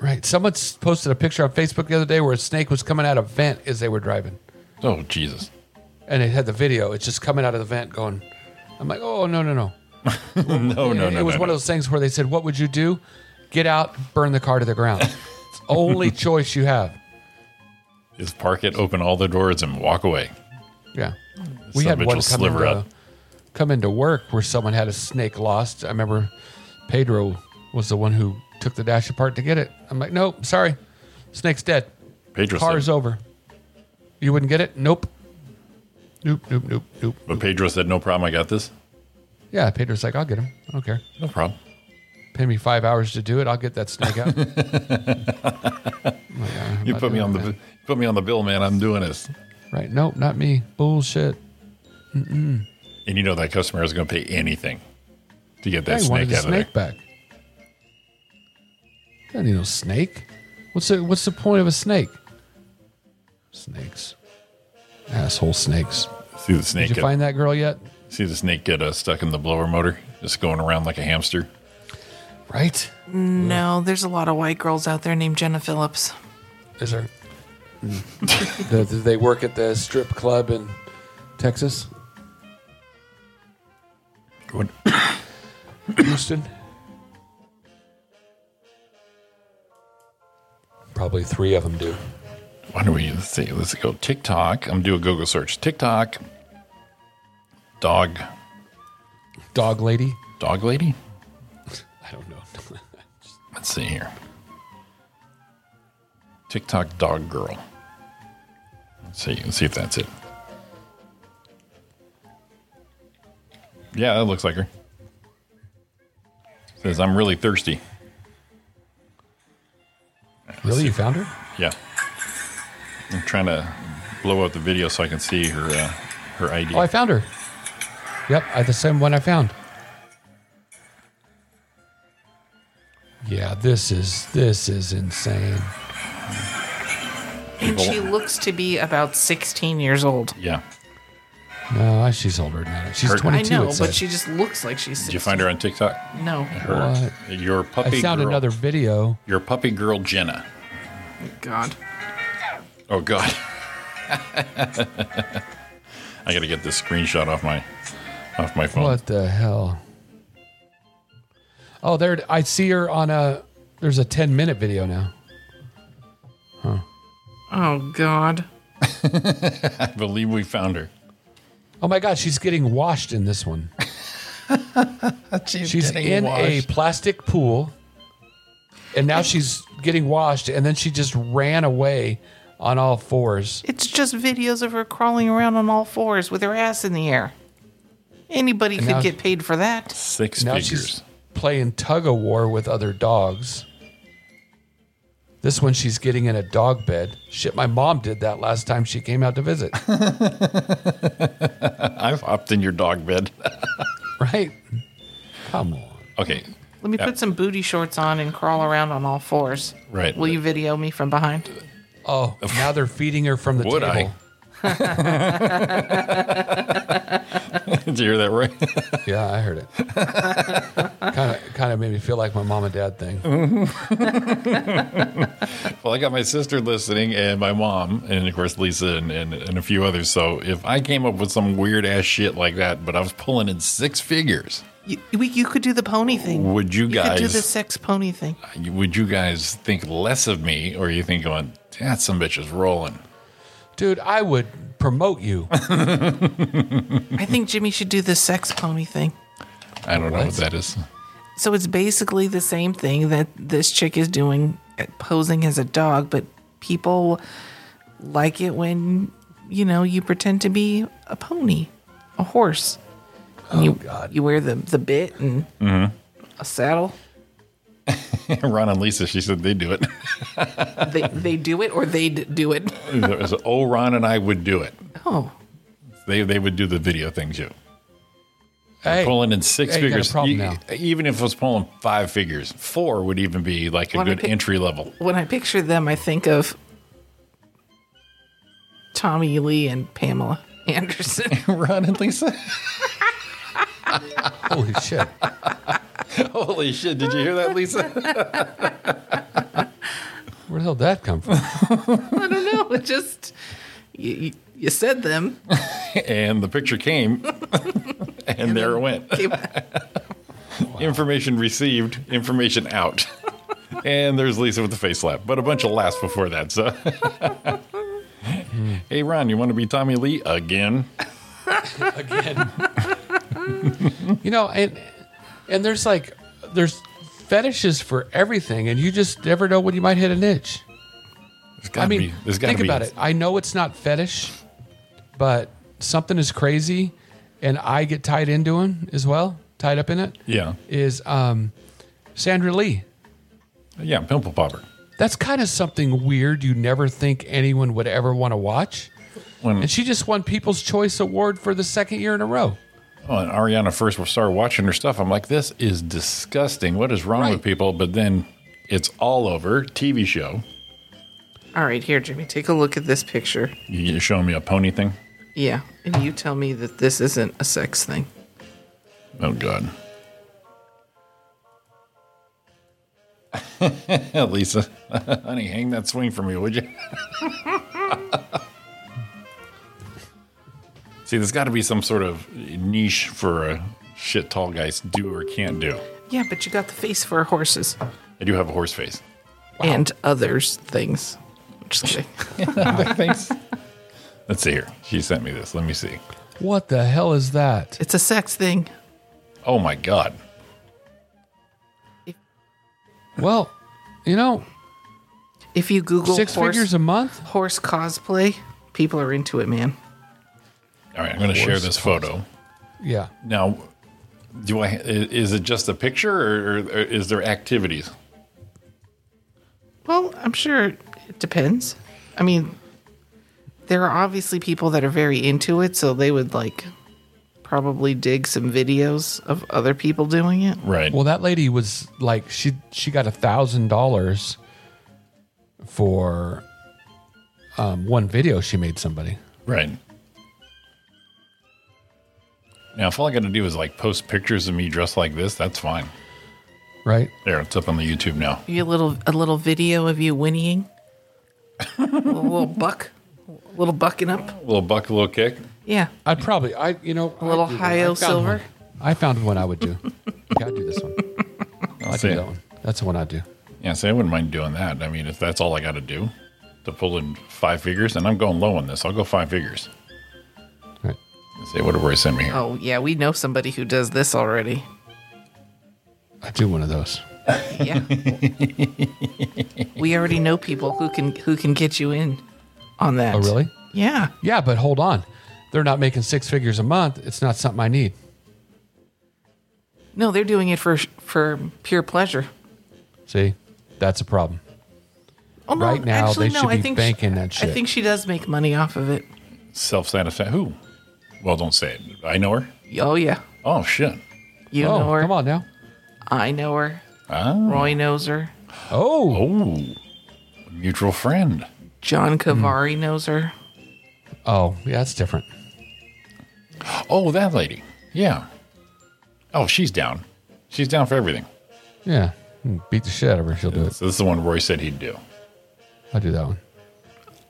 Speaker 6: Right. Someone s- posted a picture on Facebook the other day where a snake was coming out of a vent as they were driving.
Speaker 7: Oh, Jesus.
Speaker 6: And it had the video. It's just coming out of the vent going, I'm like, oh, no, no, no.
Speaker 7: No, no, Oh, no.
Speaker 6: it was
Speaker 7: no,
Speaker 6: one
Speaker 7: no.
Speaker 6: of those things where they said, "What would you do? Get out, burn the car to the ground. it's the only choice you have."
Speaker 7: Is park it, open all the doors, and walk away.
Speaker 6: Yeah, we
Speaker 7: Son
Speaker 6: had
Speaker 7: of a
Speaker 6: one
Speaker 7: bitch will
Speaker 6: come
Speaker 7: sliver
Speaker 6: into,
Speaker 7: up.
Speaker 6: come into work where someone had a snake lost. I remember Pedro was the one who took the dash apart to get it. I'm like, "Nope, sorry, snake's dead.
Speaker 7: Pedro
Speaker 6: Car's
Speaker 7: said,
Speaker 6: over. You wouldn't get it? Nope, nope, nope, nope, nope."
Speaker 7: but Pedro said, no problem. I got this.
Speaker 6: Yeah, Pedro's like, "I'll get him. I don't care.
Speaker 7: No problem.
Speaker 6: Pay me five hours to do it. I'll get that snake out." I'm like, "I'm
Speaker 7: You
Speaker 6: not
Speaker 7: put me
Speaker 6: doing
Speaker 7: on
Speaker 6: it,
Speaker 7: the
Speaker 6: man."
Speaker 7: you put me on the bill, man. I'm doing this.
Speaker 6: Right. Nope, not me. Bullshit.
Speaker 7: And you know that customer is going to pay anything to get
Speaker 6: I
Speaker 7: that
Speaker 6: wanted
Speaker 7: snake
Speaker 6: the
Speaker 7: out of there.
Speaker 6: snake back. I need no snake. What's the, what's the point of a snake? Snakes. Asshole snakes.
Speaker 7: See the
Speaker 6: Did
Speaker 7: snake.
Speaker 6: you
Speaker 7: Get,
Speaker 6: find that girl yet?
Speaker 7: see the snake get uh, stuck in the blower motor, just going around like a hamster.
Speaker 6: Right?
Speaker 9: No, there's a lot of white girls out there named Jenna Phillips.
Speaker 6: Is there? Do do they work at Mm. the strip club in Texas?
Speaker 7: What?
Speaker 6: Houston? Probably three of them do.
Speaker 7: Why do we let's see? Let's go TikTok. I'm do a Google search. TikTok. Dog.
Speaker 6: Dog lady?
Speaker 7: Dog lady.
Speaker 6: I don't know.
Speaker 7: Let's see here. TikTok dog girl. Let's see. Let's see if that's it. Yeah, that looks like her. Says I'm really thirsty.
Speaker 6: really? You found her?
Speaker 7: Yeah. I'm trying to blow out the video so I can see her uh, her ID.
Speaker 6: Oh, I found her. Yep, I, the same one I found. Yeah, this is this is insane.
Speaker 9: And she looks to be about 16 years old.
Speaker 7: yeah.
Speaker 6: No, I- she's older than that. She's
Speaker 7: Her- I
Speaker 9: I
Speaker 6: 22.
Speaker 9: know,
Speaker 6: it said.
Speaker 9: but she just looks like she's 16.
Speaker 7: Did you find her on TikTok?
Speaker 9: No.
Speaker 7: Her, your
Speaker 6: I
Speaker 7: puppy.
Speaker 6: found
Speaker 7: girl,
Speaker 6: another video.
Speaker 7: Your puppy girl Jenna.
Speaker 9: God.
Speaker 7: Oh God. I gotta get this screenshot off my off my phone.
Speaker 6: What the hell? Oh, there. I see her on a. There's a 10 minute video now.
Speaker 9: Oh, God.
Speaker 7: I believe we found her.
Speaker 6: Oh my God, she's getting washed in this one.
Speaker 7: She's,
Speaker 6: She's in a plastic pool, and now she's getting washed, and then she just ran away on all fours.
Speaker 9: It's just videos of her crawling around on all fours with her ass in the air. Anybody could
Speaker 6: now-
Speaker 9: get paid for that.
Speaker 7: six
Speaker 6: Now
Speaker 7: figures.
Speaker 6: she's playing tug of war with other dogs. This one, she's getting in a dog bed. Shit, my mom did that last time she came out to visit,
Speaker 7: I've hopped in your dog bed.
Speaker 6: right? Come on.
Speaker 7: okay.
Speaker 9: Let me put some booty shorts on and crawl around on all fours.
Speaker 7: Right.
Speaker 9: Will you video me from behind?
Speaker 6: Oh, now they're feeding her from the
Speaker 7: Would I?
Speaker 6: table.
Speaker 7: Did you hear that right?
Speaker 6: Yeah, I heard it. kind of, kind of made me feel like my mom and dad thing.
Speaker 7: Uh-huh. well, I got my sister listening and my mom, and of course Lisa and, and, and a few others. So if I came up with some weird ass shit like that, but I was pulling in six figures,
Speaker 9: You, we, you could do the pony thing.
Speaker 7: would you
Speaker 9: You could
Speaker 7: guys
Speaker 9: do the sex pony thing.
Speaker 7: would you guys think less of me, or you think going, that some bitch is rolling?
Speaker 6: Dude, I would promote you.
Speaker 9: I think Jimmy should do the sex pony thing.
Speaker 7: I don't know what that is.
Speaker 9: So it's basically the same thing that this chick is doing, uh, posing as a dog, but people like it when, you know, you pretend to be a pony, a horse. And you,
Speaker 6: God.
Speaker 9: You wear the, the bit and a saddle.
Speaker 7: Ron and Lisa, she said they do it.
Speaker 9: They, they do it or they d- do it.
Speaker 7: It was, oh, Ron and I would do it.
Speaker 9: Oh,
Speaker 7: They they would do the video thing too.
Speaker 6: Hey,
Speaker 7: pulling in six
Speaker 6: hey, you got a
Speaker 7: figures.
Speaker 6: problem
Speaker 7: E-
Speaker 6: now.
Speaker 7: Even if it was pulling five figures, four would even be like a
Speaker 9: Wanna
Speaker 7: good
Speaker 9: pick-
Speaker 7: entry level.
Speaker 9: when I picture them, I think of Tommy Lee and Pamela Anderson.
Speaker 7: Ron and Lisa.
Speaker 6: Holy shit.
Speaker 7: Holy shit! Did you hear that, Lisa?
Speaker 6: Where the hell did that come from?
Speaker 9: I don't know. It just you, you, you said them.
Speaker 7: and the picture came, and there it went. Information received, information out. and there's Lisa with the face slap, but a bunch of laughs before that. So, hey Ron, you want to be Tommy Lee again?
Speaker 6: You know, and and there's like there's fetishes for everything, and you just never know when you might hit a niche.
Speaker 7: There's gotta
Speaker 6: I mean,
Speaker 7: be- there's gotta
Speaker 6: think
Speaker 7: be-
Speaker 6: about it. I know it's not fetish, but something is crazy, and I get tied into him as well, tied up in it.
Speaker 7: Yeah,
Speaker 6: Is um, Sandra Lee.
Speaker 7: yeah, pimple popper.
Speaker 6: That's kind of something weird you never think anyone would ever want to watch.
Speaker 7: When
Speaker 6: And she just won People's Choice Award for the second year in a row.
Speaker 7: when Ariana first started watching her stuff, I'm like, this is disgusting. What is wrong
Speaker 6: Right.
Speaker 7: with people? But then it's all over. TV show.
Speaker 9: All right, here, Jimmy, take a look at this picture.
Speaker 7: You're showing me a pony thing.
Speaker 9: Yeah, and you tell me that this isn't a sex thing.
Speaker 7: Oh God. Lisa, honey, hang that swing for me, would you? See, there's got to be some sort of niche for uh, shit tall guys do or can't do.
Speaker 9: Yeah, but you got the face for horses
Speaker 7: I do have a horse face.
Speaker 9: and others things. Just kidding.
Speaker 7: Thanks. Let's see here. She sent me this. Let me see.
Speaker 6: What the hell is that?
Speaker 9: it's a sex thing.
Speaker 7: Oh my God.
Speaker 6: Well, you know,
Speaker 9: If you Google
Speaker 6: six
Speaker 9: horse,
Speaker 6: figures a month.
Speaker 9: horse cosplay, people are into it, man.
Speaker 7: All right, I'm going to share this photo.
Speaker 6: Yeah.
Speaker 7: Now, do I? i- Is it just a picture, or, or is there activities?
Speaker 9: Well, I'm sure it depends. I mean, there are obviously people that are very into it, so they would like probably dig some videos of other people doing it.
Speaker 7: Right.
Speaker 6: Well, that lady was like she she got a thousand dollars for um, one video she made somebody.
Speaker 7: Right. Now, if all I got to do is like post pictures of me dressed like this, that's fine.
Speaker 6: Right?
Speaker 7: There, it's up on the YouTube now.
Speaker 9: You a little a little video of you whinnying, a little buck, a little bucking
Speaker 7: A
Speaker 9: up.
Speaker 7: little buck, a little kick.
Speaker 9: Yeah,
Speaker 6: I'd probably I you know
Speaker 9: a little
Speaker 6: I'd do that.
Speaker 9: high-o
Speaker 6: I've found
Speaker 9: silver.
Speaker 6: one. I found one I would do. Gotta do this one. I
Speaker 7: see.
Speaker 6: do that one. That's the one I do.
Speaker 7: Yeah, see, I wouldn't mind doing that. I mean, if that's all I got to do to pull in five figures, and I'm going low on this, I'll go five figures.
Speaker 6: Right.
Speaker 7: Let's see, what did Roy send me here?
Speaker 9: Oh yeah, we know somebody who does this already.
Speaker 6: I do one of those.
Speaker 9: Yeah. we already know people who can who can get you in on that.
Speaker 6: Oh really?
Speaker 9: Yeah.
Speaker 6: Yeah, but hold on. They're not making six figures a month. It's not something I need.
Speaker 9: No, they're doing it for for pure pleasure.
Speaker 6: See? That's a problem.
Speaker 9: Oh, no,
Speaker 6: Right now,
Speaker 9: actually,
Speaker 6: they
Speaker 9: no,
Speaker 6: should
Speaker 9: I
Speaker 6: be
Speaker 9: think
Speaker 6: banking that
Speaker 9: I
Speaker 6: shit.
Speaker 9: think she does make money off of it.
Speaker 7: Self satisfaction. Who? Well, don't say it. I know her.
Speaker 9: Oh yeah,
Speaker 7: Oh, shit.
Speaker 9: you
Speaker 6: oh,
Speaker 9: know her.
Speaker 6: come on now.
Speaker 9: I know her.
Speaker 7: Ah,
Speaker 9: Roy knows her.
Speaker 6: Oh,
Speaker 7: oh, mutual friend.
Speaker 9: John Cavari
Speaker 6: Hmm.
Speaker 9: knows her.
Speaker 6: oh, yeah, that's different.
Speaker 7: Oh, that lady. Yeah. Oh, she's down. She's down for everything.
Speaker 6: Yeah, Hmm, beat the shit out of her. She'll do it.
Speaker 7: So this is the one Roy said he'd do.
Speaker 6: I'll do that one.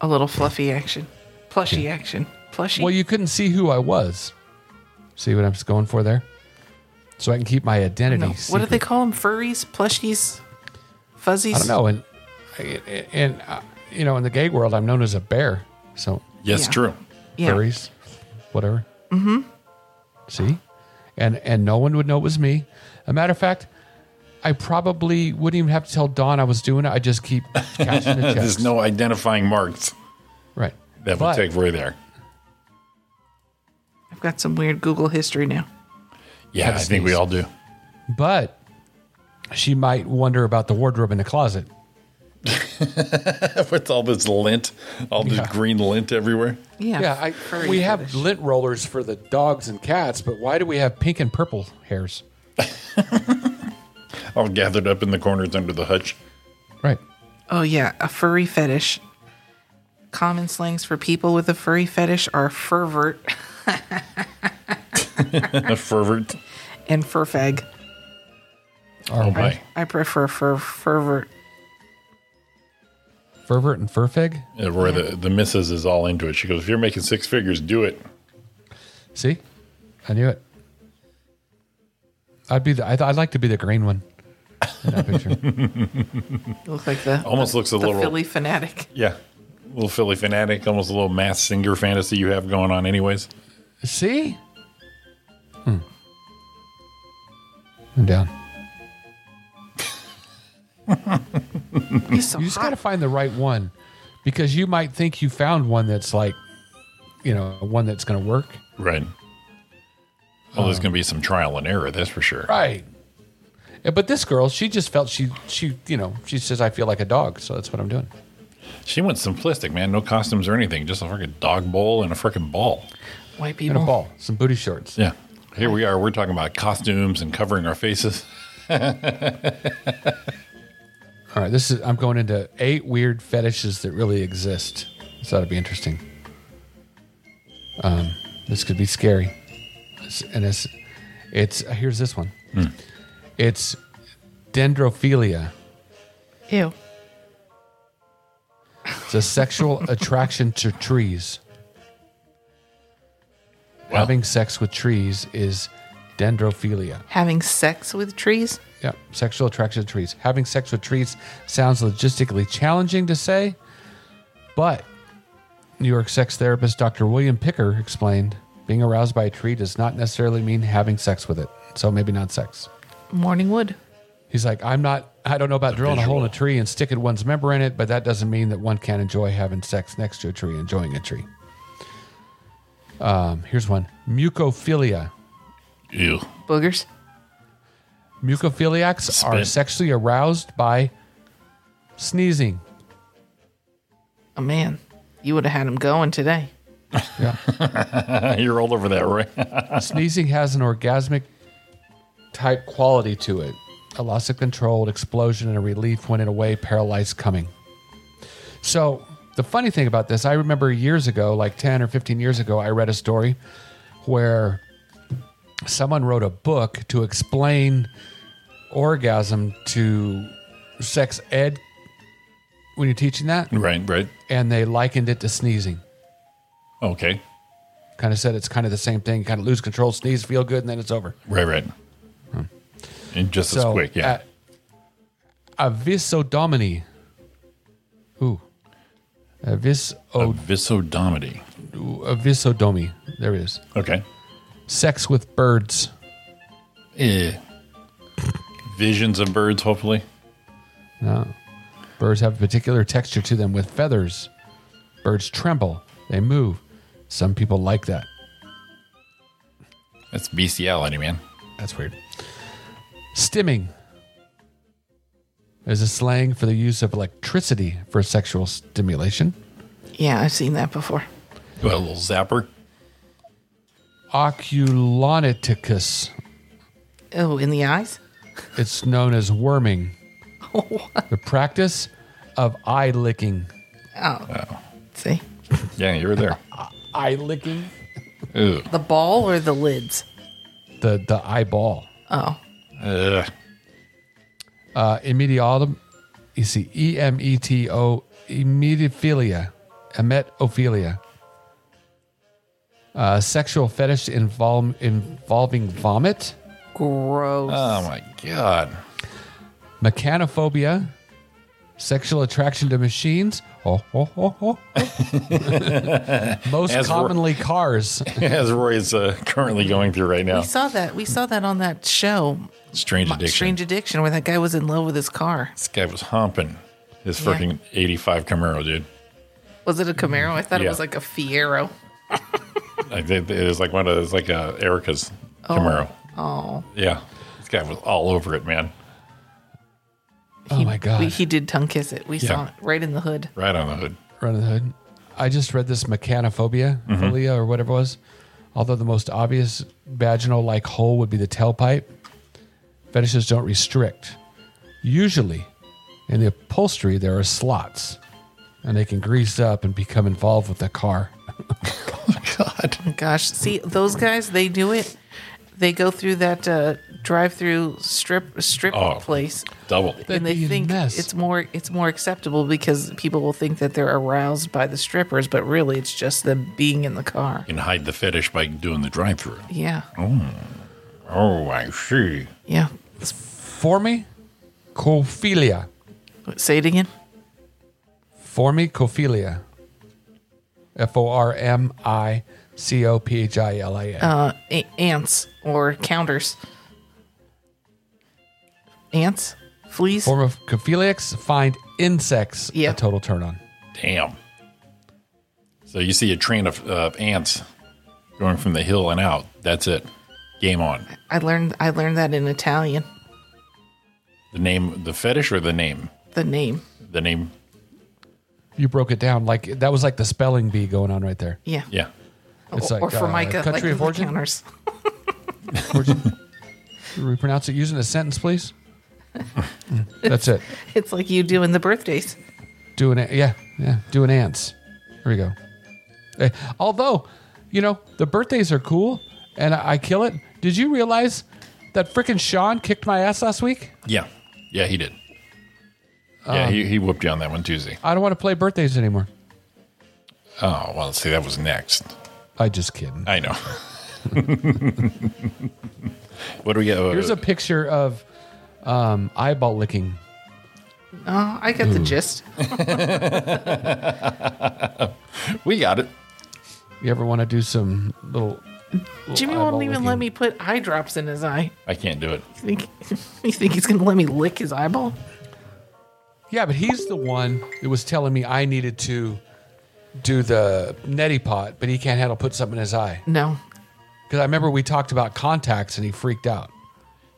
Speaker 9: A little fluffy action, plushy action, plushy.
Speaker 6: Well, you couldn't see who I was. See what I'm going for there? So I can keep my identity.
Speaker 9: no. What do
Speaker 6: secret.
Speaker 9: they call them? Furries, plushies, fuzzies.
Speaker 6: I don't know. And and, and uh, you know, in the gay world, I'm known as a bear. So
Speaker 7: Yes,
Speaker 9: Yeah.
Speaker 7: true.
Speaker 9: Yeah.
Speaker 6: furries, whatever. Mm-hmm. See, and and no one would know it was me. A matter of fact, I probably wouldn't even have to tell Dawn I was doing it. I just keep cashing the checks.
Speaker 7: There's no identifying marks
Speaker 6: right.
Speaker 7: that
Speaker 6: But-
Speaker 7: would take Roy there.
Speaker 9: I've got some weird Google history now.
Speaker 7: Yeah, I
Speaker 6: That's
Speaker 7: think we
Speaker 6: nice.
Speaker 7: all do.
Speaker 6: but she might wonder about the wardrobe in the closet.
Speaker 7: With all this lint, all this
Speaker 6: Yeah.
Speaker 7: green lint everywhere.
Speaker 9: Yeah.
Speaker 6: Yeah, I,
Speaker 9: furry
Speaker 6: we have
Speaker 9: fetish.
Speaker 6: lint rollers for the dogs and cats, but why do we have pink and purple hairs?
Speaker 7: All gathered up in the corners under the hutch.
Speaker 6: Right.
Speaker 9: Oh yeah, a furry fetish Common slangs for people with a furry fetish are fervert
Speaker 7: A fervent.
Speaker 9: and furfeg.
Speaker 7: Oh my.
Speaker 9: I prefer fer- fervert.
Speaker 6: Fervert and Furfig.
Speaker 7: Uh, Where the, the missus is all into it. She goes, if you're making six figures, do it.
Speaker 6: See, I knew it. I'd be. The, I'd, I'd like to be the green one in that picture.
Speaker 9: You look like
Speaker 6: Oh,
Speaker 9: the,
Speaker 7: Almost looks a
Speaker 9: the
Speaker 7: little.
Speaker 9: Philly fanatic.
Speaker 7: Yeah. Little Philly fanatic, almost a little mass singer fantasy you have going on, anyways.
Speaker 6: See? Hmm. I'm down.
Speaker 9: He's so
Speaker 6: You just
Speaker 9: hot.
Speaker 6: got to find the right one because you might think you found one that's like, you know, one that's going to work.
Speaker 7: Right. Uh. Well, there's going to be some trial and error, that's for sure.
Speaker 6: Right. Yeah, but this girl, she just felt she, she, you know, she says, I feel like a dog. So that's what I'm doing.
Speaker 7: She went simplistic, man. No costumes or anything. Just a freaking dog bowl and a freaking ball.
Speaker 9: White
Speaker 6: And a
Speaker 9: people.
Speaker 6: ball, some booty shorts.
Speaker 7: Yeah. Here we are. We're talking about costumes and covering our faces.
Speaker 6: All right. This is, I'm going into eight weird fetishes that really exist. So that'd be interesting. Um, this could be scary. It's- And it's, it's, uh, here's this one it's dendrophilia.
Speaker 9: Ew.
Speaker 6: It's a sexual attraction to trees.
Speaker 7: Wow.
Speaker 6: Having sex with trees is dendrophilia.
Speaker 9: Having sex with trees?
Speaker 6: Yeah, sexual attraction to trees. Having sex with trees sounds logistically challenging to say, but New York sex therapist Dr. William Picker explained being aroused by a tree does not necessarily mean having sex with it. So maybe not sex.
Speaker 9: Morning wood.
Speaker 6: He's like, I'm not, I don't know about drilling a hole in a
Speaker 7: visual.
Speaker 6: tree and sticking one's member in it, but that doesn't mean that one can't enjoy having sex next to a tree, enjoying a tree. Um, here's one mucophilia.
Speaker 7: Ew.
Speaker 9: Boogers.
Speaker 6: Mucophiliacs are
Speaker 7: Spit.
Speaker 6: sexually aroused by sneezing.
Speaker 9: Oh, man. You would have had him going today.
Speaker 6: Yeah.
Speaker 7: You're all over that, right?
Speaker 6: sneezing has an orgasmic type quality to it a loss of control, explosion, and a relief when in a way paralyzed coming. So, the funny thing about this, I remember years ago, like 10 or 15 years ago, I read a story where someone wrote a book to explain orgasm to sex ed when you're teaching that,
Speaker 7: right, right.
Speaker 6: and they likened it to sneezing
Speaker 7: Okay.
Speaker 6: kind of said it's kind of the same thing. Kind of lose control, sneeze, feel good, and then it's over.
Speaker 7: Right, right.
Speaker 9: Hmm.
Speaker 7: And just as quick, yeah.
Speaker 6: A visodomini. Ooh. A vis
Speaker 7: Uh,
Speaker 6: o
Speaker 7: Visodomity.
Speaker 6: a visodomi. There it is.
Speaker 7: Okay.
Speaker 6: Sex with birds.
Speaker 7: Eh. Visions of birds, hopefully.
Speaker 6: No. Birds have a particular texture to them with feathers. Birds tremble. They move. Some people like that.
Speaker 7: That's bestiality, man.
Speaker 6: That's weird. Stimming is a slang for the use of electricity for sexual stimulation.
Speaker 9: Yeah, I've seen that before.
Speaker 7: What, a little zapper?
Speaker 6: Oculonicus.
Speaker 9: Oh, in the eyes?
Speaker 6: It's known as worming. the practice of eye licking.
Speaker 9: See?
Speaker 7: Yeah, you were there.
Speaker 6: Eye licking?
Speaker 7: Ew.
Speaker 9: The ball or the lids?
Speaker 6: The the eyeball.
Speaker 9: Oh.
Speaker 7: Ugh.
Speaker 6: Uh immediatum you see E M E T O emetophilia. Emetophilia. Uh, sexual fetish invol- involving vomit,
Speaker 9: Gross.
Speaker 7: Oh, my God.
Speaker 6: mechanophobia, sexual attraction to machines. Oh, oh, oh, oh. Most
Speaker 7: As we're-
Speaker 6: commonly cars.
Speaker 7: As Roy's uh, currently going through right now.
Speaker 9: we saw that. We saw that on that show,
Speaker 7: Strange
Speaker 9: My-
Speaker 7: addiction.
Speaker 9: Strange Addiction, where that guy was in love with his car.
Speaker 7: This guy was humping his
Speaker 9: Yeah.
Speaker 7: freaking 85 Camaro, dude.
Speaker 9: Was it a Camaro? I thought
Speaker 7: Yeah.
Speaker 9: it was like a Fiero.
Speaker 7: I think it was like one of those, like uh, Erica's Camaro.
Speaker 9: Oh,
Speaker 7: Yeah. This guy was all over it, man.
Speaker 6: Oh my god!
Speaker 9: we, he did tongue kiss it. We saw
Speaker 7: Yeah.
Speaker 9: it right in the hood.
Speaker 7: Right on the hood.
Speaker 6: Run of the Hood. I just read this mechanophobia, philia, or whatever it was. Although the most obvious vaginal like hole would be the tailpipe, fetishes don't restrict. Usually, in the upholstery, there are slots. and they can grease up and become involved with the car.
Speaker 7: God.
Speaker 9: Gosh, see those guys, they do it. They go through that uh, drive-through strip strip
Speaker 7: Oh.
Speaker 9: place,
Speaker 7: Double.
Speaker 6: That'd
Speaker 9: and they
Speaker 6: be a
Speaker 9: think
Speaker 6: mess.
Speaker 9: it's more it's more acceptable because people will think that they're aroused by the strippers, but really it's just them being in the car.
Speaker 7: You can hide the fetish by doing the drive through.
Speaker 9: Yeah,
Speaker 7: Oh, I see.
Speaker 9: yeah.
Speaker 6: Formicophilia.
Speaker 9: Say it again.
Speaker 6: Formicophilia. F O R M I C O P H I L I A.
Speaker 9: Uh, a- ants or counters. Ants, fleas.
Speaker 6: Form of cophiliacs find insects
Speaker 9: Yeah.
Speaker 6: a total turn on.
Speaker 7: Damn. So you see a train of uh, ants going from the hill and out. That's it. Game on.
Speaker 9: I learned I learned that in Italian.
Speaker 7: The name, the fetish or the name?
Speaker 9: The name.
Speaker 7: The name.
Speaker 6: You broke it down like that was like the spelling bee going on right there.
Speaker 9: Yeah.
Speaker 7: Yeah.
Speaker 6: It's
Speaker 9: or
Speaker 6: like, uh,
Speaker 9: Formica,
Speaker 6: country
Speaker 9: like
Speaker 6: of
Speaker 9: the
Speaker 6: origin?
Speaker 9: counters.
Speaker 6: Can we pronounce it using a sentence, please? Mm, That's it.
Speaker 9: It's like you do in the birthdays.
Speaker 6: Doing it. Yeah. Yeah. Doing ants. Here we go. Eh, Although, you know, the birthdays are cool and I, I kill it. Did you realize that frickin' Sean kicked my ass last week?
Speaker 7: Yeah. Yeah, he did. Yeah, he, he whooped you on that one Tuesday.
Speaker 6: I don't want to play birthdays anymore.
Speaker 7: Oh, well, see, that was next.
Speaker 6: I just kidding.
Speaker 7: I know. what do we get?
Speaker 6: Here's a picture of um, eyeball licking.
Speaker 9: Oh, I got the gist.
Speaker 7: we got it.
Speaker 6: You ever want to do some little?
Speaker 9: Jimmy
Speaker 6: eyeball
Speaker 9: won't even let
Speaker 6: licking.
Speaker 9: me put eye drops in his eye.
Speaker 7: I can't do it.
Speaker 9: You think, you think he's going to let me lick his eyeball?
Speaker 6: Yeah, but he's the one that was telling me I needed to do the neti pot, but he can't handle put something in his eye.
Speaker 9: No.
Speaker 6: Because I remember we talked about contacts and he freaked out.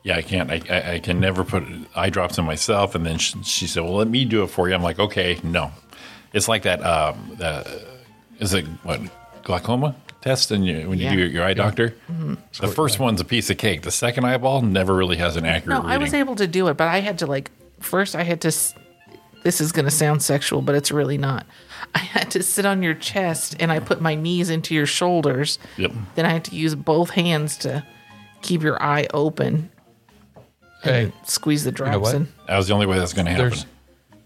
Speaker 7: Yeah, I can't. I, I, I can never put eye drops in myself. And then she, she said, "Well, let me do it for you." I'm like, "Okay, no." It's like that. Um, uh, is it what glaucoma test? And you, when you
Speaker 9: Yeah. Mm-hmm.
Speaker 7: do your, your eye doctor, the first one's a piece of cake. The second eyeball never really has an accurate
Speaker 9: No, I
Speaker 7: reading.
Speaker 9: was able to do it, but I had to, like, first I had to. s- This is going to sound sexual, but it's really not. I had to sit on your chest and I put my knees into your shoulders.
Speaker 7: Yep.
Speaker 9: Then I had to use both hands to keep your eye open
Speaker 6: Hey,
Speaker 9: and squeeze the
Speaker 6: know
Speaker 9: drops
Speaker 6: what?
Speaker 9: in.
Speaker 7: That was the only way that's going to happen,
Speaker 6: there's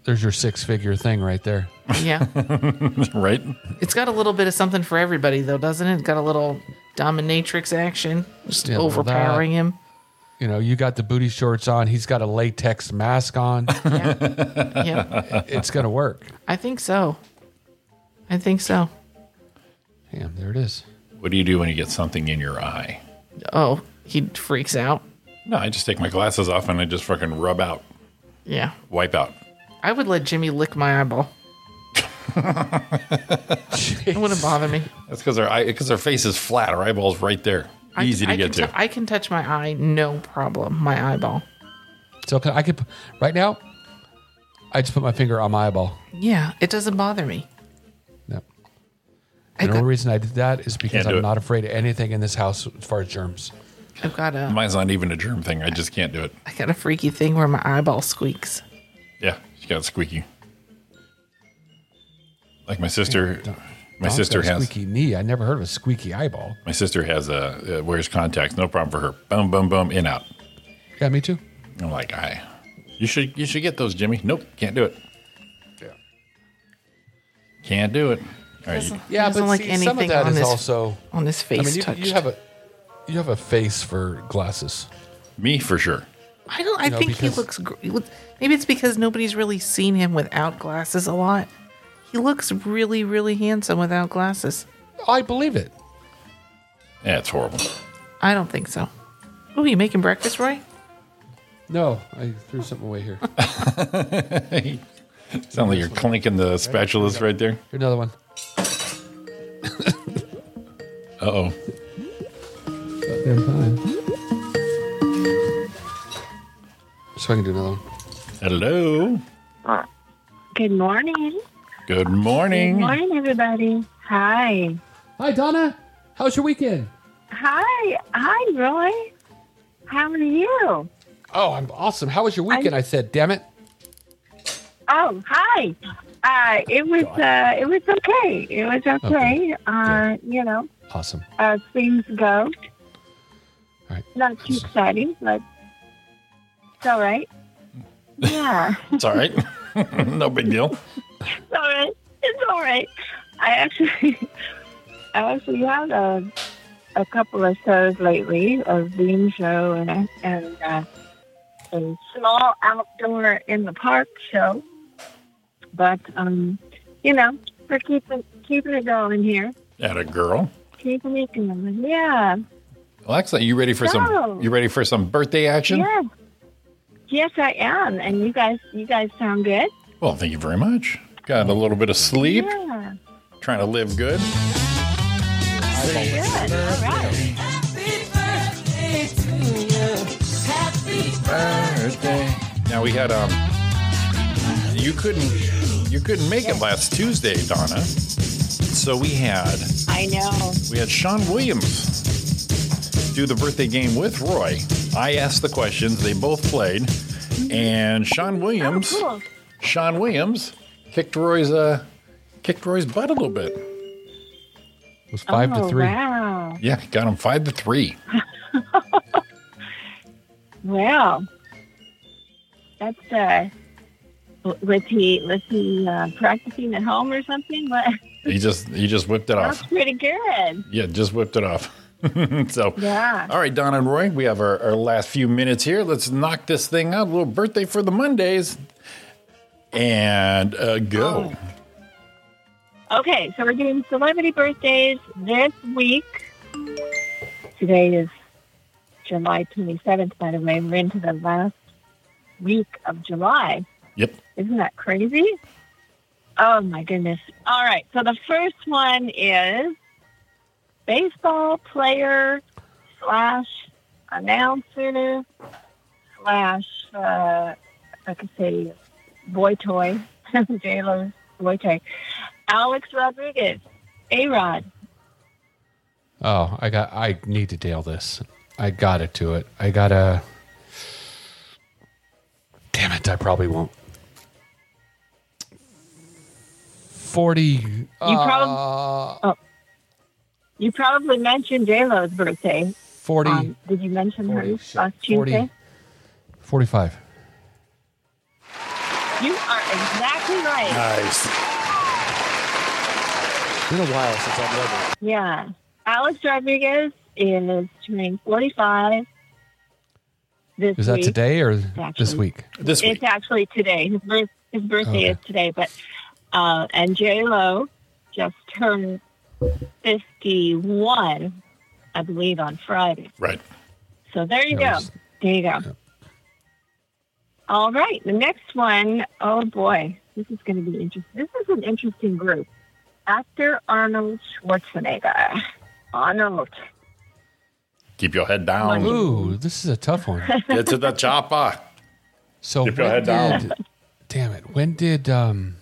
Speaker 6: there's your six figure thing right there.
Speaker 9: Yeah.
Speaker 7: right?
Speaker 9: It's got a little bit of something for everybody, though, doesn't it? Got a little dominatrix action, just
Speaker 6: Yeah, well,
Speaker 9: overpowering
Speaker 6: that-
Speaker 9: him.
Speaker 6: You know, you got the booty shorts on. He's got a latex mask on.
Speaker 9: Yeah,
Speaker 6: it's gonna work.
Speaker 9: I think so. I think so.
Speaker 6: Damn, there it is.
Speaker 7: What do you do when you get something in your eye?
Speaker 9: Oh, he freaks out.
Speaker 7: No, I just take my glasses off and I just fucking rub out,
Speaker 9: Yeah,
Speaker 7: wipe out.
Speaker 9: I would let Jimmy lick my eyeball. it wouldn't bother me.
Speaker 7: That's because our eye, because our face is flat. Our eyeball's right there,
Speaker 9: I-
Speaker 7: easy to
Speaker 9: I
Speaker 7: get
Speaker 9: can
Speaker 7: to.
Speaker 9: t- I can touch my eye, no problem. My eyeball.
Speaker 6: So can, I could right now. I just put my finger on my eyeball.
Speaker 9: Yeah, it doesn't bother me.
Speaker 6: No.
Speaker 9: I
Speaker 6: And the
Speaker 9: got,
Speaker 6: only reason I did that is because
Speaker 7: Can't do
Speaker 6: I'm
Speaker 7: it.
Speaker 6: not afraid of anything in this house as far as germs.
Speaker 9: I've got a
Speaker 7: Mine's not even a germ thing. I just can't do it.
Speaker 9: I got a freaky thing where my eyeball squeaks.
Speaker 7: Yeah, she got squeaky. Like my sister, my
Speaker 6: Don's
Speaker 7: sister
Speaker 6: got a
Speaker 7: has
Speaker 6: squeaky knee. I never heard of a squeaky eyeball.
Speaker 7: my sister has a uh, wears contacts. No problem for her. Boom, boom, boom, in out.
Speaker 6: Yeah, me too.
Speaker 7: I'm like, I, you should you should get those, Jimmy. Nope, can't do it. Yeah, can't do it. All right, you-
Speaker 6: Yeah,
Speaker 9: doesn't
Speaker 6: but
Speaker 9: like
Speaker 6: see, some of
Speaker 9: anything
Speaker 6: that
Speaker 9: on
Speaker 6: is
Speaker 9: his-
Speaker 6: also.
Speaker 9: On his face
Speaker 6: I mean, you,
Speaker 9: touched.
Speaker 6: you have a you have a face for glasses.
Speaker 7: me for sure.
Speaker 9: I don't. I
Speaker 6: know,
Speaker 9: think
Speaker 6: because-
Speaker 9: he looks. gr- he look- Maybe it's because nobody's really seen him without glasses a lot. He looks really, really handsome without glasses.
Speaker 6: I believe it.
Speaker 7: Yeah, it's horrible.
Speaker 9: I don't think so. Oh, you making breakfast, Roy?
Speaker 6: No, I threw something away here.
Speaker 7: Sound like you're clinking the spatulas right there.
Speaker 6: Here's another one.
Speaker 7: Uh oh.
Speaker 6: So I can do another one.
Speaker 7: Hello.
Speaker 10: Good morning.
Speaker 7: Good morning.
Speaker 10: Morning, everybody. Hi.
Speaker 6: Hi, Donna. How's your weekend?
Speaker 10: Hi. Hi, Roy. How are you?
Speaker 6: Oh, I'm awesome. How was your weekend? I said, damn it.
Speaker 10: Oh, hi. Uh, it was uh, it was okay. It was okay. Uh, you know,
Speaker 6: Awesome.
Speaker 10: as things go.
Speaker 6: Right.
Speaker 10: Not too exciting, but it's all right. Yeah,
Speaker 7: It's all right. no big deal.
Speaker 10: it's all right. It's all right. I actually, I actually had a a couple of shows lately, a Zoom show and a, and uh, a small outdoor in the park show. But um, you know, we're keeping keeping it going here,
Speaker 7: At a girl.
Speaker 10: keeping it going. Yeah.
Speaker 7: Alexa, you ready for
Speaker 10: No.
Speaker 7: some? You ready for some birthday action?
Speaker 10: Yes. Yes, I am. And you guys, you guys sound good.
Speaker 7: Well, thank you very much. Got a little bit of sleep.
Speaker 10: Yeah.
Speaker 7: Trying to live good.
Speaker 10: Good. All right.
Speaker 7: Birthday. Now we had um. You couldn't. You couldn't make it last Tuesday, Donna. So we had
Speaker 10: I know.
Speaker 7: we had Sean Williams do the birthday game with Roy. I asked the questions. They both played, and Sean Williams.
Speaker 10: Oh, Cool.
Speaker 7: Sean Williams kicked Roy's uh kicked Roy's butt a little bit.
Speaker 6: It was five
Speaker 10: oh,
Speaker 6: to three.
Speaker 10: Wow.
Speaker 7: Yeah, got him five to three.
Speaker 10: Wow. That's uh, w- was he was he uh, practicing at home or something? But
Speaker 7: He just he just whipped it
Speaker 10: that's
Speaker 7: off.
Speaker 10: pretty good.
Speaker 7: Yeah, just whipped it off. so
Speaker 10: Yeah.
Speaker 7: all right, Don and Roy, we have our, our last few minutes here. Let's knock this thing out. A little birthday for the Mondays. And uh, go.
Speaker 10: Oh. Okay, so we're doing celebrity birthdays this week. Today is July 27th, by the way. We're into the last week of July.
Speaker 7: Yep.
Speaker 10: Isn't that crazy? Oh my goodness. All right. So the first one is baseball player slash announcer slash uh, I could say boy toy, J Lo's boy toy. Alex Rodriguez, A Rod.
Speaker 6: Oh, I got. I need to nail this. I got to do it. I gotta. Damn it! I probably won't. Forty.
Speaker 10: You
Speaker 6: uh,
Speaker 10: probably oh. you probably mentioned J Lo's birthday.
Speaker 6: 40,
Speaker 10: Um, did you mention
Speaker 6: 40,
Speaker 10: her
Speaker 6: shit,
Speaker 10: last Tuesday?
Speaker 6: 45.
Speaker 10: You are exactly right.
Speaker 7: Nice.
Speaker 11: It's been a while since I've read
Speaker 10: Yeah. Alex Rodriguez is turning 45 this
Speaker 6: Is that
Speaker 10: week.
Speaker 6: today or this
Speaker 10: Actually.
Speaker 6: week?
Speaker 7: This
Speaker 10: It's
Speaker 7: week.
Speaker 10: actually today. His, birth, his birthday
Speaker 6: Okay.
Speaker 10: is today. But uh, And J-Lo just turned 51, I believe, on Friday.
Speaker 7: Right.
Speaker 10: So there you
Speaker 6: That
Speaker 10: go.
Speaker 6: was-
Speaker 10: There you go. All right. The next one, oh boy, this is going to be interesting. This is an interesting group. Actor Arnold Schwarzenegger. Arnold.
Speaker 7: Keep your head down.
Speaker 6: Ooh, this is a tough one.
Speaker 7: Get to the chopper.
Speaker 6: So
Speaker 7: Keep your
Speaker 6: when
Speaker 7: head down.
Speaker 6: did- Damn it. When did um,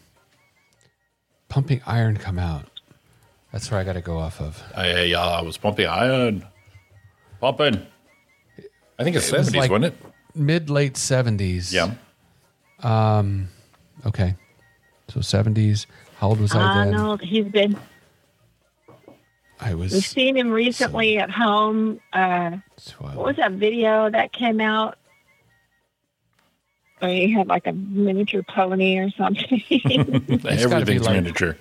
Speaker 6: Pumping Iron come out? That's where I got to go off of.
Speaker 7: I, uh, I was pumping iron. Pumping. I think it's
Speaker 6: was
Speaker 7: 70s,
Speaker 6: like-
Speaker 7: wasn't it?
Speaker 6: Mid late 70s.
Speaker 7: Yeah.
Speaker 6: Okay. So 70s. How old was I then?
Speaker 10: Arnold. He's been,
Speaker 6: I
Speaker 10: we've
Speaker 6: was.
Speaker 10: seen him recently at home. Uh, what was that video that came out? Where he had like a miniature pony or something.
Speaker 6: gotta be
Speaker 7: Everything's
Speaker 6: like-
Speaker 7: miniature.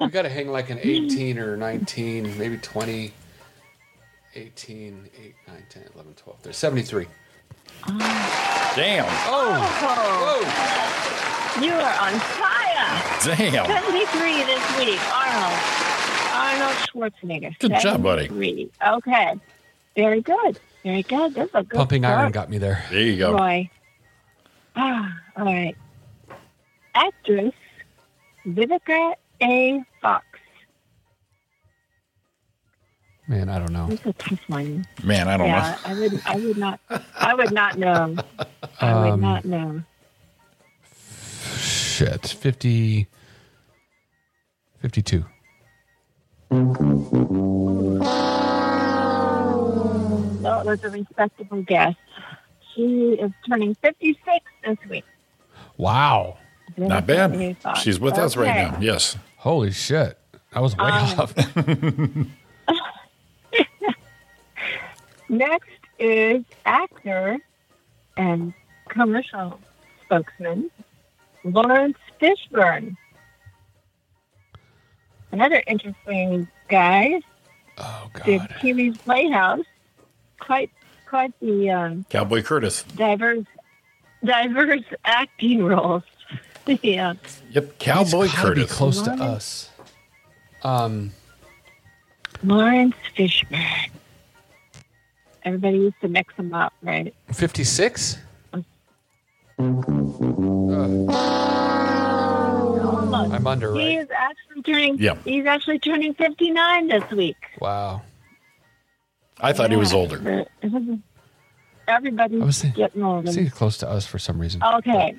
Speaker 6: We got to hang like an 18 or 19, maybe 20, 18, 8, 9, 10, 11, 12. There's 73.
Speaker 7: Damn.
Speaker 6: Oh,
Speaker 10: oh,
Speaker 6: whoa.
Speaker 10: you are on fire.
Speaker 7: Damn.
Speaker 10: 73 this week, Arnold. Arnold Schwarzenegger.
Speaker 7: Good job, buddy.
Speaker 10: 73. Okay. Very good. Very good. That's a good
Speaker 6: Pumping
Speaker 10: start,
Speaker 6: Iron got me there.
Speaker 7: There you go.
Speaker 10: Roy. Ah, all right. Actress Vivica A. Fox.
Speaker 6: Man, I don't know.
Speaker 10: That's a tough one.
Speaker 7: Man, I don't
Speaker 10: Yeah, I would. I would not. I would not know. I
Speaker 6: Um,
Speaker 10: would not know.
Speaker 6: Shit. 50, 52.
Speaker 10: Well, that's a respectable guess. She is turning 56 this week.
Speaker 6: Wow.
Speaker 7: Not bad. She's with us right now. Yes.
Speaker 6: Holy shit. I was way
Speaker 10: Um,
Speaker 6: off.
Speaker 10: Next is actor and commercial spokesman Lawrence Fishburne. Another interesting guy.
Speaker 7: Oh God.
Speaker 10: Did Kiwi's Playhouse. Quite quite the um,
Speaker 7: Cowboy Curtis.
Speaker 10: diverse diverse acting roles. uh, yeah.
Speaker 7: Yep. Cowboy
Speaker 6: He's gotta be
Speaker 7: Curtis.
Speaker 6: close to us. Um,
Speaker 10: Lawrence Fishburne. Everybody used to mix them up, right?
Speaker 11: 56?
Speaker 10: Almost.
Speaker 6: I'm under,
Speaker 10: He
Speaker 6: right?
Speaker 10: is actually turning.
Speaker 7: Yeah.
Speaker 10: He's actually turning fifty nine this week.
Speaker 6: Wow.
Speaker 7: I thought he was
Speaker 10: Yeah.
Speaker 7: older.
Speaker 10: Everybody's
Speaker 6: I was thinking-
Speaker 10: getting older.
Speaker 6: See, he's close to us for some
Speaker 10: Oh,
Speaker 6: reason.
Speaker 10: Okay.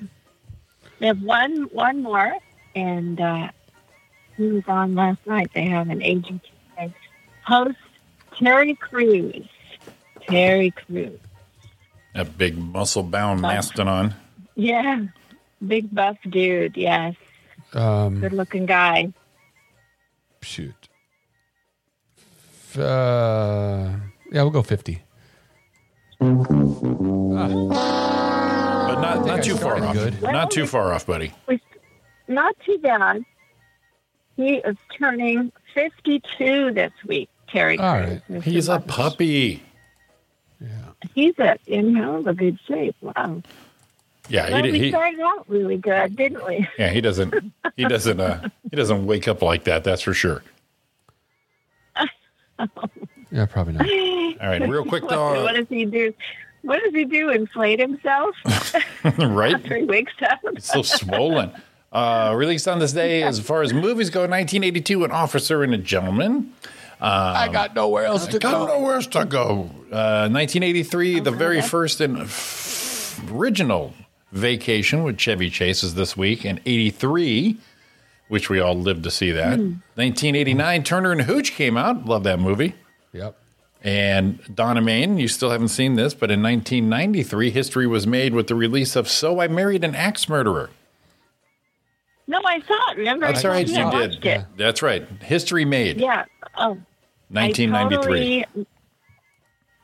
Speaker 10: We have one one more, and uh, he was on last night. They have an aging host, Terry Crews. Terry Crews.
Speaker 7: That big muscle bound mastodon.
Speaker 10: Yeah. Big buff dude. Yes.
Speaker 6: Um,
Speaker 10: Good looking guy.
Speaker 6: shoot. F- Uh, yeah, we'll go 50.
Speaker 7: But not,
Speaker 6: I
Speaker 7: not too far
Speaker 6: started
Speaker 7: off.
Speaker 6: good.
Speaker 7: Not too far off, buddy.
Speaker 10: was not too bad. He is turning 52 this week, Terry.
Speaker 6: All
Speaker 10: Crews. Mr.
Speaker 7: He's a
Speaker 10: Buck-
Speaker 7: puppy.
Speaker 10: He's a, in hell of a good shape. Wow.
Speaker 7: Yeah,
Speaker 10: Well,
Speaker 7: he,
Speaker 10: we
Speaker 7: he
Speaker 10: started out really good, didn't we?
Speaker 7: yeah he doesn't he doesn't uh he doesn't wake up like that. That's for sure.
Speaker 6: Yeah, probably not.
Speaker 7: All right, real quick
Speaker 10: What, what
Speaker 7: though,
Speaker 10: does he do? What does he do? Inflate himself
Speaker 7: right?
Speaker 10: after he wakes up?
Speaker 7: It's so swollen. Uh, released on this day, as far as movies go, 1982, An Officer and a Gentleman.
Speaker 6: I got nowhere else to
Speaker 7: I don't know where else to go. Uh, 1983, the very first and f- original Vacation with Chevy Chase is this week, and 83, which we all lived to see that. 1989, Turner and Hooch came out. Love that movie.
Speaker 6: Yep.
Speaker 7: And Donna Main, you still haven't seen this, but in 1993, history was made with the release of So I Married an Axe Murderer.
Speaker 10: No, I saw it. Remember?
Speaker 7: That's right,
Speaker 10: Yeah,
Speaker 7: you
Speaker 10: I
Speaker 7: did.
Speaker 10: watched it.
Speaker 7: That's right. History made,
Speaker 10: Yeah. Oh, I
Speaker 7: 1993.
Speaker 10: totally-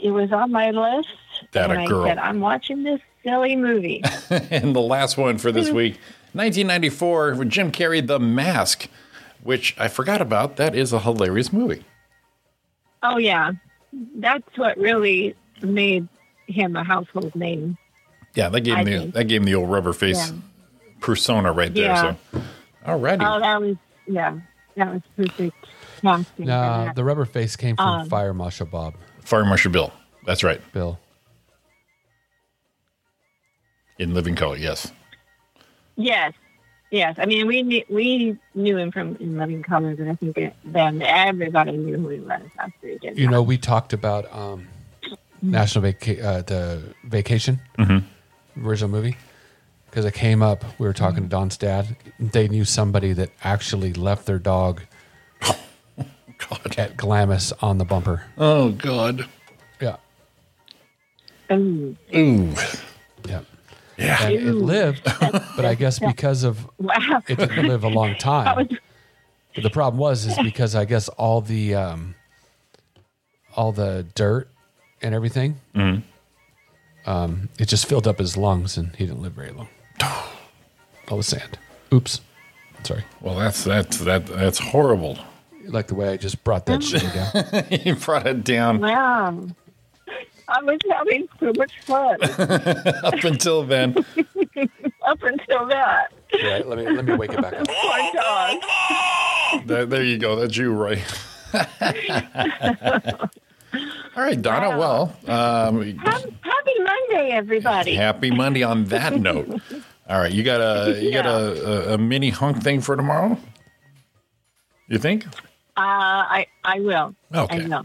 Speaker 10: it was on my list.
Speaker 7: That a
Speaker 10: and
Speaker 7: girl.
Speaker 10: I said, I'm watching this silly movie.
Speaker 7: and the last one for
Speaker 10: Hmm.
Speaker 7: this week, 1994, with Jim Carrey, The Mask, which I forgot about. That is a hilarious movie.
Speaker 10: Oh yeah, that's what really made him a household name.
Speaker 7: Yeah, that gave
Speaker 10: I
Speaker 7: him the
Speaker 10: think-
Speaker 7: that gave him the old rubber face
Speaker 10: Yeah.
Speaker 7: persona right there.
Speaker 10: Yeah.
Speaker 7: So, all righty.
Speaker 10: Oh, that was yeah, that was perfect casting. for
Speaker 6: Nah,
Speaker 10: that.
Speaker 6: the rubber face came from
Speaker 10: Um,
Speaker 6: Fire Marshal Bob.
Speaker 7: Fire Marshal Bill. That's right.
Speaker 6: Bill.
Speaker 7: In Living Color. Yes.
Speaker 10: yes, yes. I mean, we knew, we knew him from In Living Color, but I think it, then everybody knew who he was after he did.
Speaker 6: You
Speaker 10: that.
Speaker 6: know, we talked about um, National Vaca- uh, the Vacation
Speaker 7: Mm-hmm.
Speaker 6: original movie because it came up. We were talking to Don's dad. They knew somebody that actually left their dog
Speaker 7: God.
Speaker 6: at Glamis on the bumper.
Speaker 7: Oh God.
Speaker 6: Yeah,
Speaker 10: Ooh,
Speaker 7: Ooh.
Speaker 6: yeah,
Speaker 7: Yeah.
Speaker 6: and it lived, but I guess because of
Speaker 10: wow.
Speaker 6: it didn't live a long
Speaker 10: That
Speaker 6: time.
Speaker 10: was-
Speaker 6: But the problem was is because I guess all the um, all the dirt and everything,
Speaker 7: Mm-hmm.
Speaker 6: um, it just filled up his lungs, and he didn't live very long. all the sand. Oops, sorry.
Speaker 7: Well, that's that's that that's horrible.
Speaker 6: Like the way I just brought that shit down.
Speaker 7: he brought it down
Speaker 10: wow. I was having so much fun
Speaker 7: up until then.
Speaker 10: up until that.
Speaker 6: Right, let me let me wake it back up.
Speaker 10: Poor dog.
Speaker 7: there, there you go. That's you, Roy. All right, Donna. Well, um,
Speaker 10: Happy happy Monday, everybody.
Speaker 7: happy Monday on that note. All right, you got a you got a, a, a mini hunk thing for tomorrow. You think?
Speaker 10: Uh, I I will.
Speaker 7: Okay.
Speaker 10: I will.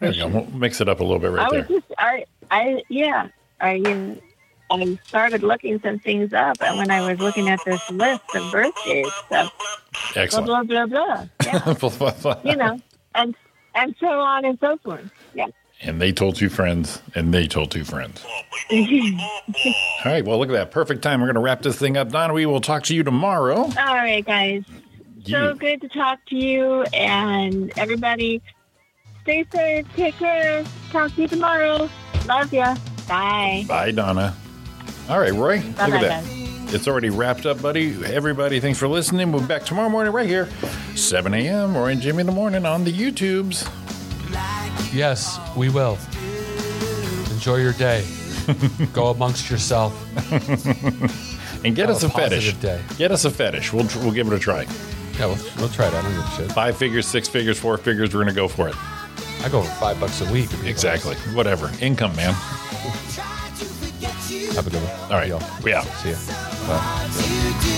Speaker 7: There you go. We'll mix it up a little bit
Speaker 10: I
Speaker 7: right
Speaker 10: was
Speaker 7: there.
Speaker 10: just I I yeah I um, I started looking some things up, and when I was looking at this list of birthdays, so blah
Speaker 7: Excellent.
Speaker 10: blah blah blah, yeah,
Speaker 7: Blah, blah, blah.
Speaker 10: you know, and and so on and so forth. Yeah,
Speaker 7: and they told two friends, and they told two friends. All right, well, look at that. Perfect time. We're going to wrap this thing up. Donna, we will talk to you tomorrow.
Speaker 10: All right, guys.
Speaker 7: You-
Speaker 10: So good to talk to you and everybody. Stay safe. Take care. Talk to you tomorrow. Love ya. Bye.
Speaker 7: Bye, Donna. All right, Roy,
Speaker 10: Bye-bye,
Speaker 7: look at that. It's already wrapped up, buddy. Everybody, thanks for listening. We'll be back tomorrow morning right here, 7 a.m. Roy and Jimmy in the morning on the YouTubes.
Speaker 6: Yes, we will. Enjoy your day. Go amongst yourself.
Speaker 7: and get
Speaker 6: Have
Speaker 7: us
Speaker 6: a
Speaker 7: a, fetish.
Speaker 6: positive day.
Speaker 7: Get us a fetish. We'll, tr- we'll give it a try.
Speaker 6: Yeah, we'll, we'll try it. I don't give a shit.
Speaker 7: Five figures, six figures, four figures. We're going to go for it.
Speaker 6: I go for five bucks a week.
Speaker 7: Exactly. Whatever. Income, man.
Speaker 6: Have a good one.
Speaker 7: All right. We out. See ya.
Speaker 6: Bye.
Speaker 5: you do.